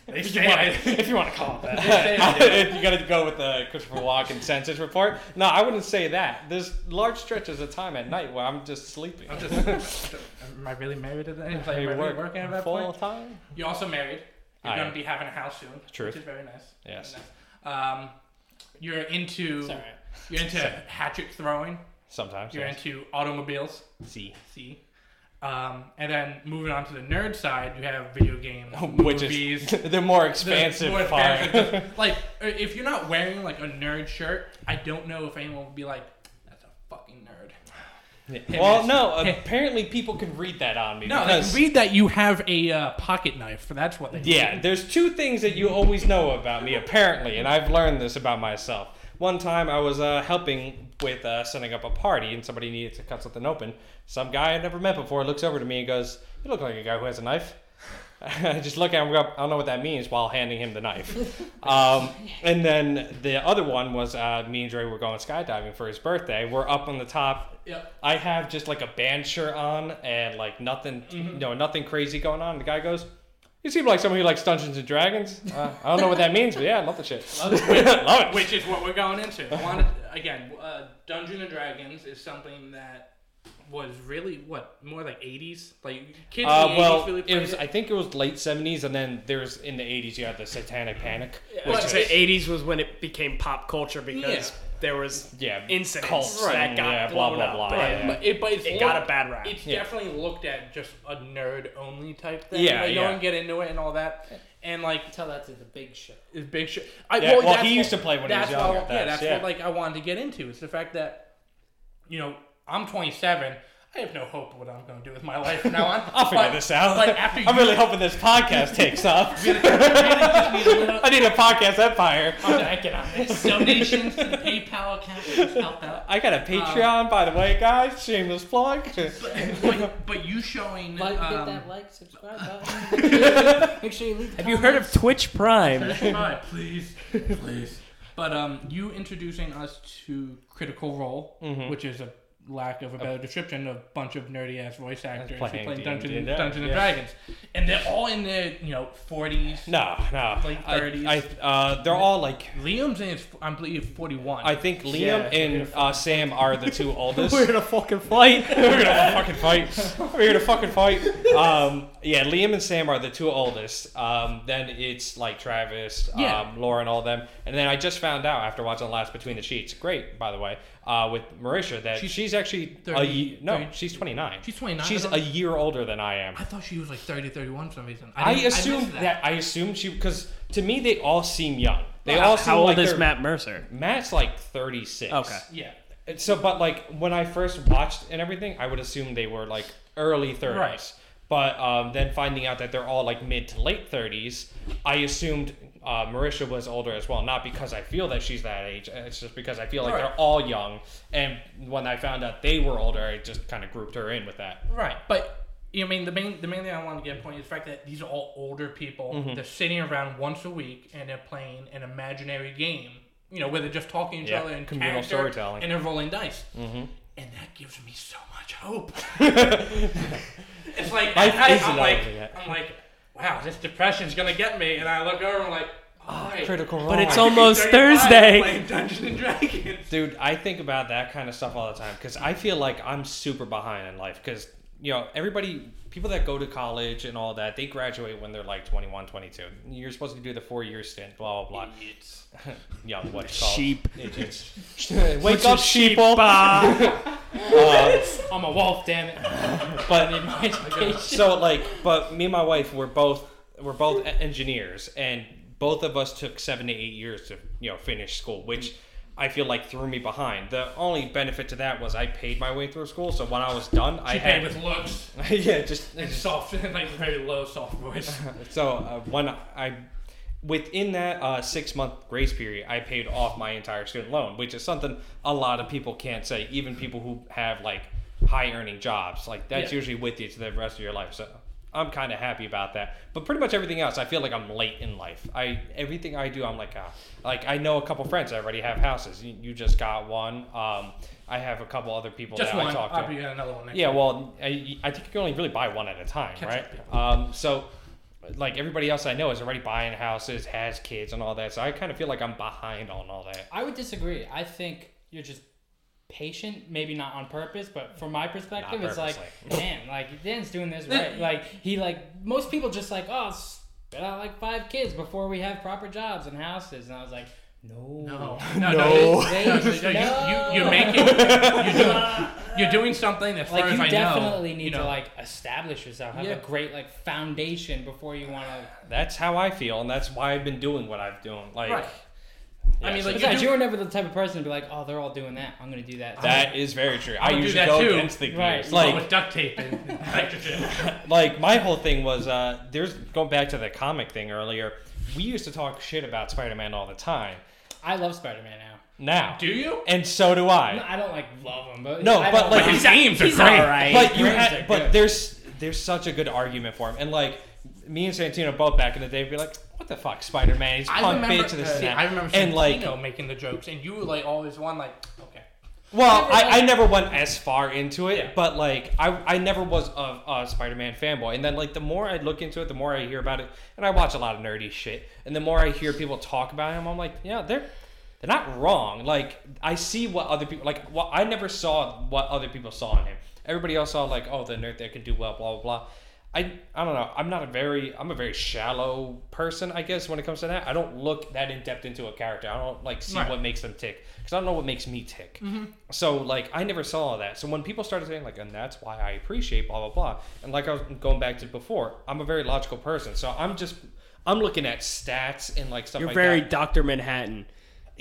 E: they
B: If
E: say
B: you want,
E: I-
B: if you want to call it
E: they say I do.
B: that, you got to go with the Christopher Walken census report. No, I wouldn't say that. There's large stretches of time at night where I'm just sleeping.
E: I'm just, am I really married at that? Am I
B: You
E: really
B: work
E: working at that
B: full
E: point?
B: time.
E: You're also married. You're
B: I
E: going
B: am.
E: to be having a house soon,
B: Truth.
E: which is very nice.
B: Yes.
E: Um, you're into
C: It's alright.
E: you're into hatchet throwing.
B: Sometimes.
E: You're
B: yes.
E: into automobiles.
B: See.
E: See. Um, and then moving on to the nerd side, you have video games,
B: Which
E: movies,
B: is the more
E: the
B: expansive
E: more
B: part.
E: expansive- like, uh, if you're not wearing like a nerd shirt, I don't know if anyone would be like, "That's a fucking nerd."
B: Well, no. Apparently, people can read that on me.
E: No, they
B: because,
E: can read that you have a uh, pocket knife. That's what they.
B: Yeah, there's two things that you always know about me, apparently, and I've learned this about myself. One time I was uh, helping with uh, setting up a party, and somebody needed to cut something open. Some guy I'd never met before looks over to me and goes, You look like a guy who has a knife. I just look at him and go, I don't know what that means, while handing him the knife. Um, and then the other one was uh, me and Dre were going skydiving for his birthday. We're up on the top
E: Yep.
B: I have just like a band shirt on and like nothing, you
A: Mm-hmm.
B: know, nothing crazy going on. The guy goes, "You seem like someone who likes Dungeons and Dragons." Uh, I don't know what that means, but yeah, I love the shit. Love it.
E: Which is what we're going into. I wanted, again, uh, Dungeon and Dragons is something that was really what more like 80s, like kids
B: Uh,
E: in the 80s
B: well,
E: really played
B: it was. I think it was late '70s, and then there's in the '80s. You had the Satanic Panic,
A: I was
B: which
A: gonna
B: is
A: say '80s was when it became pop culture because
E: Yeah.
A: there was
B: yeah,
A: incidents
B: cults
A: that
B: and,
A: got
B: yeah, blah
A: blown
B: blah
A: up,
B: blah.
A: but-
B: yeah.
E: But it, but it's
A: It got
E: looked-
A: a bad rap.
E: It's
B: Yeah.
E: definitely looked at just a nerd only type thing.
B: Yeah,
E: like,
B: yeah.
E: No one get into it and all that. And like
C: Tell that to the big show.
E: is big shit. I,
B: Yeah, well,
E: that's
B: he used
E: what-
B: to play when he was
E: that's what I-
B: younger,
E: yeah,
B: that's-
E: that's
B: yeah.
E: what like I wanted to get into. It's the fact that, you know, I'm 27. I have no hope what I'm going to do with my life from now on.
B: I'll figure
E: But-
B: this out.
E: But after
B: I'm
E: you,
B: really hoping this podcast takes off.
E: just need a little
B: I need a podcast empire.
C: Get on this.
E: donations to the PayPal account would just help out.
B: I
A: Uh,
B: got a Patreon, by the way, guys. Shameless plug.
E: But, but you showing
C: Like, hit
E: um,
C: that like, subscribe button. Make sure you leave.
A: Have you heard of Twitch Prime?
E: Try, please, please. But um, you introducing us to Critical Role,
B: Mm-hmm.
E: which is a lack of a better description, a bunch of nerdy ass voice actors who
B: playing
E: play
B: D&D
E: Dungeon,
B: there,
E: Dungeon and
B: yeah.
E: Dragons, and they're all in their you know forties.
B: No, no.
E: Like
B: I-
E: 30s.
B: I, uh, they're all like.
E: Liam's in his, I believe, forty one.
B: I think Liam
A: Yeah,
B: and uh, Sam are the two oldest.
A: We're in a fucking flight.
B: We're gonna fucking fight. We're gonna fucking fight. Um, yeah, Liam and Sam are the two oldest. Um, then it's like Travis, um,
E: Yeah.
B: Laura, and all them. And then I just found out after watching Last Between the Sheets, great by the way, uh, with Marisha that she's,
E: She's
B: actually a
E: 30
B: ye- no,
E: 30
B: she's twenty nine.
E: She's 29,
B: She's
E: I don't-
B: a year older than I am.
E: I thought she was like 30, 31 for some reason.
B: I,
E: didn't- missed
B: assumed that. I assumed she because to me they all seem young. They all seem
A: How old
B: like
A: is
B: they're-
A: Matt Mercer?
B: Matt's like thirty six.
A: Okay.
E: Yeah.
B: And So, but like when I first watched and everything, I would assume they were like early 30s.
E: Right.
B: But um, then finding out that they're all like mid to late 30s, I assumed uh, Marisha was older as well. Not because I feel that she's that age, uh, it's just because I feel like
E: Right.
B: they're all young. And when I found out they were older, I just kind of grouped her in with that.
E: Right, but you know, I mean the main the main thing I want to get point is the fact that these are all older people.
B: Mm-hmm.
E: They're sitting around once a week and they're playing an imaginary game. You know, where they're just talking to each
B: Yeah,
E: other and
B: communal
E: character,
B: storytelling.
E: and they're rolling dice. Mm-hmm. And that gives me so much hope. it's like
B: Life
E: I,
B: isn't
E: am like
B: over yet.
E: I'm like, wow, this depression's gonna get me. And I look over and I'm like, all right.
B: Critical role.
A: But it's
E: I'm
A: almost
E: 35
A: Thursday.
E: Playing Dungeons and Dragons.
B: Dude, I think about that kind of stuff all the time because I feel like I'm super behind in life because you know, everybody, people that go to college and all that, they graduate when they're like 21, 22. You're supposed to do the four year stint, blah, blah, blah.
E: Idiots.
B: Yeah, what it's called.
F: Sheep.
B: Idiots. Wake up, sheeple. Uh,
E: I'm a wolf, damn it.
B: but
E: In my education.
B: so like but me and my wife were both we're both e- engineers and both of us took seven to eight years to you know finish school which i feel like threw me behind the only benefit to that was i paid my way through school so when i was done i
E: She
B: had
E: paid with looks
B: yeah just
E: and soft, and like very low, soft voice.
B: so uh, when i within that uh, six month grace period i paid off my entire student loan which is something a lot of people can't say even people who have like high earning jobs like that's
E: Yeah.
B: usually with you to the rest of your life so i'm kind of happy about that but pretty much everything else i feel like i'm late in life i everything i do i'm like ah. like i know a couple friends that already have houses you, you just got one um, i have a couple other people
E: Just
B: that
E: one.
B: i talk to
E: I'll be getting another one next
B: yeah,
E: time.
B: well, I, I think you can only really buy one at a time,
E: Catch
B: right?
E: up,
B: Um, so, like everybody else I know is already buying houses, has kids, and all that. So I kind of feel like I'm behind on all that.
C: I would disagree. I think you're just patient, maybe not on purpose, but from my perspective,
B: Not
C: it's like, damn, like Dan's doing this right. Like he like most people just like, oh, spit out like five kids before we have proper jobs and houses, and I was like, no,
E: No, no,
F: No.
E: no. no, no, no,
C: No.
E: You, you, you're making, you're doing, you're doing something that, as far
C: Like you
E: as I
C: definitely
E: know,
C: need
E: you know,
C: to like establish yourself, have
E: Yeah.
C: a great like foundation before you want to.
B: That's how I feel, and that's why I've been doing what I've doing. Like,
E: Right.
B: yeah,
E: I mean,
B: so
E: like,
C: Besides,
E: do-
C: you were never the type of person to be like, oh, they're all doing that, I'm gonna do that.
B: that is very true. I
E: would do
B: usually
E: that
B: go
E: too.
B: against the
C: Right.
B: gears.
E: you know,
B: Like,
E: with duct tape and and nitrogen.
B: like my whole thing was uh, there's going back to the comic thing earlier. We used to talk shit about Spider-Man all the time.
C: I love Spider-Man now.
B: Now,
E: Do you?
B: and so do I.
C: I don't like love him, but
B: No,
C: I
B: but,
C: don't
B: like,
C: him.
E: his games are
C: he's
E: great.
C: all right.
B: but you
C: Rams
B: had,
C: are
B: but
C: good.
B: there's there's such a good argument for him, and like me and Santino both back in the day would be like, what the fuck, Spider Man? He's
E: I
B: punk
E: remember,
B: bitch.
E: uh,
B: This and
E: see,
B: that.
E: I remember
B: and like,
E: Santino making the jokes, and you were like always one like, okay.
B: well,
C: Never,
B: I, I
C: like-
B: never went as far into it,
E: Yeah.
B: but like, I I never was a, a Spider Man fanboy, and then like the more I look into it, the more I hear about it, and I watch a lot of nerdy shit, and the more I hear people talk about him, I'm like, yeah, they're. They're not wrong. Like I see what other people like. What I never saw what other people saw in him. Everybody else saw like, oh, the nerd that can do well, blah blah blah. I I don't know. I'm not a very I'm a very shallow person, I guess, when it comes to that. I don't look that in depth into a character. I don't like see
E: Right.
B: what makes them tick because I don't know what makes me tick. So like I never saw that. So when people started saying like, and that's why I appreciate blah blah blah, and like I was going back to before, I'm a very logical person. So I'm just I'm looking at stats and like stuff.
A: You're
B: like
A: very
B: that.
A: Doctor Manhattan.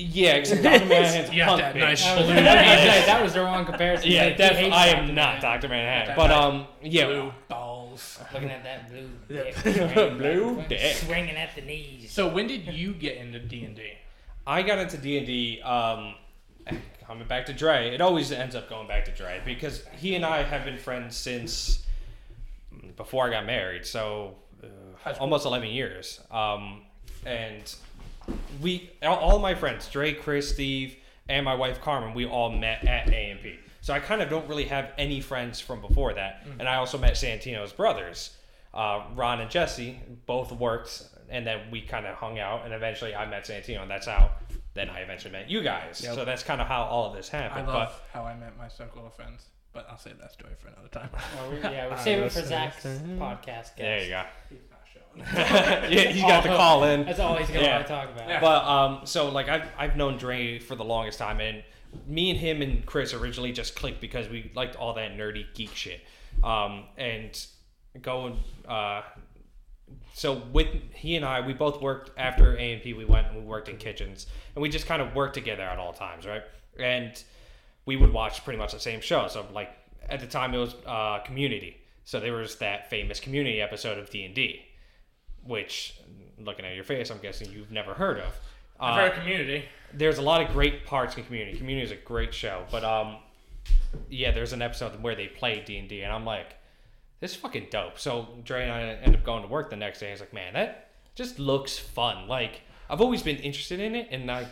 B: yeah. Except Dr. Manhattan's a
E: You have
B: punk
E: that
B: bitch.
E: nice
C: That was,
E: blue.
C: that, was the wrong comparison.
B: Yeah,
C: Like, he
B: definitely.
C: hates
B: I
C: Dr.
B: am not
C: Manhattan.
B: Dr. Manhattan,
E: That
B: but
E: nice
B: um, yeah,
E: blue balls.
C: Looking at that blue dick.
B: Blue dick.
C: Swinging at the knees.
E: So when did you get into D and D?
B: I got into D and D. Um, coming back to Dre, it always ends up going back to Dre because he and I have been friends since before I got married, so uh,
E: school.
B: almost eleven years. Um, and we all, all my friends, Dre, Chris, Steve, and my wife Carmen, we all met at AMP. So I kind of don't really have any friends from before that.
E: Mm.
B: And I also met Santino's brothers, uh, Ron and Jesse, both worked, and then we kind of hung out. And eventually, I met Santino, and that's how. Then I eventually met you guys. So that's kind of how all of this
E: I
B: happened.
E: love how I met my circle of friends, but I'll save that story for another time.
C: Oh, we- yeah, we're saving it for Zach's podcast. Guys.
B: but there you go.
E: He's not showing.
B: yeah, he's got the call in.
C: That's all he's gonna
B: Yeah.
C: want to talk about.
E: Yeah.
B: But um, so like I've I've known Dre for the longest time, and me and him and Chris originally just clicked because we liked all that nerdy geek shit. Um, and going uh, so with he and I, we both worked after A and P. We went and we worked in kitchens, and we just kind of worked together at all times, right? And we would watch pretty much the same show. So like at the time, it was uh, Community. So there was that famous Community episode of D and D, which looking at your face, I'm guessing you've never heard of. Uh,
E: For our community,
B: there's a lot of great parts in Community. Community is a great show, but um, yeah, there's an episode where they play D and D, and I'm like, this is fucking dope. So Dre and I end up going to work the next day. He's like, man, that just looks fun. Like I've always been interested in it, and I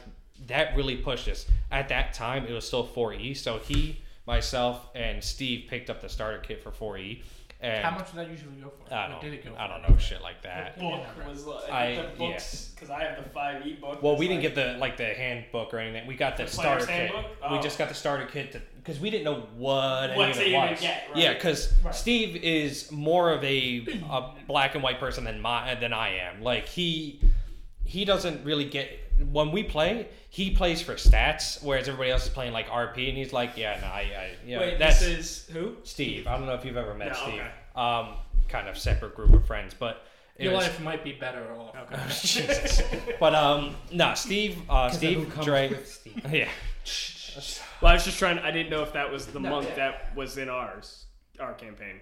B: that really pushed us. At that time, E, it was still 4E, so he, myself, and Steve picked up the starter kit for 4E, And
E: How much does that usually go for?
B: I
E: What
B: don't,
E: did it go
B: I
E: for?
B: don't know shit like that.
A: Book was like,
B: I-
A: the books because I have the five e book.
B: Well, we didn't get the like the handbook or anything. We got the,
A: The player's
B: starter kit.
A: handbook?
B: We
A: Oh.
B: just got the starter kit because we didn't know what any
A: What
B: of
A: to
B: it
A: even
B: was.
A: get, right.
B: Yeah, because
A: Right.
B: Steve is more of a, a black and white person than my than I am. Like he he doesn't really get when we play. He plays for stats, whereas everybody else is playing like RP, and he's like, yeah, no, I, I yeah,
A: Wait,
B: that's
A: this is who?
B: Steve. I don't know if you've ever met
A: No,
B: Steve.
A: okay.
B: Um, kind of separate group of friends, but it
E: Your
B: was-
E: life might be better off.
B: Jesus. But um, no, Steve, uh, Steve Drake. Yeah.
A: Well, I was just trying. I didn't know if that was the
E: No,
A: monk
E: yeah.
A: that was in ours, our campaign.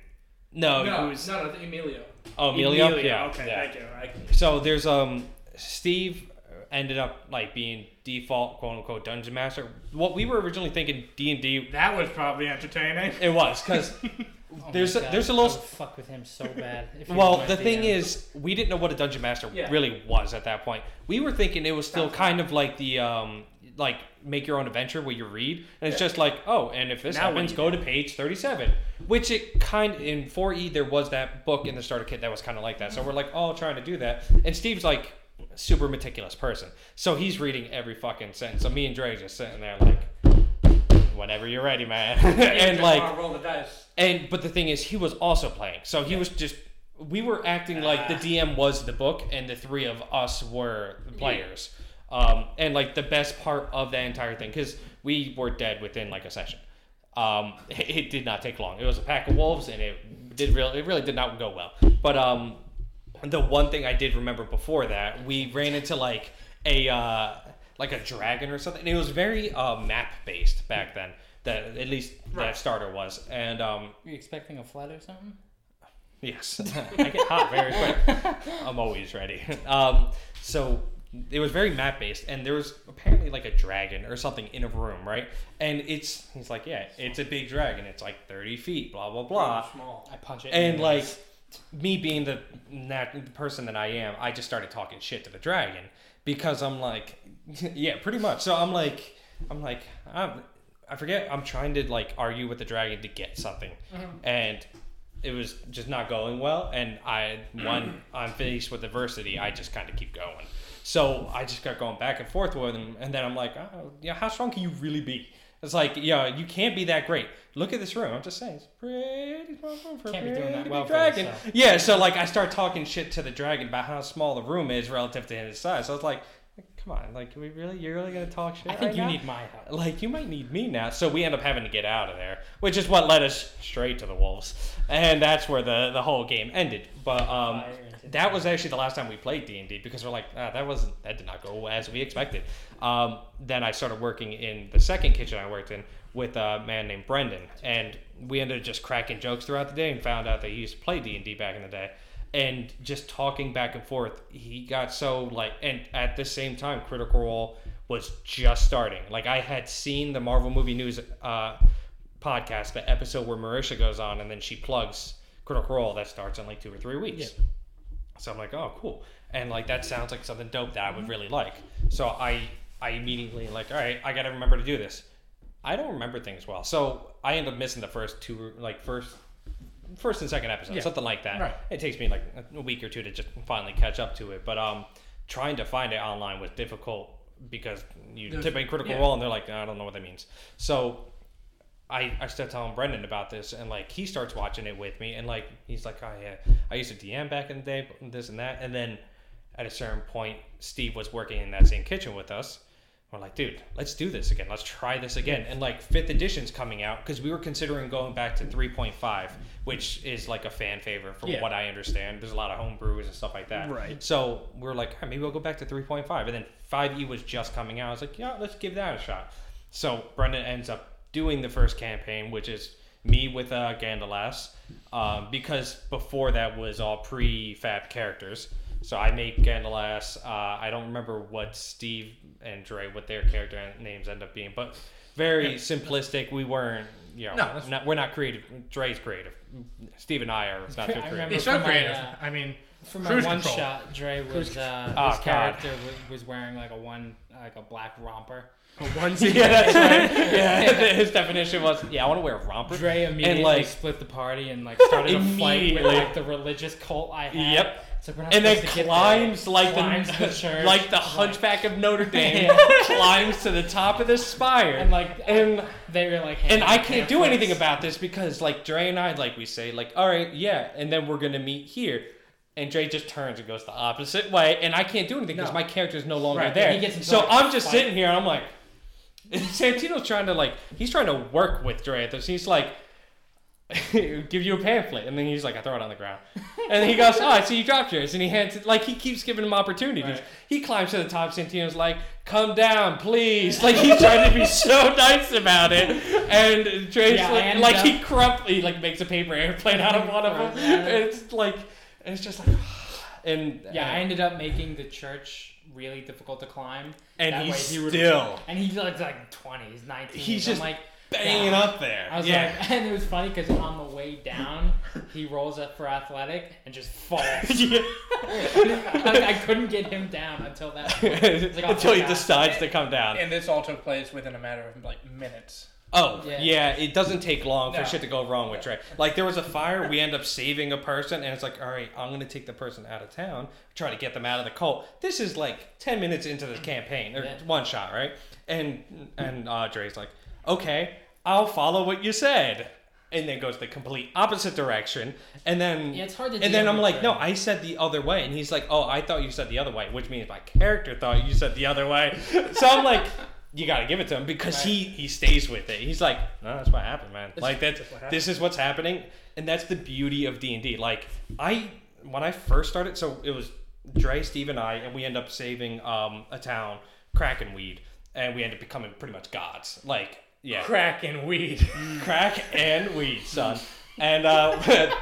B: No.
E: no,
A: who's-
E: no, no, the Emilio.
B: Oh, Emilio.
A: Emilio,
B: Yeah.
A: Okay.
B: yeah.
A: Thank you. I,
B: So there's um, Steve ended up like being default quote unquote dungeon master. What we were originally thinking D and D.
E: That was probably entertaining.
B: It was because
C: Oh my
B: There's a-
C: God,
B: there's a little-
C: I would fuck with him so bad. if he was
B: well
C: my
B: the thing
C: DM.
B: is we didn't know what a dungeon master
E: Yeah.
B: really was at that point. We were thinking it was still
E: Sounds
B: kind of like the um like make your own adventure where you read and it's
E: Yeah.
B: just like oh and if this
A: Now what
B: happens
A: do
B: go to page 37 which it kind in 4e there was that book in the starter kit that was kind of like that so we're like all trying to do that and steve's like super meticulous person so he's reading every fucking sentence so me and Dre just sitting there like whenever you're ready man and
E: Just
B: like
E: wanna roll the dice.
B: and but the thing is, he was also playing, so he was just. We were acting like the DM was the book, and the three of us were the players. Um, and like the best part of that entire thing, because we were dead within like a session. Um, it, it did not take long. It was a pack of wolves, and it did really, it really did not go well. But um, the one thing I did remember before that, we ran into like a uh, like a dragon or something. And it was very uh, map based back then. That at least that starter was, and um,
C: Were you expecting a flat or something?
B: Yes, I get hot very quick. I'm always ready. Um, so it was very map based, and there was apparently like a dragon or something in a room, right? And it's he's like, yeah, it's a big dragon. It's like 30 feet, blah blah blah.
E: Small.
C: I punch it. in
B: And
C: the
B: like
C: nose.
B: me being the nat- the person that I am, I just started talking shit to the dragon because I'm like, yeah, pretty much. So I'm like, I'm like, I'm, I forget. I'm trying to like argue with the dragon to get something, and it was just not going well. And I, when I'm faced with adversity, I just kind of keep going. So I just got going back and forth with him, and then I'm like, oh, yeah, how strong can you really be? It's like, yeah, you can't be that great. Look at this room. I'm just saying, it's pretty small room for a
C: Can't be doing that
B: pretty
C: well
B: big
C: for
B: dragon.
C: yourself.
B: Yeah, so like I start talking shit to the dragon about how small the room is relative to his size. So I was like, come on, like we really, you're really gonna talk shit?
C: I think
B: right
C: you
B: now?
C: need my help.
B: like you might need me now. So we end up having to get out of there, which is what led us straight to the wolves, and that's where the the whole game ended. But um,
C: Fire into
B: that was actually the last time we played D and D because we're like, ah, that wasn't that did not go as we expected. Um, then I started working in the second kitchen I worked in with a man named Brendan, and we ended up just cracking jokes throughout the day and found out that he used to play D and D back in the day. And just talking back and forth, he got so like, and at the same time, Critical Role was just starting. Like I had seen the Marvel movie news uh, podcast, the episode where Marisha goes on and then she plugs Critical Role that starts in like two or three weeks. So I'm like, oh, cool. And like that sounds like something dope that
E: Mm-hmm.
B: I would really like. So I I immediately like, all right, I gotta remember to do this. I don't remember things well, so I end up missing the first two, like first, first and second episode, something like that.
E: Right.
B: It takes me like a week or two to just finally catch up to it. But um, trying to find it online was difficult because you
E: There's-
B: typically critical
E: yeah.
B: role, and they're like, I don't know what that means. So I, I started telling Brendan about this, and like he starts watching it with me, and like he's like, oh yeah, I used to DM back in the day, but this and that, and then at a certain point, Steve was working in that same kitchen with us. We're like, dude, let's do this again. Let's try this again. And like fifth edition's coming out because we were considering going back to 3.5, which is like a fan favorite from
E: Yeah.
B: what I understand. There's a lot of homebrewers and stuff like that.
A: Right.
B: So we're like, "All right, maybe we'll go back to 3.5. And then 5e was just coming out. I was like, yeah, let's give that a shot. So Brendan ends up doing the first campaign, which is me with uh, Gandalas, um, because before that was all pre-fab characters. So I make Gandalas. Uh, I don't remember what Steve and Dre what their character names end up being, but very simplistic. We weren't, you know,
E: No, that's-
B: not, we're not creative. Dre's creative. Steve and I are not too
C: I
B: creative.
C: remember
E: It's so
C: from my,
E: creative.
C: uh,
E: I mean,
C: for my
E: Cruise
C: one
E: control.
C: shot, Dre was uh,
B: Oh,
C: his
B: God.
C: character wa- was wearing like a one like a black romper.
B: yeah, that's right. Yeah, his definition was, yeah, I want to wear a romper.
C: Dre immediately
B: like-
C: split the party and like started a fight with
B: Immediately.
C: like the religious cult I had.
B: Yep.
C: So we're not
B: and then
C: supposed to get
B: climbs
C: there.
B: like
C: climbs
B: the,
C: the church.
B: like the Hunchback of Notre Dame, climbs to the top of the spire,
C: and like
B: and
C: they were like
B: and
C: handing
B: I
C: out
B: can't do
C: pamphlets.
B: anything about this because like Dre and I, like we say, like all right, yeah, and then we're gonna meet here. And Dre just turns and goes the opposite way, and I can't do anything because
C: No.
B: my character is no longer
C: Right,
B: there.
C: he gets into,
B: so
C: like, a
B: I'm just
C: fight.
B: sitting here, and I'm like, Santino's trying to like, he's trying to work with Dre at this. He's like, give you a pamphlet, and then he's like, I throw it on the ground, and then he goes, oh, I see you dropped yours, and he hands it. Like he keeps giving him opportunities.
C: Right.
B: He climbs to the top. Santino's like, come down, please. Like he's trying to be so nice about it, and Dre's
C: Yeah,
B: like,
C: and,
B: like
C: uh,
B: he crump, he like makes a paper airplane out of one of them.
C: Right.
B: It's like, it's just like, and
C: Yeah, I ended up making the church really difficult to climb.
B: And
C: That
B: he's
C: way he would-
B: still-
C: and he's like, like twenties, nineteen.
B: He's
C: I'm
B: just
C: like
B: banging up there.
C: I was
B: yeah.
C: like, and it was funny because on the way down, he rolls up for athletic and just falls.
B: Yeah.
C: like, I couldn't get him down until that. Point. It's like, oh,
B: Until he
C: God.
B: decides to come down.
E: And this all took place within a matter of like minutes.
B: Oh, yeah.
C: Yeah.
B: it doesn't take long for
E: No.
B: shit to go wrong with Dre. Like, there was a fire, we end up saving a person, and it's like, all right, I'm going to take the person out of town, try to get them out of the cult. This is like 10 minutes into the campaign, or
C: Yeah.
B: one shot, right? And and uh, Dre's like, okay, I'll follow what you said. And then goes the complete opposite direction. And then
C: Yeah, it's hard to
B: And then
C: deal
B: I'm
C: with
B: like,
C: Dre.
B: no, I said the other way. And he's like, oh, I thought you said the other way, which means my character thought you said the other way. So I'm like, you gotta give it to him because he he stays with it. He's like, no, that's what happened, man. like that's
E: what happened.
B: this is what's happening, and that's the beauty of D and D. Like I when I first started, so it was Dre, Steve, and I, and we end up saving um a town, cracking weed, and we end up becoming pretty much gods. Like yeah,
E: Crack and weed.
B: crack and weed, son. And uh,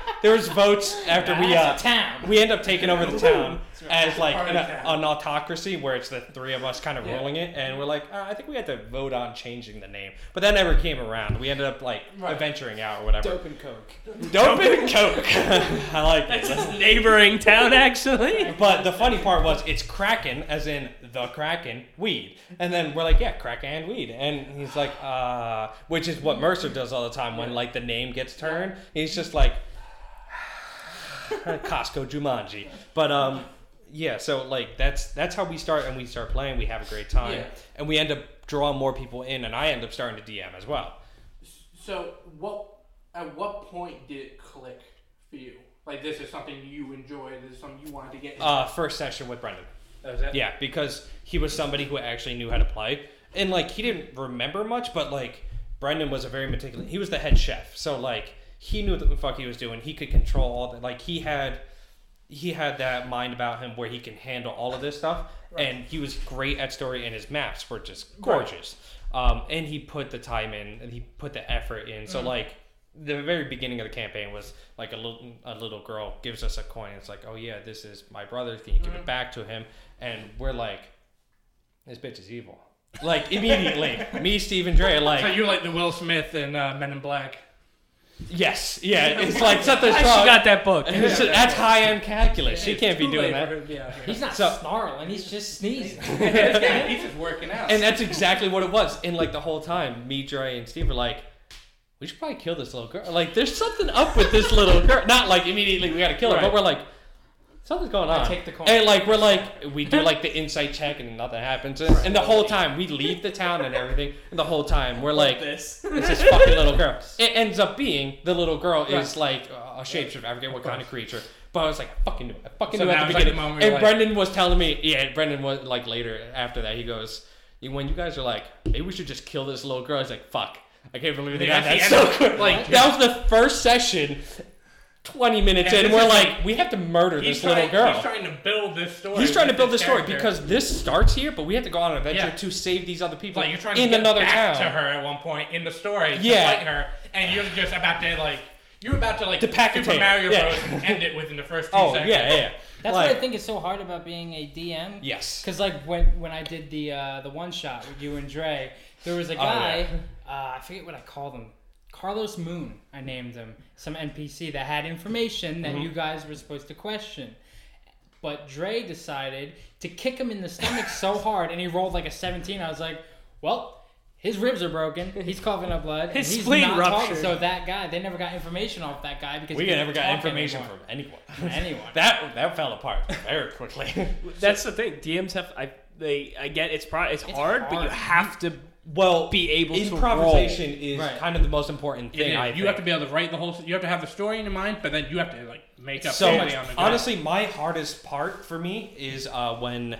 B: there was votes after we uh,
C: That's a town.
B: we end up taking over the town as like
E: Part of
B: an,
E: the town.
B: an autocracy where it's the three of us kind of ruling it, and we're like, uh, I think we had to vote on changing the name, but that never came around. We ended up like adventuring out or whatever.
C: Dope and coke.
B: Dope and coke. I like it.
A: Neighboring town, actually.
B: But the funny part was it's Kraken, as in the Kraken weed, and then we're like, yeah, Kraken and weed, and he's like, uh, which is what Mercer does all the time when like the name gets turned. He's just like, Costco Jumanji. But um, yeah. So like that's that's how we start, and we start playing. We have a great time,
E: Yeah.
B: and we end up drawing more people in, and I end up starting to DM as well.
E: So what? At what point did it click for you? Like this is something you enjoy. This is something you wanted to get.
B: Uh, first session with Brendan.
E: that was it.
B: Yeah, because he was somebody who actually knew how to play, and like he didn't remember much, but like Brendan was a very meticulous. He was the head chef, so like he knew what the fuck he was doing. He could control all that. Like he had, he had that mind about him where he can handle all of this stuff, and he was great at story. And his maps were just gorgeous. Um, and he put the time in, and he put the effort in. So like. The very beginning of the campaign was like a little a little girl gives us a coin. It's like, oh yeah, this is my brother's. Can you give it back to him? And we're like, this bitch is evil. Like immediately, me, Steve, and Dre, are
E: So
B: like,
E: you like the Will Smith and uh, Men in Black?
B: yes, yeah, it's like something's
A: I
B: wrong.
A: actually got that book.
B: And it's- that's high end calculus. She can't be
E: Too
B: doing
E: late
B: that.
E: for him to be out here.
C: He's not
B: So-
C: snarling. He's just sneezing.
E: yeah, he's just working out.
B: And uh, that's exactly what it was. And like the whole time, me, Dre, and Steve were like, we should probably kill this little girl. Like, there's something up with this little girl. Not like immediately we gotta kill her, but
E: Right.
B: we're like, something's going on.
C: take the coin.
B: And like we're like, we do like the insight check and nothing happens. And, and the whole time we leave the town and everything. And the whole time we're like,
A: this.
B: It's this fucking little girl. It ends up being the little girl is like uh, a shapeshifter. I forget what kind of creature. But I was like, I fucking knew it. I fucking
E: So
B: knew it at
E: that
B: the
E: was, like, the
B: beginning.
E: moment where
B: and
E: you're like-
B: Brendan was telling me, yeah, and Brendan was like later after that, he goes, "You- when you guys are like, maybe we should just kill this little girl. I was like, fuck. I can't believe they
E: Yeah,
B: got
E: at
B: that
E: the
B: so
E: end of-
B: quick.
E: like-
B: that was the first session. 20 minutes
E: And
B: in,
E: this
B: we're
E: is
B: like,
E: like-
B: we have to murder
E: he's
B: this little
E: trying,
B: girl.
E: He's trying to build this story.
B: He's trying to
E: with
B: build this
E: this
B: story
E: character.
B: because this starts here, but we have to go on an adventure
E: Yeah.
B: to save these other people
E: like you're trying to
B: in
E: get
B: another
E: back
B: town.
E: to her at one point in the story.
B: Yeah.
E: to fight her, and you're just about to like you're about to like
B: Decapitate
E: Super
B: her,
E: Mario
B: yeah.
E: Bros. and end it within the first two
B: Oh yeah,
E: seconds.
B: yeah. yeah.
C: That's
B: Like-
C: what I think is so hard about being a DM.
B: Yes.
C: Because like when when I did the uh, the one shot with you and Dre, there was a guy. uh, I forget what I called him. Carlos Moon, I named him. Some NPC that had information that you guys were supposed to question, But Dre decided to kick him in the stomach so hard, and he rolled like a 17. I was like, well, his ribs are broken. He's coughing up blood. and
A: His
C: he's
A: spleen
C: not talking.
A: ruptured.
C: So that guy, they never got information off that guy because
B: We
C: he didn't
B: never got
C: talk
B: information
C: anymore.
B: from anyone.
C: anyone.
B: that that fell apart very quickly.
A: That's the thing. DMs have I they I get it's pro, it's, hard, but you
C: hard.
A: have to
B: well,
A: be able to
B: improvisation is
C: Right.
B: kind of the most important thing.
E: you
B: I
E: have
B: think.
E: to be able to write the whole. You have to have the story in your mind, but then you have to like make up
B: so
E: somebody on the go.
B: honestly my hardest part for me is uh, when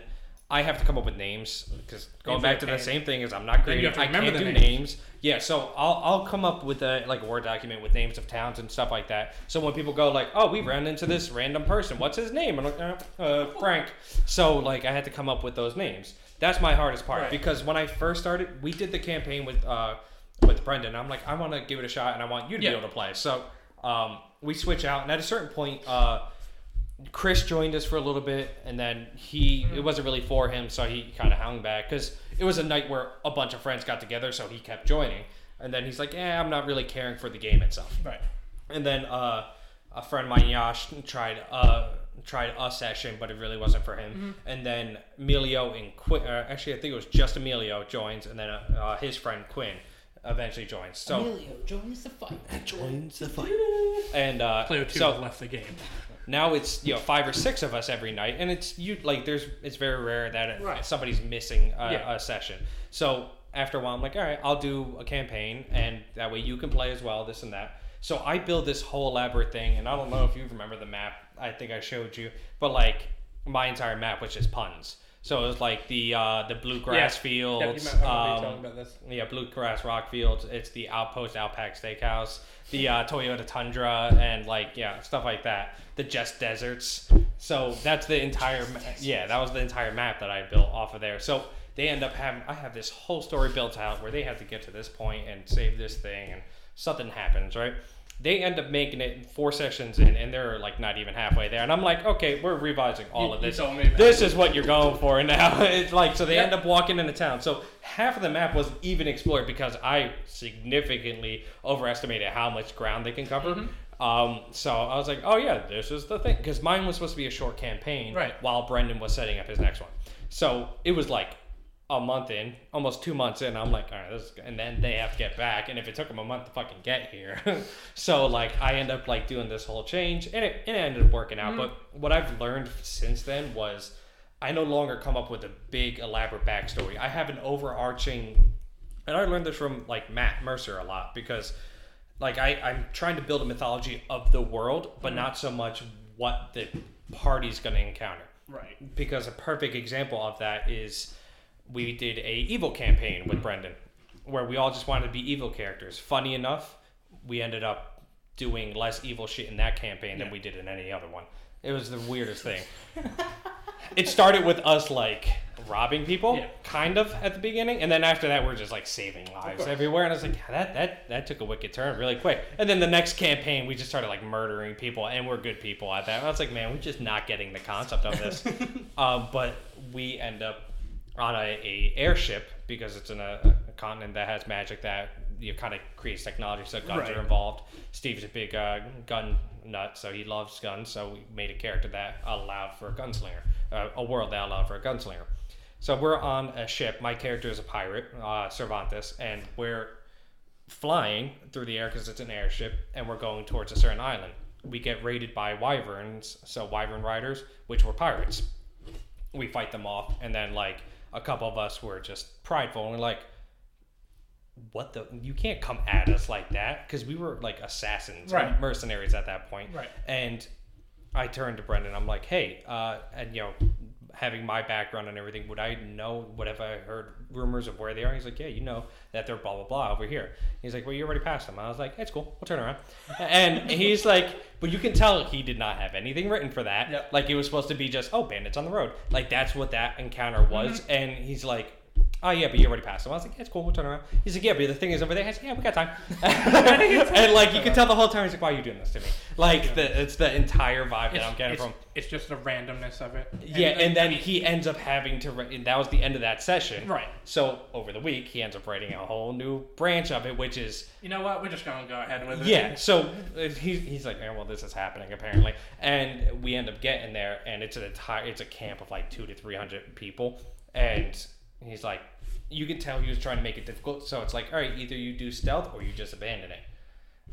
B: i have to come up with names because going
E: Names
B: back
E: are
B: to
E: pain.
B: the same thing is i'm not
E: Then you
B: creative
E: have to
B: i
E: remember
B: can't do
E: the
B: names. yeah so I'll, I'll come up with a like a word document with names of towns and stuff like that so when people go like oh we ran into this random person what's his name i'm like uh, uh, frank so like i had to come up with those names that's my hardest part
E: Right.
B: because when i first started we did the campaign with uh, with brendan i'm like i want to give it a shot and i want you to
E: Yeah.
B: be able to play so um, we switch out and at a certain point uh, Chris joined us for a little bit, and then he it wasn't really for him, so he kind of hung back because it was a night where a bunch of friends got together, so he kept joining. And then he's like, "Yeah, I'm not really caring for the game itself."
E: right?
B: And then uh, a friend of mine, Yash, tried uh, tried a session, but it really wasn't for him.
E: Mm-hmm.
B: And then Emilio and Quinn, uh, actually, I think it was just Emilio joins, and then uh, uh, his friend Quinn eventually joins. So
C: Emilio, join us to fight.
B: joins the fight. And uh,
E: Player two
B: so
E: left the game.
B: now it's you know five or six of us every night and it's you like there's it's very rare that it-
E: Right.
B: somebody's missing a,
E: Yeah.
B: a session so after a while i'm like all right i'll do a campaign and that way you can play as well this and that so i build this whole elaborate thing and i don't know if you remember the map i think i showed you but like my entire map was just puns so it was like the uh the bluegrass fields
E: Yeah, you might want to be
B: um,
E: talking about this.
B: yeah, Bluegrass Rock Fields. It's the Outpost Outback Steakhouse, the uh, Toyota Tundra, and like yeah, stuff like that. The Just Deserts. So that's the entire ma- yeah, that was the entire map that I built off of there. So they end up having I have this whole story built out where they have to get to this point and save this thing, and something happens right. They end up making it four sessions in, and they're like not even halfway there. And I'm like, okay, we're revising all
E: You-
B: of
E: you
B: this.
E: told me about
B: This is what you're going for now. it's like so they
E: Yep.
B: end up walking into town. So half of the map wasn't even explored because I significantly overestimated how much ground they can cover. Um, so I was like, oh yeah, this is the thing because mine was supposed to be a short campaign,
E: Right.
B: While Brendan was setting up his next one, so it was like a month in, almost two months in. I'm like, all right, this is, and then they have to get back, and if it took them a month to fucking get here, so like I end up like doing this whole change, and it, it ended up working out. But what I've learned since then was. I no longer come up with a big elaborate backstory. I have an overarching, and I learned this from like Matt Mercer a lot because, like, I I'm trying to build a mythology of the world, but not so much what the party's going to encounter.
E: Right.
B: Because a perfect example of that is we did a evil campaign with Brendan, where we all just wanted to be evil characters. Funny enough, we ended up doing less evil shit in that campaign than we did in any other one. It was the weirdest thing it started with us like robbing people,
E: Yeah.
B: kind of at the beginning, and then after that we're just like saving lives everywhere. And I was like, that that that took a wicked turn really quick. And then the next campaign we just started like murdering people, and we're good people at that. And I was like, man, we're just not getting the concept of this. um, but we end up on a, a airship because it's in a, a continent that has magic that you kind of creates technology, so guns
E: Right.
B: are involved. Steve's a big uh, gun nut, so he loves guns. So we made a character that allowed for a gunslinger, uh, a world that allowed for a gunslinger. So we're on a ship. My character is a pirate, uh, Cervantes, and we're flying through the air because it's an airship, and we're going towards a certain island. We get raided by wyverns, so wyvern riders, which were pirates we fight them off and then like a couple of us were just prideful and we're like what the you can't come at us like that because we were like assassins or
E: Right.
B: mercenaries at that point
E: Right.
B: and i turned to brendan i'm like hey uh and you know having my background and everything would i know what have i heard rumors of where they are he's like yeah you know that they're blah blah blah over here he's like well you already passed them i was like it's cool we'll turn around and he's like but you can tell he did not have anything written for that
E: Yep. Mm-hmm.
B: like it was supposed to be just oh bandits on the road like that's what that encounter was and he's like oh yeah, but you already passed. So I was like, yeah, it's cool, we'll turn around. He's like, yeah, but the thing is over there. I said, yeah, we got time. and like you could tell the whole time, he's like, why are you doing this to me? Like the, it's the entire vibe that I'm getting
E: it's,
B: from.
E: it's just the randomness of it.
B: Yeah, and then he ends up having to. write- And that was the end of that session.
E: Right.
B: So over the week, he ends up writing a whole new branch of it, which is
E: you know what? We're just gonna go ahead with it.
B: yeah. So uh, he, he's like, "Eh, well, this is happening apparently, and we end up getting there, and it's an entire, it's a camp of like two to three hundred people, and he's like, you can tell he was trying to make it difficult. So it's like, all right, either you do stealth or you just abandon it.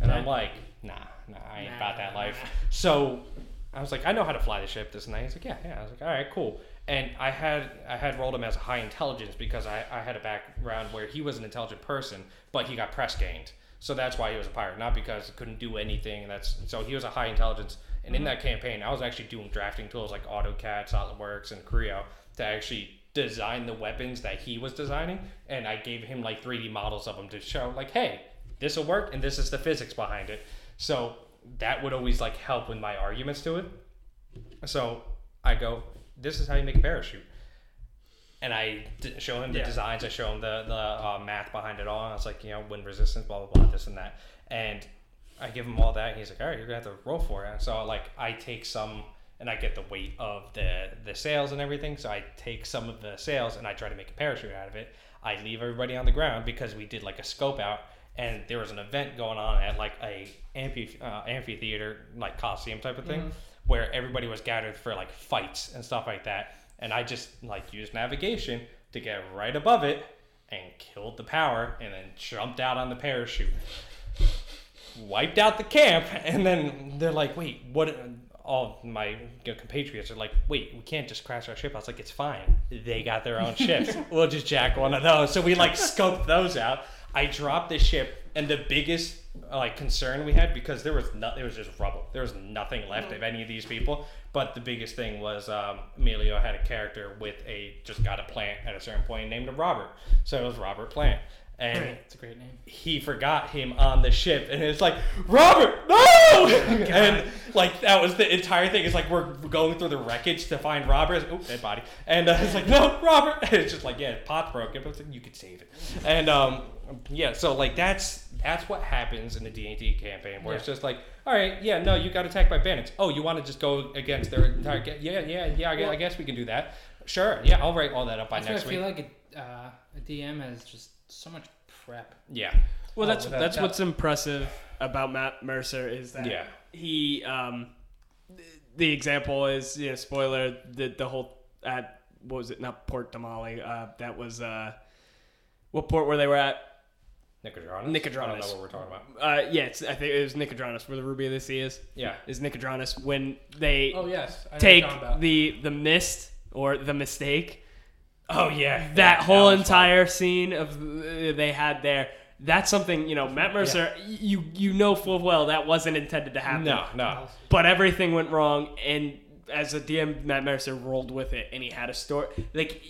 B: And I'm like, nah, nah, I ain't about that life. So I was like, I know how to fly the ship this and that. He's like, yeah, yeah. I was like, all right, cool. And I had I had rolled him as high intelligence because I, I had a background where he was an intelligent person, but he got press gained. So that's why he was a pirate, not because he couldn't do anything. That's so he was a high intelligence. And in that campaign, I was actually doing drafting tools like AutoCAD, SolidWorks, and Creo to actually design the weapons that he was designing. And I gave him like 3D models of them to show, like, hey, this will work, and this is the physics behind it. So that would always like help with my arguments to it. So I go, this is how you make a parachute. And I d- show him the designs. I show him the, the uh, math behind it all. And I was like, you know, wind resistance, blah, blah, blah, this and that. And I give him all that. And he's like, all right, you're going to have to roll for it. And so, like, I take some and I get the weight of the, the sails and everything. So I take some of the sails and I try to make a parachute out of it. I leave everybody on the ground because we did like a scope out. And there was an event going on at like a amphi- uh, amphitheater, like Coliseum type of thing where everybody was gathered for like fights and stuff like that. And I just like used navigation to get right above it and killed the power and then jumped out on the parachute. Wiped out the camp and then they're like, wait, what? All my you know, compatriots are like, wait, we can't just crash our ship. I was like, it's fine. They got their own ships. We'll just jack one of those. So we like scoped those out. I dropped the ship, and the biggest like concern we had because there was no, there was just rubble. There was nothing left of any of these people. But the biggest thing was um, Emilio had a character with a just got a plant at a certain point and named him Robert. So it was Robert Plant, and
C: It's a great name.
B: he forgot him on the ship, and it's like Robert,
C: Oh
B: no! and like that was the entire thing. It's like we're going through the wreckage to find Robert. Oh, dead body. And uh, it's like no, Robert. it's just like yeah, pot broke it, but it's like, you could save it. And um, yeah, so like that's that's what happens in the D and D campaign, where it's just like, all right, yeah, no, you got attacked by bandits. Oh, you want to just go against their entire? Ga- yeah, yeah, yeah. I guess, I guess we can do that. Sure. Yeah, I'll write all that up by
C: That's why I
B: next week.
C: feel like a, uh, a DM has just so much prep.
B: yeah.
A: Well, that's
B: without
A: that's
B: doubt.
A: what's impressive about Matt Mercer is that
B: Yeah.
A: he um th- the example is yeah spoiler the the whole at what was it not Port Damali uh that was uh what port were they were at
B: Nicodronis. I don't know
A: Nicodronis.
B: what we're talking about.
A: uh yeah it's, I think it was Nicodronis where the Ruby of the Sea is
B: Yeah.
A: is Nicodronis when they
E: Oh yes. I know what you're
A: take
E: talking about.
A: the the mist or the mistake
B: Oh yeah,
A: that whole entire scene of uh, they had there that's something you know Matt Mercer y you you know full well that wasn't intended to happen
B: No, no.
A: but everything went wrong and as a DM Matt Mercer rolled with it and he had a story like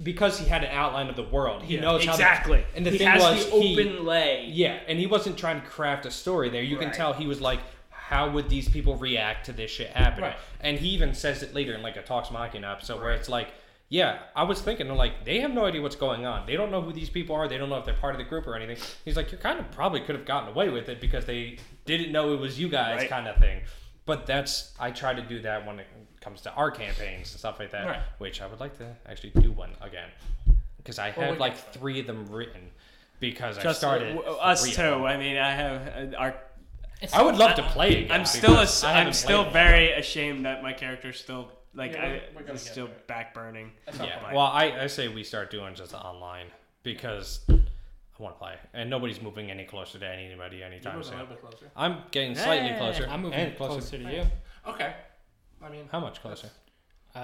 B: Because he had an outline of the world. He knows how the-
A: exactly
B: and the
A: he
B: thing
A: has
B: was
A: the
B: he-
A: open lay
B: yeah, and he wasn't trying to craft a story there. You can tell he was like, how would these people react to this shit happening?
E: Right.
B: And he even says it later in like a Talks Machina episode where it's like, yeah, I was thinking, like, they have no idea what's going on. They don't know who these people are. They don't know if they're part of the group or anything. He's like, you kind of probably could have gotten away with it because they didn't know it was you guys
A: Right.
B: kind of thing. But that's, I try to do that when it comes to our campaigns and stuff like that,
E: Right.
B: which I would like to actually do one again. Because I have
E: we-
B: like three of them written because I
A: just
B: started.
A: w- us
B: three of
A: too
B: them.
A: I mean I have uh, our
B: I would love to play again.
A: I'm still a,
B: because I haven't
A: I'm still
B: played
A: very ashamed that my character's still like
E: Yeah,
A: I
E: we're- we're gonna
A: is
E: get
A: still
E: there.
A: back burning
E: That's
B: it.
E: not
B: Yeah.
E: fine.
B: Well, I, I say we start doing just online because I want to play, and nobody's moving any closer to anybody
E: You're
B: anytime
E: moving a
B: soon.
E: little bit closer.
B: I'm getting slightly
A: Hey,
B: closer.
C: I'm moving
B: and closer.
C: closer. to you.
E: Okay. I mean,
B: How much closer?
C: Uh,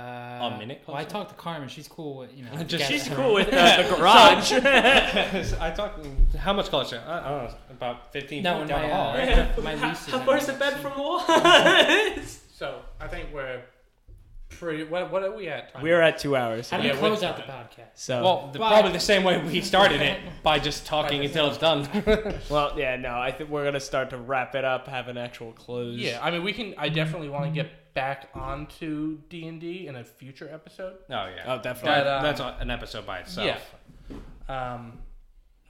B: A minute
C: Well, I
B: closer?
C: talked to Carmen. She's cool with, you know.
B: Just-
C: together.
A: she's cool with uh, the garage
B: I talked. How much closer? I, I don't know. About 15
C: No,
B: feet
C: in
B: down
C: my,
B: the hall.
C: uh,
B: right?
C: my lease is
A: how
C: in
A: far's the
C: my-
A: bed from the wall
E: so I think we're pretty. What what are we at? Time?
A: we're at two hours
C: How do you
E: Yeah,
C: close
E: we're-
C: out the podcast?
A: so
B: Well, the,
C: But-
B: probably the same way we started it by just talking until it's done. Oh,
A: Well, yeah, no, I think we're gonna start to wrap it up, have an actual close.
E: Yeah, I mean, we can. I definitely want to get back onto D and D in a future episode.
B: Oh yeah.
A: Oh, definitely.
E: That, um,
C: uh,
B: That's a- an episode by itself.
E: yeah.
B: Um,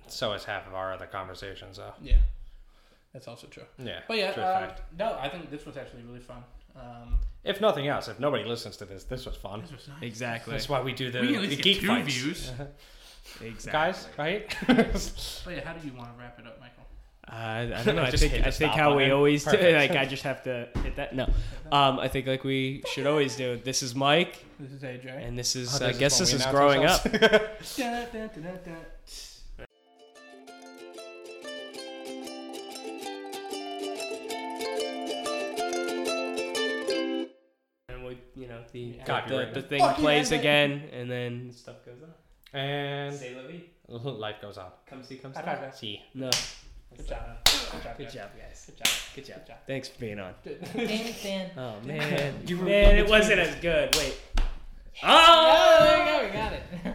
B: so is half of our other conversations, though.
E: Yeah, that's also true.
B: Yeah.
E: But yeah,
B: true
E: uh,
B: fact.
E: no, I think this was actually really fun. Um,
B: If nothing else, if nobody listens to this, this was fun.
E: this was nice.
A: Exactly.
B: That's why we do the,
E: we can at
B: the
E: least
B: geek
E: get two
B: fights.
E: views.
A: Exactly.
B: Guys, right?
E: But yeah, how do you want to wrap it up, Michael?
A: Uh, I, I don't know. I
B: Just hit
A: think,
B: the
A: I think
B: stop
A: how we
B: button.
A: always do,
B: Perfect.
A: like I just have to hit that. No, um, I think like we should always do. This is Mike,
E: This is AJ.
A: and this
B: Oh,
A: is
B: this
A: I
B: is
A: guess
B: when
A: this
B: we
A: is
B: announce
A: growing
B: ourselves.
A: up.
E: Dun, dun, dun, dun, dun.
A: And we, you know, the the,
B: Copyright.
A: the thing
C: Fucking
A: plays
C: end it.
A: again, and then stuff goes on.
B: and
A: Say Libby,
B: life goes on.
A: come see, come
E: High five, guys.
B: See.
A: No,
E: Good job. Good job.
A: good
E: guys.
A: job, guys.
E: Good job.
A: Good job. Thanks for being on.
C: Anything.
A: Oh man,
E: You were
A: man,
E: between
A: it wasn't as good. Wait.
C: Oh,
A: Oh.
C: there we go. We got it.